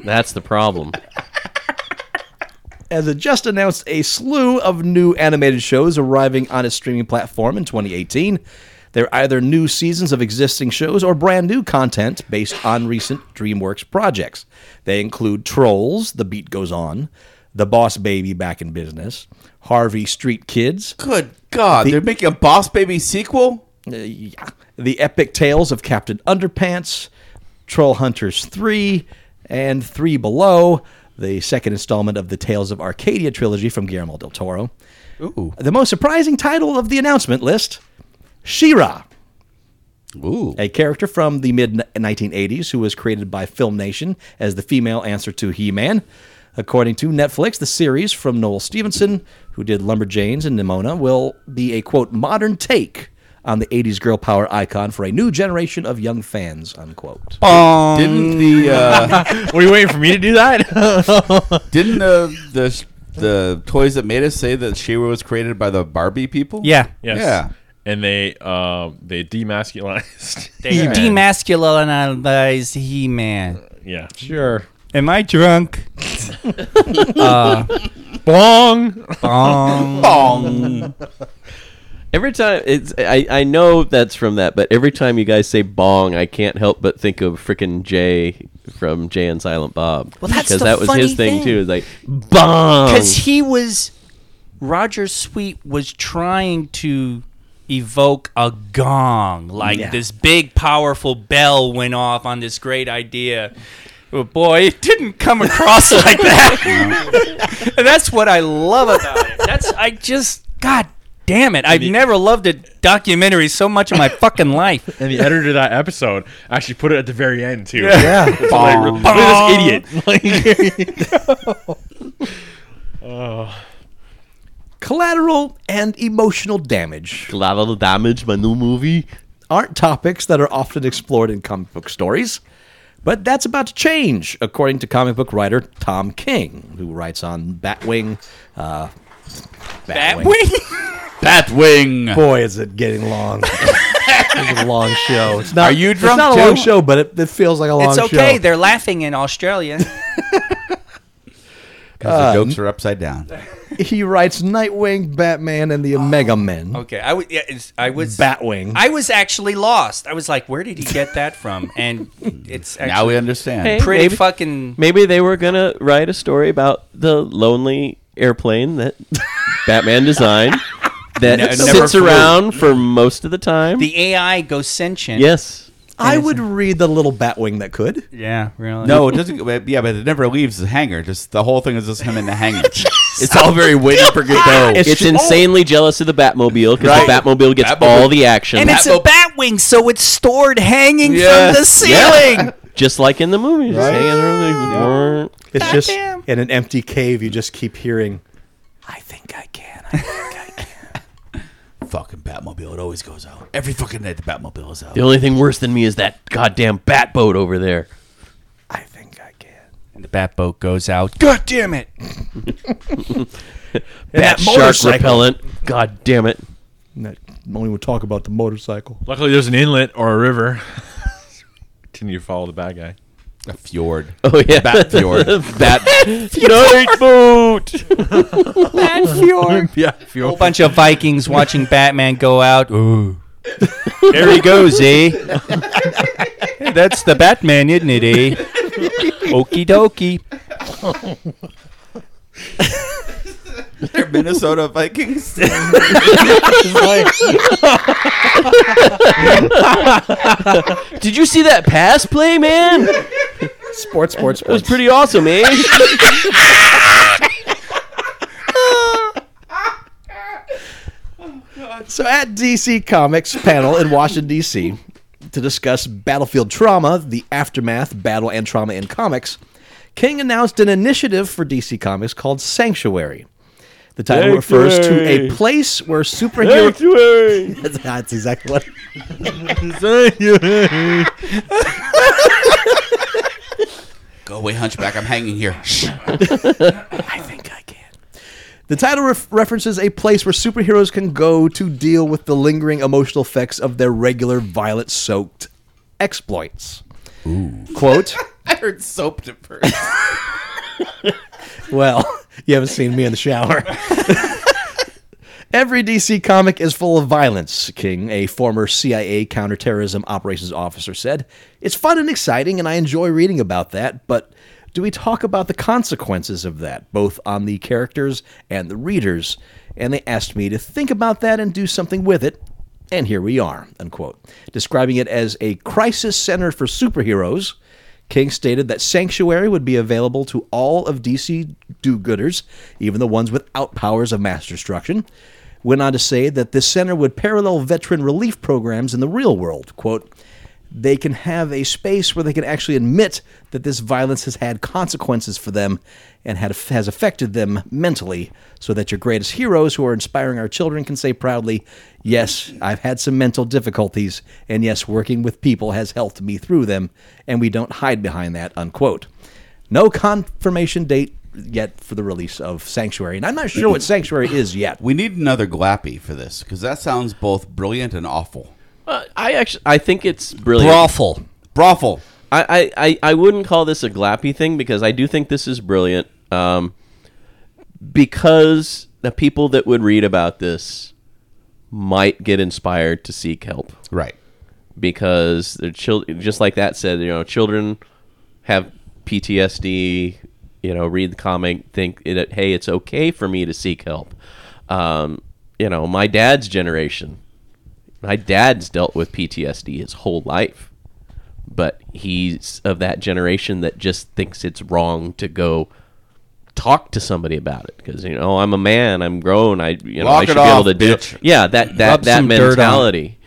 [SPEAKER 5] That's the problem.
[SPEAKER 6] as it just announced a slew of new animated shows arriving on its streaming platform in 2018. They're either new seasons of existing shows or brand new content based on recent DreamWorks projects. They include Trolls, The Beat Goes On, The Boss Baby Back in Business, Harvey Street Kids,
[SPEAKER 4] Good God! they're making a Boss Baby sequel.
[SPEAKER 6] Uh, yeah. The Epic Tales of Captain Underpants, Troll Hunters 3, and 3 Below, the second installment of the Tales of Arcadia trilogy from Guillermo del Toro. Ooh. The most surprising title of the announcement list She-Ra,
[SPEAKER 4] Ooh.
[SPEAKER 6] a character from the mid 1980s who was created by Film Nation as the female answer to He Man. According to Netflix, the series from Noel Stevenson, who did Lumberjanes and Nimona, will be a quote modern take on the 80s girl power icon for a new generation of young fans, unquote.
[SPEAKER 4] Didn't the uh,
[SPEAKER 7] Were you waiting for me to do that?
[SPEAKER 4] didn't the the the toys that made us say that Shira was created by the Barbie people?
[SPEAKER 3] Yeah.
[SPEAKER 7] Yes.
[SPEAKER 4] Yeah.
[SPEAKER 7] And they um they demasculinized.
[SPEAKER 3] He demasculinized He Man.
[SPEAKER 7] yeah.
[SPEAKER 6] Sure.
[SPEAKER 3] Am I drunk?
[SPEAKER 7] Bong.
[SPEAKER 3] Bong.
[SPEAKER 4] Bong.
[SPEAKER 5] Every time it's I, I know that's from that, but every time you guys say bong, I can't help but think of frickin' Jay from Jay and Silent Bob. Well,
[SPEAKER 3] that's the
[SPEAKER 5] that was his
[SPEAKER 3] funny
[SPEAKER 5] thing,
[SPEAKER 3] thing.
[SPEAKER 5] too. It's like bong.
[SPEAKER 3] Because he was. Roger Sweet was trying to evoke a gong. Like this big, powerful bell went off on this great idea. But boy, it didn't come across like that. And that's what I love about it. That's. I just. God damn it. I've never loved a documentary so much in my fucking life.
[SPEAKER 7] And the editor of that episode actually put it at the very end too.
[SPEAKER 6] Yeah.
[SPEAKER 7] Like, look at this idiot.
[SPEAKER 6] Collateral and emotional damage
[SPEAKER 5] Collateral damage, my new movie.
[SPEAKER 6] aren't topics that are often explored in comic book stories. But that's about to change, according to comic book writer Tom King, who writes on Batwing. Uh, Batwing.
[SPEAKER 4] Batwing.
[SPEAKER 6] Boy, is it getting long. it's a long show. It's not,
[SPEAKER 4] Are you drunk
[SPEAKER 6] It's not a long
[SPEAKER 4] too?
[SPEAKER 6] show, but it, it feels like a long
[SPEAKER 3] It's
[SPEAKER 6] show.
[SPEAKER 3] okay. They're laughing in Australia.
[SPEAKER 4] Because the jokes are upside down.
[SPEAKER 6] He writes Nightwing, Batman, and the Omega Men.
[SPEAKER 3] Oh, okay, I would. Yeah, it's, I was.
[SPEAKER 6] Batwing.
[SPEAKER 3] I was actually lost. I was like, "Where did he get that from?" And it's actually
[SPEAKER 4] Now we understand.
[SPEAKER 5] Hey.
[SPEAKER 3] pretty
[SPEAKER 5] Maybe-
[SPEAKER 3] fucking.
[SPEAKER 5] Maybe they were gonna write a story about the lonely airplane that Batman designed that
[SPEAKER 4] Ne- never
[SPEAKER 5] sits
[SPEAKER 4] flew.
[SPEAKER 5] around for most of the time.
[SPEAKER 3] The AI goes sentient.
[SPEAKER 5] yes.
[SPEAKER 6] I would read the little Batwing that could.
[SPEAKER 3] Yeah. Really.
[SPEAKER 4] No, it doesn't. but- Yeah, but it never leaves the hangar. Just the whole thing is just him in the hangar. it's all very waiting for Godot.
[SPEAKER 5] It's, insanely jealous of the Batmobile because
[SPEAKER 4] Right.
[SPEAKER 5] the Batmobile gets
[SPEAKER 4] Batmobile.
[SPEAKER 5] all the action.
[SPEAKER 3] And it's a batwing, so it's stored hanging
[SPEAKER 4] Yeah.
[SPEAKER 3] from the ceiling.
[SPEAKER 5] just like in the movies. Just hanging around, like,
[SPEAKER 6] It's just in an empty cave. You just keep hearing.
[SPEAKER 4] I think I can. I think I can. fucking Batmobile. It always goes out. Every fucking night the Batmobile is out.
[SPEAKER 5] The only thing worse than me is that goddamn Batboat over there.
[SPEAKER 6] I think I can.
[SPEAKER 3] And the bat boat goes out. God damn it!
[SPEAKER 5] Bat
[SPEAKER 6] that
[SPEAKER 5] shark
[SPEAKER 6] motorcycle.
[SPEAKER 5] repellent. God damn it.
[SPEAKER 6] And That only would talk about the motorcycle.
[SPEAKER 7] Luckily, there's an inlet or a river. Can you follow the bad guy?
[SPEAKER 4] A fjord.
[SPEAKER 5] Oh yeah,
[SPEAKER 4] Bat fjord.
[SPEAKER 5] Bat night boat.
[SPEAKER 7] Yeah,
[SPEAKER 3] A whole bunch of Vikings watching Batman go out. Ooh.
[SPEAKER 5] There he goes, eh?
[SPEAKER 3] That's the Batman, isn't it, eh? Okie dokie.
[SPEAKER 4] They're Minnesota Vikings.
[SPEAKER 5] Did you see that pass play, man? It
[SPEAKER 6] Sports, sports, sports.
[SPEAKER 5] was pretty awesome, eh?
[SPEAKER 6] So at DC Comics panel in Washington D.C. to discuss battlefield trauma, the aftermath, battle and trauma in comics, King announced an initiative for DC Comics called Sanctuary. The title refers to a place where superheroes. That's, that's exactly what.
[SPEAKER 4] Go away, Oh, Hunchback. I'm hanging here.
[SPEAKER 6] I think I can. The title ref- references a place where superheroes can go to deal with the lingering emotional effects of their regular violent soaked exploits. Quote.
[SPEAKER 4] I heard soap at first.
[SPEAKER 6] Well, you haven't seen me in the shower. Every DC comic is full of violence, King, a former CIA counterterrorism operations officer, said. It's fun and exciting, and I enjoy reading about that, but do we talk about the consequences of that, both on the characters and the readers? And they asked me to think about that and do something with it, and here we are, unquote. Describing it as a crisis center for superheroes, King stated that Sanctuary would be available to all of DC do gooders, even the ones without powers of mass destruction. Went on to say that this center would parallel veteran relief programs in the real world. Quote, they can have a space where they can actually admit that this violence has had consequences for them and had, has affected them mentally, so that your greatest heroes who are inspiring our children can say proudly, Yes, I've had some mental difficulties, and yes, working with people has helped me through them, and we don't hide behind that, unquote. No confirmation date yet for the release of Sanctuary, and I'm not sure what Sanctuary is yet.
[SPEAKER 4] We need another Glappy for this because that sounds both brilliant and awful.
[SPEAKER 5] Uh, I actually, I think it's brilliant.
[SPEAKER 4] Brothel. Brothel.
[SPEAKER 5] I, I, I- I wouldn't call this a glappy thing because I do think this is brilliant. Um, because the people that would read about this might get inspired to seek help
[SPEAKER 4] Right.
[SPEAKER 5] because their children, just like that said, you know, children have PTSD. You know, read the comic, think it, hey, it's okay for me to seek help. Um, you know, my dad's generation, my dad's dealt with PTSD his whole life, but he's of that generation that just thinks it's wrong to go talk to somebody about it because you know I'm a man, I'm grown, I you know
[SPEAKER 4] Walk
[SPEAKER 5] I
[SPEAKER 4] it
[SPEAKER 5] should be
[SPEAKER 4] off,
[SPEAKER 5] able to do.
[SPEAKER 4] bitch.
[SPEAKER 5] Yeah, that that
[SPEAKER 3] Rub
[SPEAKER 5] that
[SPEAKER 3] some dirt on it.
[SPEAKER 5] mentality.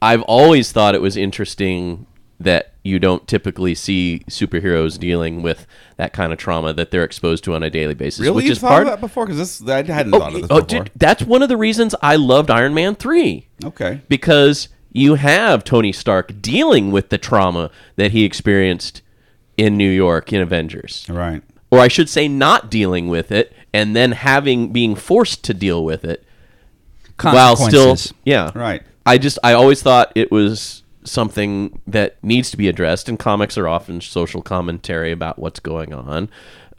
[SPEAKER 5] I've always thought it was interesting that you don't typically see superheroes dealing with that kind of trauma that they're exposed to on a daily basis,
[SPEAKER 4] Really?
[SPEAKER 5] which
[SPEAKER 4] you
[SPEAKER 5] is
[SPEAKER 4] thought
[SPEAKER 5] part.
[SPEAKER 4] of that before? Because I hadn't
[SPEAKER 5] oh,
[SPEAKER 4] thought of this
[SPEAKER 5] oh,
[SPEAKER 4] before.
[SPEAKER 5] dude, that's one of the reasons I loved Iron Man three
[SPEAKER 4] okay.
[SPEAKER 5] because you have Tony Stark dealing with the trauma that he experienced in New York in Avengers.
[SPEAKER 4] Right.
[SPEAKER 5] Or I should say not dealing with it and then having being forced to deal with it while still
[SPEAKER 3] Consequences.
[SPEAKER 5] yeah.
[SPEAKER 4] Right.
[SPEAKER 5] I just I always thought it was something that needs to be addressed and comics are often social commentary about what's going on.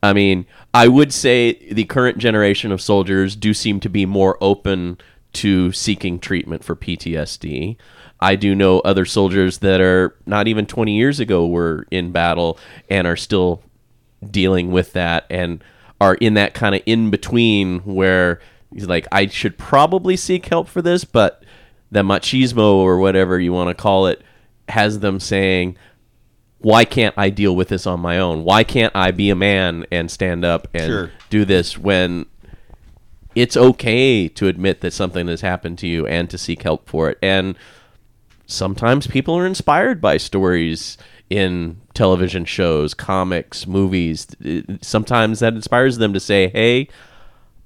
[SPEAKER 5] I mean, I would say the current generation of soldiers do seem to be more open to seeking treatment for PTSD. I do know other soldiers that are not even 20 years ago were in battle and are still dealing with that and are in that kind of in between where he's like, I should probably seek help for this, but the machismo or whatever you want to call it has them saying, why can't I deal with this on my own? Why can't I be a man and stand up and
[SPEAKER 4] Sure.
[SPEAKER 5] do this when it's okay to admit that something has happened to you and to seek help for it? And sometimes people are inspired by stories in television shows, comics, movies. It- Sometimes that inspires them to say, "Hey,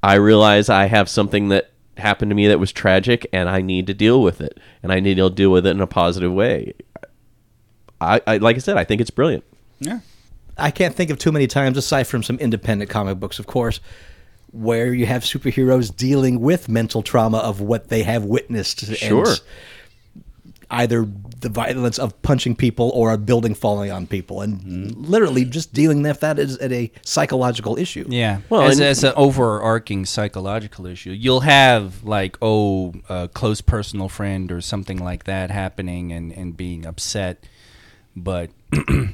[SPEAKER 5] I realize I have something that happened to me that was tragic and I need to deal with it and I need to deal with it in a positive way." I, I like I said, I think it's brilliant.
[SPEAKER 4] Yeah.
[SPEAKER 6] I can't think of too many times, aside from some independent comic books, of course, where you have superheroes dealing with mental trauma of what they have witnessed. and
[SPEAKER 5] Sure.
[SPEAKER 6] either the violence of punching people or a building falling on people, and literally just dealing with that is at a psychological issue.
[SPEAKER 3] Yeah.
[SPEAKER 5] Well,
[SPEAKER 3] Well, as,
[SPEAKER 5] and-
[SPEAKER 3] as an overarching psychological issue, you'll have like oh, a close personal friend or something like that happening, and and being upset. But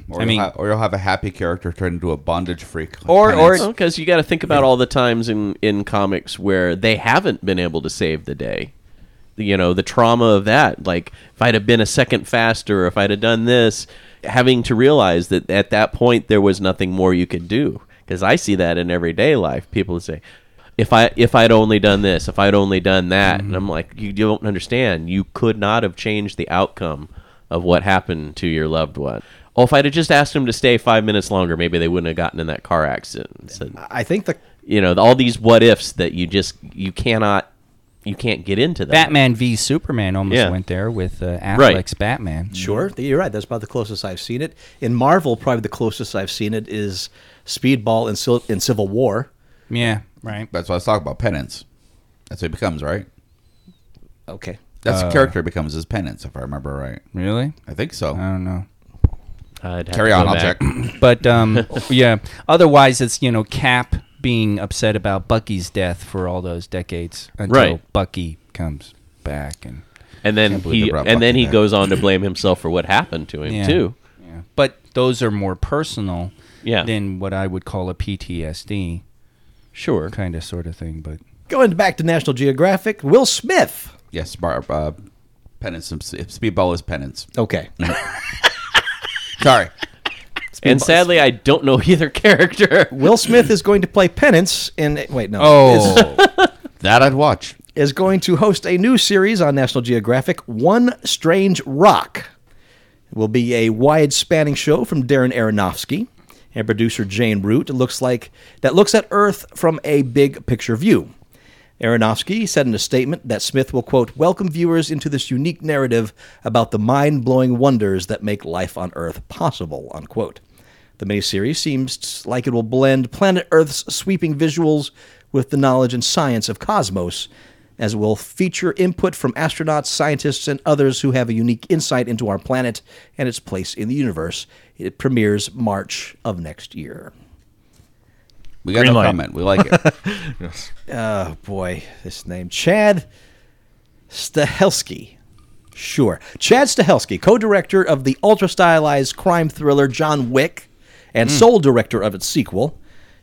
[SPEAKER 4] Or
[SPEAKER 3] I mean,
[SPEAKER 4] you'll ha- or you'll have a happy character turn into a bondage freak. like
[SPEAKER 3] Or- or-
[SPEAKER 4] Tennant's.
[SPEAKER 5] Well, because you got to think about all the times in in comics where they haven't been able to save the day. You know, the trauma of that. Like, if I'd have been a second faster, if I'd have done this, having to realize that at that point there was nothing more you could do. Because I see that in everyday life. People say, "If I if I'd only done this, if I'd only done that," and I'm like, "You don't understand. You could not have changed the outcome of what happened to your loved one." Oh, if I'd have just asked them to stay five minutes longer, maybe they wouldn't have gotten in that car accident. So-
[SPEAKER 6] I think the
[SPEAKER 5] you know all these what ifs that you just you cannot you can't get into that
[SPEAKER 3] Batman v Superman almost
[SPEAKER 5] Yeah.
[SPEAKER 3] went there with uh, Affleck's
[SPEAKER 5] Right.
[SPEAKER 3] Batman.
[SPEAKER 6] Sure, th- you're right. That's about the closest I've seen it. In Marvel, probably the closest I've seen it is Speedball in, Sil- in Civil War.
[SPEAKER 3] Yeah. Right.
[SPEAKER 4] That's what I was talking about. Penance. That's what he becomes, right?
[SPEAKER 6] Okay.
[SPEAKER 4] That's the character he becomes his penance, if I remember right.
[SPEAKER 3] Really?
[SPEAKER 4] I think so.
[SPEAKER 3] I don't know.
[SPEAKER 5] I'd have
[SPEAKER 4] Carry
[SPEAKER 5] to
[SPEAKER 4] on.
[SPEAKER 5] go
[SPEAKER 4] I'll
[SPEAKER 5] back.
[SPEAKER 4] check.
[SPEAKER 3] But um, yeah. Otherwise, it's you know Cap being upset about Bucky's death for all those decades until
[SPEAKER 5] Right.
[SPEAKER 3] Bucky comes back and
[SPEAKER 5] and then
[SPEAKER 4] Can't believe
[SPEAKER 5] he
[SPEAKER 4] they brought
[SPEAKER 5] and then
[SPEAKER 4] Bucky
[SPEAKER 5] he
[SPEAKER 4] back.
[SPEAKER 5] goes on to blame himself for what happened to him
[SPEAKER 3] Yeah.
[SPEAKER 5] too
[SPEAKER 3] Yeah. But those are more personal
[SPEAKER 5] Yeah.
[SPEAKER 3] than what I would call a PTSD
[SPEAKER 5] sure
[SPEAKER 3] kind of sort of thing. But
[SPEAKER 6] Going back to National Geographic, Will Smith.
[SPEAKER 4] Yes, bar, uh, penance. If Speedball is penance.
[SPEAKER 6] Okay.
[SPEAKER 4] Sorry.
[SPEAKER 5] and sadly I don't know either character
[SPEAKER 6] Will Smith is going to play Penance in. Wait, no.
[SPEAKER 4] Oh.
[SPEAKER 6] Is,
[SPEAKER 4] that I'd watch.
[SPEAKER 6] is going to host a new series on National Geographic, One Strange Rock. It will be a wide spanning show from Darren Aronofsky and producer Jane Root. It looks like that looks at Earth from a big picture view. Aronofsky said in a statement that Smith will, quote, welcome viewers into this unique narrative about the mind blowing wonders that make life on Earth possible, unquote. The miniseries seems like it will blend planet Earth's sweeping visuals with the knowledge and science of cosmos, as it will feature input from astronauts, scientists, and others who have a unique insight into our planet and its place in the universe. It premieres March of next year.
[SPEAKER 4] We got
[SPEAKER 7] Green
[SPEAKER 4] no
[SPEAKER 7] light.
[SPEAKER 4] comment. We like it.
[SPEAKER 6] Oh boy, this name Chad Stahelski. Sure, Chad Stahelski, co-director of the ultra-stylized crime thriller John Wick,
[SPEAKER 5] Hmm.
[SPEAKER 6] and sole director of its sequel,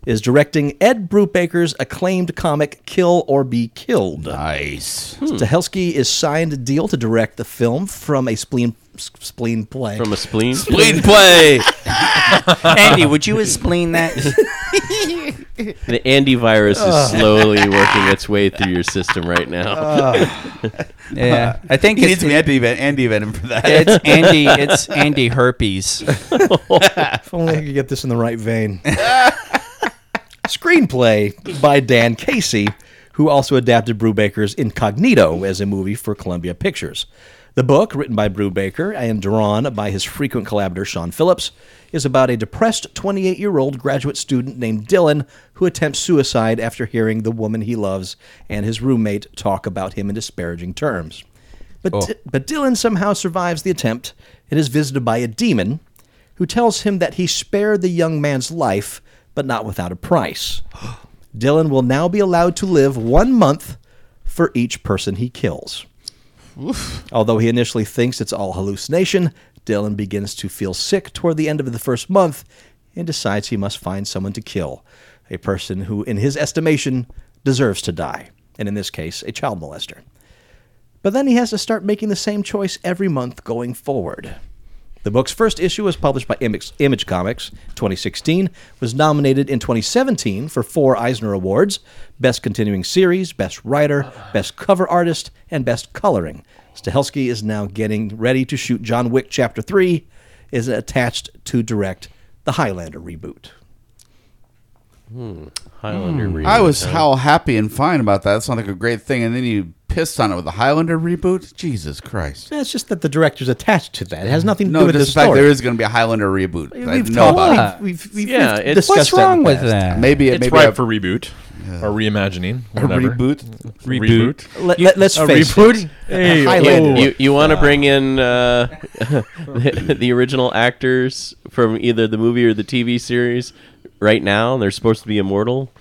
[SPEAKER 6] is directing Ed Brubaker's acclaimed comic Kill or Be Killed.
[SPEAKER 4] nice.
[SPEAKER 6] Stahelski is signed a deal to direct the film from a spleen s- spleen play.
[SPEAKER 5] from a spleen
[SPEAKER 4] Bleed play.
[SPEAKER 3] Andy, would you explain that?
[SPEAKER 5] the Andy virus is slowly working its way through your system right now
[SPEAKER 3] yeah, I think
[SPEAKER 4] He
[SPEAKER 3] it's,
[SPEAKER 4] needs to be anti venom. Anti venom for that.
[SPEAKER 3] it's Andy. It's Andy herpes.
[SPEAKER 6] If only I could get this in the right vein. Screenplay by Dan Casey, who also adapted Brubaker's Incognito as a movie for Columbia Pictures. The book, written by Brew Baker and drawn by his frequent collaborator Sean Phillips, is about a depressed 28 year old graduate student named Dylan who attempts suicide after hearing the woman he loves and his roommate talk about him in disparaging terms. But, Di- but Dylan somehow survives the attempt and is visited by a demon who tells him that he spared the young man's life, but not without a price. Dylan will now be allowed to live one month for each person he kills. Although he initially thinks it's all hallucination, Dylan begins to feel sick toward the end of the first month and decides he must find someone to kill. A person who, in his estimation, deserves to die, and in this case, a child molester. But then he has to start making the same choice every month going forward. The book's first issue was published by Image, Image Comics 2016, was nominated in 2017 for four Eisner Awards Best Continuing Series, Best Writer, Best Cover Artist, and Best Coloring. Stahelski is now getting ready to shoot John Wick Chapter 3, is attached to direct the Highlander reboot.
[SPEAKER 5] Highlander. reboot.
[SPEAKER 4] Hmm. I was how happy and fine about that. That sounded like a great thing, and then you pissed on it with the Highlander reboot. Jesus Christ!
[SPEAKER 6] It's just that the director's attached to that. It has nothing to do
[SPEAKER 4] No,
[SPEAKER 6] with the
[SPEAKER 4] just the fact
[SPEAKER 6] story.
[SPEAKER 4] there is going to be a Highlander reboot. I
[SPEAKER 6] we've
[SPEAKER 4] know
[SPEAKER 6] talked
[SPEAKER 4] about it.
[SPEAKER 6] about we've, we've, we've
[SPEAKER 5] Yeah, it's-
[SPEAKER 6] discussed
[SPEAKER 3] What's
[SPEAKER 6] that in
[SPEAKER 3] wrong
[SPEAKER 6] the
[SPEAKER 3] with
[SPEAKER 6] past.
[SPEAKER 3] that?
[SPEAKER 4] Maybe it
[SPEAKER 7] It's
[SPEAKER 4] maybe
[SPEAKER 7] ripe
[SPEAKER 4] I-
[SPEAKER 7] for reboot or reimagining.
[SPEAKER 4] a
[SPEAKER 7] whatever.
[SPEAKER 4] reboot.
[SPEAKER 7] Reboot.
[SPEAKER 6] Let, let, us
[SPEAKER 7] A
[SPEAKER 6] face it.
[SPEAKER 7] reboot. Hey,
[SPEAKER 6] Highlander.
[SPEAKER 7] oh.
[SPEAKER 5] You, you want to bring in uh, the, the original actors from either the movie or the TV series right now, and they're supposed to be immortal.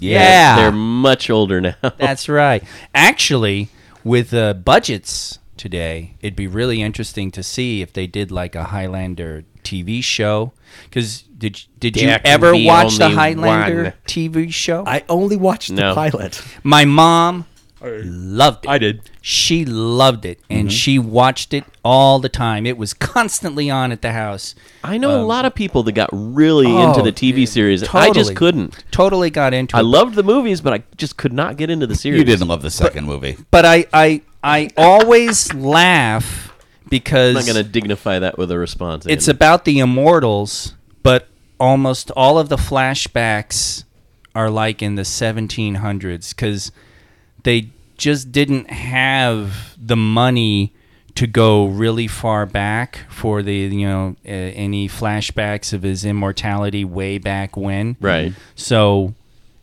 [SPEAKER 3] Yeah.
[SPEAKER 5] They're much older now.
[SPEAKER 3] That's right. Actually, with uh, budgets today, it'd be really interesting to see if they did like a Highlander TV show. Because did did you
[SPEAKER 5] There can
[SPEAKER 3] ever
[SPEAKER 5] be
[SPEAKER 3] watch the
[SPEAKER 5] only
[SPEAKER 3] Highlander
[SPEAKER 5] one.
[SPEAKER 3] TV show?
[SPEAKER 6] I only watched the
[SPEAKER 5] No.
[SPEAKER 6] pilot.
[SPEAKER 3] My mom loved it.
[SPEAKER 7] I did.
[SPEAKER 3] She loved it, and
[SPEAKER 5] Mm-hmm.
[SPEAKER 3] she watched it all the time. It was constantly on at the house.
[SPEAKER 5] I know a lot of people that got really into
[SPEAKER 3] Oh,
[SPEAKER 5] the TV series. I
[SPEAKER 3] Totally.
[SPEAKER 5] just couldn't.
[SPEAKER 3] Totally got into
[SPEAKER 5] I
[SPEAKER 3] it.
[SPEAKER 5] loved the movies, but I just could not get into the series.
[SPEAKER 4] You didn't love the second movie.
[SPEAKER 3] but I I I always laugh because
[SPEAKER 5] I'm not going to dignify that with a response.
[SPEAKER 3] it's
[SPEAKER 5] Andy.
[SPEAKER 3] about the immortals, but almost all of the flashbacks are like in the 1700s because they just didn't have the money to go really far back for the you know uh, any flashbacks of his immortality way back when
[SPEAKER 5] Right.
[SPEAKER 3] so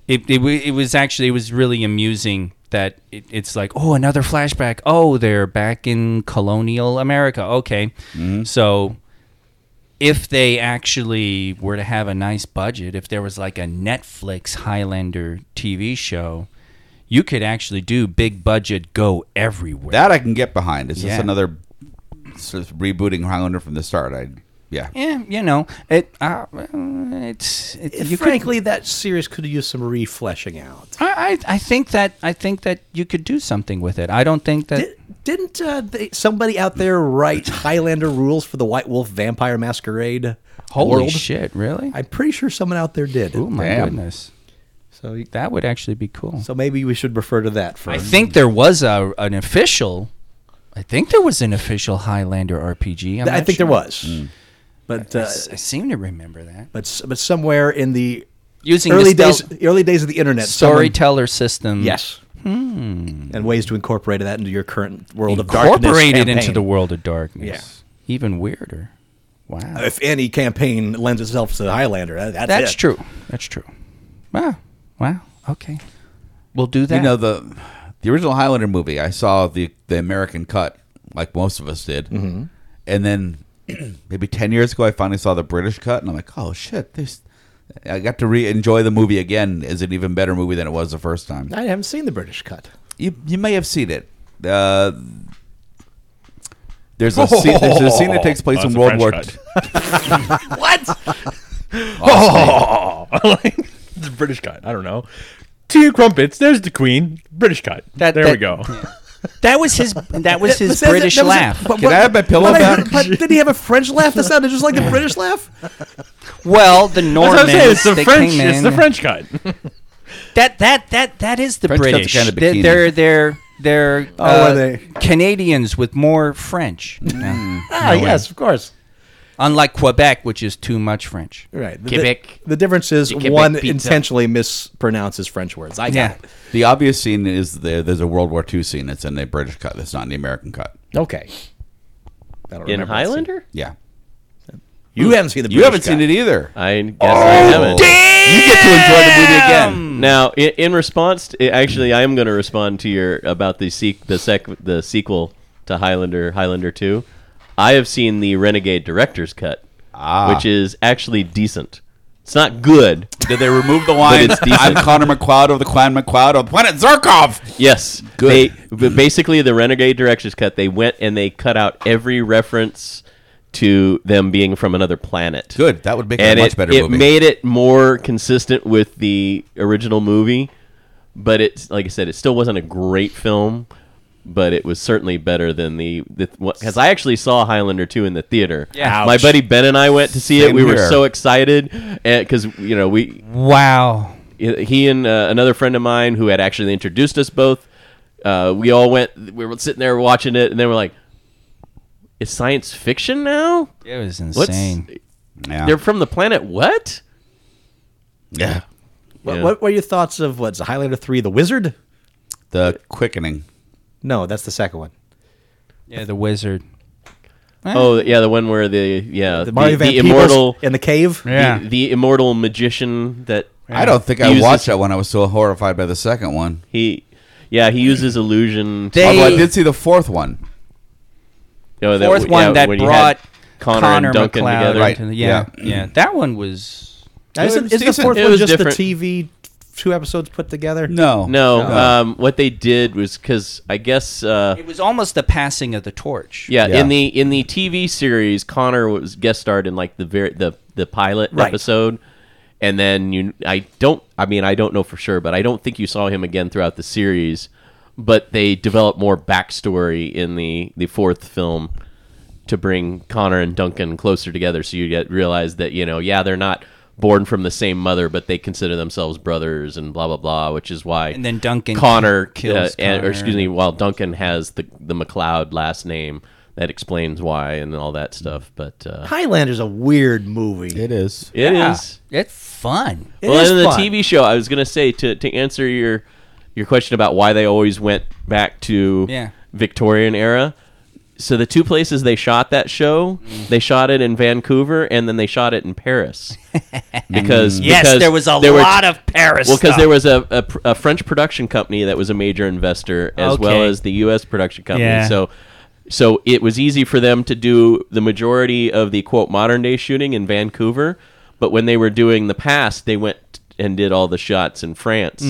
[SPEAKER 3] it, it, wa- it was actually it was really amusing that it, it's like oh another flashback oh they're back in colonial america okay so if they actually were to have a nice budget if there was like a netflix highlander tv show you could actually do big budget go everywhere
[SPEAKER 4] That I can get behind. It's
[SPEAKER 3] Yeah.
[SPEAKER 4] just another sort of rebooting Highlander from the start. I yeah.
[SPEAKER 3] yeah you know it uh, it's it, you could-
[SPEAKER 6] Frankly, that series could use some refleshing out.
[SPEAKER 3] I, I I think that I think that you could do something with it. I don't think that
[SPEAKER 6] Didn't uh, they, somebody out there write Highlander rules for the White Wolf Vampire Masquerade?
[SPEAKER 3] Holy
[SPEAKER 6] world?
[SPEAKER 3] shit, really?
[SPEAKER 6] I'm pretty sure someone out there did.
[SPEAKER 3] oh my
[SPEAKER 4] Damn.
[SPEAKER 3] goodness.
[SPEAKER 6] So, you-
[SPEAKER 3] That would actually be cool.
[SPEAKER 6] so maybe we should refer to that for.
[SPEAKER 3] I think there was a an official I think there was an official Highlander RPG. I'm
[SPEAKER 6] I
[SPEAKER 3] not
[SPEAKER 6] think there
[SPEAKER 3] sure. Hmm.
[SPEAKER 6] was, but
[SPEAKER 3] I,
[SPEAKER 6] uh,
[SPEAKER 3] s- I seem to remember that.
[SPEAKER 6] but s- but somewhere in the
[SPEAKER 3] Using
[SPEAKER 6] early
[SPEAKER 3] the
[SPEAKER 6] days
[SPEAKER 3] stel-
[SPEAKER 6] early days of the internet, someone-
[SPEAKER 3] storyteller system.
[SPEAKER 6] yes,
[SPEAKER 3] Hmm.
[SPEAKER 6] and ways to incorporate that into your current world of darkness.
[SPEAKER 3] Incorporated into
[SPEAKER 6] campaign.
[SPEAKER 3] the world of darkness. Even weirder. Wow.
[SPEAKER 6] if any campaign lends itself to Highlander, that- that's,
[SPEAKER 3] That's
[SPEAKER 6] Uh, it.
[SPEAKER 3] true. That's true. Wow. Wow. Okay. We'll do that.
[SPEAKER 4] You know the the original Highlander movie. I saw the the American cut, like most of us did, and then maybe ten years ago, I finally saw the British cut, and I'm like, oh shit, this. I got to re enjoy the movie again. Is an even better movie than it was the first time.
[SPEAKER 6] I haven't seen the British cut.
[SPEAKER 4] You you may have seen it. Uh, there's a scene, there's a scene that takes place
[SPEAKER 7] That's
[SPEAKER 4] in
[SPEAKER 7] Oh. a
[SPEAKER 4] World
[SPEAKER 7] French
[SPEAKER 4] War.
[SPEAKER 7] cut. Oh, the British cut. I don't know. Two crumpets. There's the queen. British cut.
[SPEAKER 3] That-
[SPEAKER 7] there we
[SPEAKER 3] that-
[SPEAKER 7] go.
[SPEAKER 3] That was his. That was his
[SPEAKER 6] That- that-
[SPEAKER 3] British
[SPEAKER 6] that was-
[SPEAKER 3] laugh.
[SPEAKER 6] but-
[SPEAKER 4] Can I have my pillow
[SPEAKER 6] but-
[SPEAKER 4] back?
[SPEAKER 6] Uh, But did he have a French laugh that sounded just like the British laugh?
[SPEAKER 3] well, the
[SPEAKER 7] That's
[SPEAKER 3] Normans.
[SPEAKER 7] what I'm saying. It's the
[SPEAKER 3] they
[SPEAKER 7] French.
[SPEAKER 3] came
[SPEAKER 7] It's the
[SPEAKER 3] in.
[SPEAKER 7] French cut.
[SPEAKER 3] That that that that is the
[SPEAKER 4] French cut's
[SPEAKER 3] British.
[SPEAKER 4] kind of
[SPEAKER 3] They-
[SPEAKER 4] bikini.
[SPEAKER 3] they're they're they're
[SPEAKER 6] Oh, are
[SPEAKER 3] uh,
[SPEAKER 6] they?
[SPEAKER 5] Hmm.
[SPEAKER 3] Canadians with more French. Yeah.
[SPEAKER 6] Ah, yes, of course.
[SPEAKER 3] Unlike Quebec, which is too much French.
[SPEAKER 6] Right. The,
[SPEAKER 8] Quebec.
[SPEAKER 6] The, difference is
[SPEAKER 8] Quebec
[SPEAKER 6] one
[SPEAKER 8] pizza.
[SPEAKER 6] intentionally mispronounces French words. I got
[SPEAKER 3] Yeah.
[SPEAKER 6] it.
[SPEAKER 4] The obvious scene is the, there's a World War II scene that's in the British cut. That's not in the American cut.
[SPEAKER 6] Okay. I don't
[SPEAKER 5] in
[SPEAKER 6] remember that scene.
[SPEAKER 5] Highlander.
[SPEAKER 4] Yeah.
[SPEAKER 6] You haven't seen the
[SPEAKER 4] You haven't seen it either.
[SPEAKER 5] I guess I
[SPEAKER 4] Oh,
[SPEAKER 5] haven't.
[SPEAKER 4] You get to enjoy the movie again.
[SPEAKER 5] Now, in, in response, to, actually, I am going to respond to your about the sequ- the sec the sequel to Highlander Highlander Two. I have seen the Renegade director's cut, which is actually decent. It's not good.
[SPEAKER 4] Did they remove the line?
[SPEAKER 5] it's decent.
[SPEAKER 4] I'm Connor McLeod of the Clan McLeod of Planet Zarkov.
[SPEAKER 5] Yes,
[SPEAKER 4] Good.
[SPEAKER 5] They, but basically, the Renegade director's cut. They went and they cut out every reference to them being from another planet.
[SPEAKER 4] Good. That would make it
[SPEAKER 5] and
[SPEAKER 4] a much
[SPEAKER 5] it,
[SPEAKER 4] better
[SPEAKER 5] it
[SPEAKER 4] movie.
[SPEAKER 5] made it more consistent with the original movie but it's like i said it still wasn't a great film but it was certainly better than the because I actually saw Highlander two in the theater.
[SPEAKER 3] Yeah.
[SPEAKER 5] my
[SPEAKER 3] Ouch.
[SPEAKER 5] buddy Ben and I went to see it.
[SPEAKER 4] Same
[SPEAKER 5] We were
[SPEAKER 4] here.
[SPEAKER 5] so excited because you know we
[SPEAKER 3] Wow.
[SPEAKER 5] he and uh, another friend of mine who had actually introduced us both. Uh, we all went. We were sitting there watching it, and then we're like, "It's science fiction now?
[SPEAKER 3] It was
[SPEAKER 5] What's
[SPEAKER 3] insane.
[SPEAKER 4] yeah.
[SPEAKER 5] they're from the planet what?"
[SPEAKER 4] yeah.
[SPEAKER 6] What,
[SPEAKER 5] e- Yeah.
[SPEAKER 6] what were your thoughts of what's Highlander three? The Wizard?
[SPEAKER 4] The quickening.
[SPEAKER 6] No, that's the second one.
[SPEAKER 3] yeah, the wizard.
[SPEAKER 5] Oh yeah, the one where the yeah Uh, the,
[SPEAKER 6] Marty
[SPEAKER 5] the
[SPEAKER 6] Van Peebles
[SPEAKER 5] immortal
[SPEAKER 6] in the cave.
[SPEAKER 3] Yeah.
[SPEAKER 5] the, the immortal magician that
[SPEAKER 4] I don't think I
[SPEAKER 5] Uses-
[SPEAKER 4] watched that one. I was so horrified by the second one.
[SPEAKER 5] he yeah he uses illusion.
[SPEAKER 3] They-
[SPEAKER 4] Although I did see the fourth one.
[SPEAKER 5] oh,
[SPEAKER 3] fourth
[SPEAKER 5] yeah,
[SPEAKER 3] one that
[SPEAKER 5] when you had
[SPEAKER 3] brought
[SPEAKER 5] Connor, and Duncan
[SPEAKER 3] MacLeod
[SPEAKER 5] together.
[SPEAKER 4] Right.
[SPEAKER 3] into the- yeah, yeah,
[SPEAKER 4] Yeah.
[SPEAKER 3] That one was.
[SPEAKER 6] Isn't,
[SPEAKER 4] it's
[SPEAKER 6] isn't the
[SPEAKER 4] decent.
[SPEAKER 6] fourth
[SPEAKER 5] It
[SPEAKER 6] one
[SPEAKER 5] was
[SPEAKER 6] just
[SPEAKER 5] different.
[SPEAKER 6] the TV two episodes put together?
[SPEAKER 4] No.
[SPEAKER 5] No,
[SPEAKER 3] Uh,
[SPEAKER 5] Um, what they did was because I guess uh,
[SPEAKER 3] It was almost the passing of the torch.
[SPEAKER 5] yeah,
[SPEAKER 4] Yeah.
[SPEAKER 5] in the in the TV series Connor was guest starred in like the very the the pilot
[SPEAKER 6] Right.
[SPEAKER 5] episode. And then you, I don't. I mean, I don't know for sure, but I don't think you saw him again throughout the series. But they developed more backstory in the the fourth film to bring Connor and Duncan closer together. So you get realize that you know, yeah, they're not born from the same mother, but they consider themselves brothers and blah blah blah, which is why.
[SPEAKER 3] And then Duncan
[SPEAKER 5] Connor
[SPEAKER 3] kills
[SPEAKER 5] uh, and-
[SPEAKER 3] Connor.
[SPEAKER 5] or excuse me, while Duncan has the the McLeod last name, that explains why and all that stuff. But uh,
[SPEAKER 6] Highlander's a weird movie.
[SPEAKER 4] It is.
[SPEAKER 5] it is.
[SPEAKER 3] Yeah. It's fun.
[SPEAKER 6] It
[SPEAKER 5] well,
[SPEAKER 6] is
[SPEAKER 5] in the
[SPEAKER 6] fun.
[SPEAKER 5] TV show, I was gonna say to, to answer your your question about why they always went back to
[SPEAKER 3] Yeah.
[SPEAKER 5] Victorian era. So the two places they shot that show,
[SPEAKER 3] Mm.
[SPEAKER 5] they shot it in Vancouver and then they shot it in Paris because
[SPEAKER 3] Yes,
[SPEAKER 5] because
[SPEAKER 3] there was a
[SPEAKER 5] there were-
[SPEAKER 3] lot of Paris.
[SPEAKER 5] well because
[SPEAKER 3] stuff.
[SPEAKER 5] there was a, a, pr- a French production company that was a major investor as well
[SPEAKER 3] Okay.
[SPEAKER 5] as the U.S. production company.
[SPEAKER 3] Yeah.
[SPEAKER 5] So so it was easy for them to do the majority of the quote modern day shooting in Vancouver, but when they were doing the past, they went and did all the shots in France.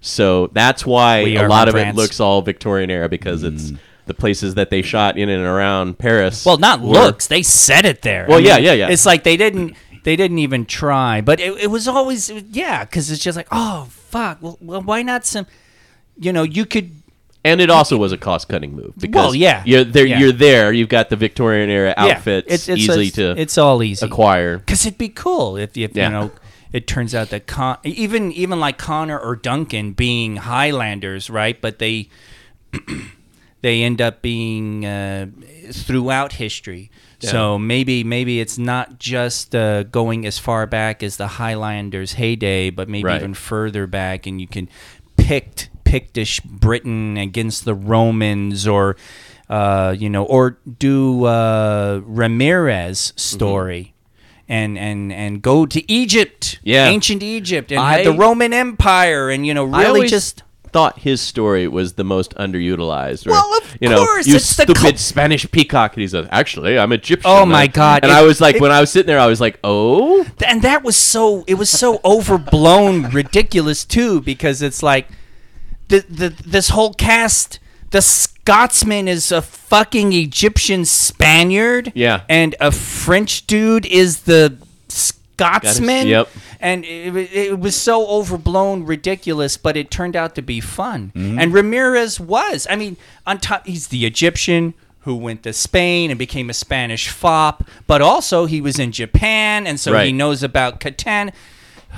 [SPEAKER 5] So that's why
[SPEAKER 3] Mm-hmm. We
[SPEAKER 5] a
[SPEAKER 3] are
[SPEAKER 5] lot
[SPEAKER 3] from
[SPEAKER 5] of
[SPEAKER 3] France.
[SPEAKER 5] it looks all Victorian era because it's the places that they shot in and around Paris.
[SPEAKER 3] Well, not
[SPEAKER 5] were-
[SPEAKER 3] looks. They said it there.
[SPEAKER 5] Well, yeah, yeah, yeah.
[SPEAKER 3] It's like they didn't. They didn't even try. But it, it was always yeah, because it's just like oh fuck. Well, well, why not some? You know, you could.
[SPEAKER 5] And it also was a cost cutting move because
[SPEAKER 3] Well, yeah.
[SPEAKER 5] you're there.
[SPEAKER 3] Yeah.
[SPEAKER 5] You're there. You've got the Victorian era outfits
[SPEAKER 3] yeah, it's, it's
[SPEAKER 5] easily
[SPEAKER 3] it's,
[SPEAKER 5] to
[SPEAKER 3] It's all easy.
[SPEAKER 5] acquire.
[SPEAKER 3] Because it'd be cool if, if
[SPEAKER 5] Yeah.
[SPEAKER 3] you know it turns out that Con- even even like Connor or Duncan being Highlanders, right? But they they end up being uh, throughout history. So maybe maybe it's not just uh, going as far back as the Highlanders' heyday, but maybe
[SPEAKER 5] Right.
[SPEAKER 3] even further back, and you can picked Pictish Britain against the Romans, or uh, you know, or do uh,
[SPEAKER 5] Mm-hmm.
[SPEAKER 3] Ramirez story. And, and and go to Egypt,
[SPEAKER 5] Yeah.
[SPEAKER 3] ancient Egypt, and
[SPEAKER 5] I-
[SPEAKER 3] have the Roman Empire, and you know,
[SPEAKER 5] I
[SPEAKER 3] really
[SPEAKER 5] always
[SPEAKER 3] just
[SPEAKER 5] thought his story was the most underutilized. Right?
[SPEAKER 3] Well, of
[SPEAKER 5] you know,
[SPEAKER 3] course,
[SPEAKER 5] you
[SPEAKER 3] it's the
[SPEAKER 5] stupid
[SPEAKER 3] cult-
[SPEAKER 5] Spanish peacock. And he's like, actually, I'm Egyptian.
[SPEAKER 3] Oh, my
[SPEAKER 5] I-
[SPEAKER 3] God.
[SPEAKER 5] And
[SPEAKER 3] It-
[SPEAKER 5] I was like,
[SPEAKER 3] it-
[SPEAKER 5] when I was sitting there, I was like, oh,
[SPEAKER 3] Th- and that was so it was so overblown ridiculous too because it's like the, the this whole cast the scotsman is a fucking egyptian spaniard
[SPEAKER 5] Yeah.
[SPEAKER 3] and a french dude is the scotsman
[SPEAKER 5] yep.
[SPEAKER 3] and it, wa- it was so overblown ridiculous but it turned out to be fun
[SPEAKER 4] Mm-hmm.
[SPEAKER 3] and ramirez was i mean on top he's the egyptian who went to spain and became a spanish fop but also he was in japan and so so he
[SPEAKER 5] Right.
[SPEAKER 3] knows about Catan.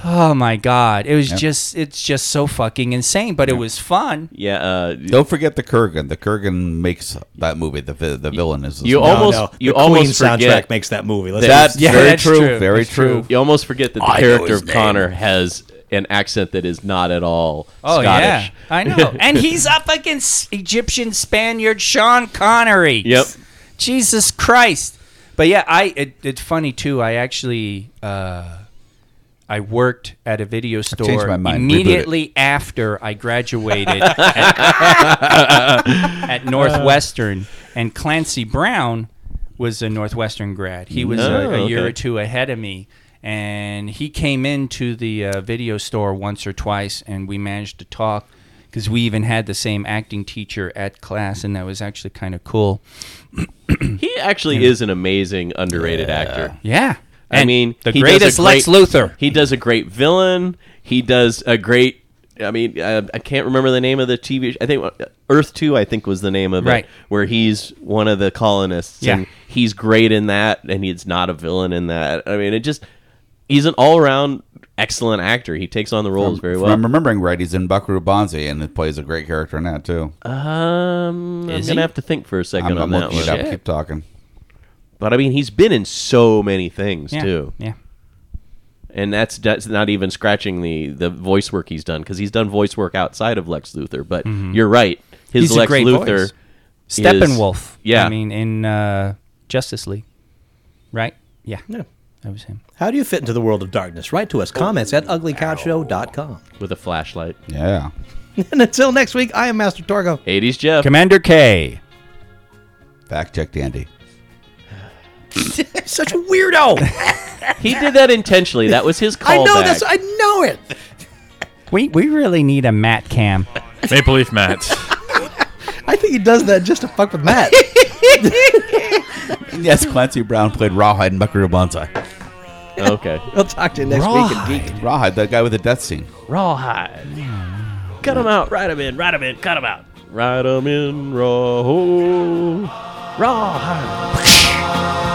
[SPEAKER 3] Oh my god, it was just it's just so fucking insane, but it was fun.
[SPEAKER 5] Yeah, uh,
[SPEAKER 4] Don't forget the Kurgan. The Kurgan makes that movie. The vi- the villain is
[SPEAKER 5] You
[SPEAKER 6] No,
[SPEAKER 5] almost-
[SPEAKER 6] Oh, no.
[SPEAKER 5] you
[SPEAKER 6] the
[SPEAKER 5] almost
[SPEAKER 6] Queen
[SPEAKER 5] forget-
[SPEAKER 6] soundtrack makes that movie. Let's
[SPEAKER 4] that's
[SPEAKER 3] Yeah,
[SPEAKER 4] very
[SPEAKER 3] that's
[SPEAKER 4] true,
[SPEAKER 3] true.
[SPEAKER 4] Very
[SPEAKER 3] That's
[SPEAKER 4] true.
[SPEAKER 5] you almost forget that the
[SPEAKER 4] I know
[SPEAKER 5] character
[SPEAKER 4] his
[SPEAKER 5] of
[SPEAKER 4] name.
[SPEAKER 5] Connor has an accent that is not at all
[SPEAKER 3] Oh
[SPEAKER 5] Scottish.
[SPEAKER 3] yeah, I know. and he's up against Egyptian Spaniard Sean Connery.
[SPEAKER 5] Yep.
[SPEAKER 3] Jesus Christ. But yeah, I it, it's funny too. I actually uh, I worked at a video store
[SPEAKER 4] changed my mind. Reboot it.
[SPEAKER 3] immediately after I graduated at, at Northwestern, and Clancy Brown was a Northwestern grad. He was a, a
[SPEAKER 5] Oh,
[SPEAKER 3] year
[SPEAKER 5] okay.
[SPEAKER 3] or two ahead of me. And he came into the uh, video store once or twice, and we managed to talk because we even had the same acting teacher at class, and that was actually kind of cool.
[SPEAKER 5] He actually is an amazing underrated actor.
[SPEAKER 3] Yeah.
[SPEAKER 5] I
[SPEAKER 3] And
[SPEAKER 5] mean,
[SPEAKER 3] the
[SPEAKER 5] he does a
[SPEAKER 3] greatest Lex
[SPEAKER 5] great-
[SPEAKER 3] Luthor.
[SPEAKER 5] He does a great villain. He does a great. I mean, uh, I can't remember the name of the TV. sh- I think uh, Earth Two. I think was the name of
[SPEAKER 3] Right.
[SPEAKER 5] it, where he's one of the colonists.
[SPEAKER 3] Yeah.
[SPEAKER 5] and he's great in that, and he's not a villain in that. I mean, it just he's an all around excellent actor. He takes on the roles very
[SPEAKER 4] If
[SPEAKER 5] well.
[SPEAKER 4] I'm remembering right, he's in Buckaroo Banzai and it plays a great character in that too.
[SPEAKER 5] Um, I'm
[SPEAKER 3] Is he?
[SPEAKER 5] gonna have to think for a second
[SPEAKER 4] I'm, I'm
[SPEAKER 5] on that
[SPEAKER 4] looking it
[SPEAKER 5] one.
[SPEAKER 4] up. Keep talking.
[SPEAKER 5] But I mean, he's been in so many things
[SPEAKER 3] yeah.
[SPEAKER 5] too.
[SPEAKER 3] Yeah.
[SPEAKER 5] and that's that's not even scratching the the voice work he's done because he's done voice work outside of Lex Luthor. But you're right, his
[SPEAKER 3] He's a
[SPEAKER 5] Lex
[SPEAKER 3] great
[SPEAKER 5] Luthor,
[SPEAKER 3] voice. Steppenwolf.
[SPEAKER 5] yeah.
[SPEAKER 3] I mean, in uh, Justice League. Right? Yeah.
[SPEAKER 6] Yeah.
[SPEAKER 3] That was him.
[SPEAKER 6] How do you fit into the world of darkness? Write to us. Comments at uglycouchshow.com.
[SPEAKER 5] with a flashlight.
[SPEAKER 4] Yeah.
[SPEAKER 6] And until next week, I am Master Torgo.
[SPEAKER 5] 80s Jeff.
[SPEAKER 3] Commander K.
[SPEAKER 4] Fact checked, Andy.
[SPEAKER 6] Such a weirdo.
[SPEAKER 5] He did that intentionally. That was his callback.
[SPEAKER 6] I know this. I know it.
[SPEAKER 3] We, we really need a Matt Cam.
[SPEAKER 7] Maple Leaf Matt.
[SPEAKER 6] I think he does that just to fuck with Matt.
[SPEAKER 4] And yes, Clancy Brown played Rawhide in Buckaroo Banzai.
[SPEAKER 5] okay.
[SPEAKER 6] we'll talk to you next week. And geek.
[SPEAKER 4] Rawhide, that guy with the death scene.
[SPEAKER 5] Rawhide. Cut him out. Ride him in. Ride him in. Cut him out. Ride him in. Raw. Rawhide.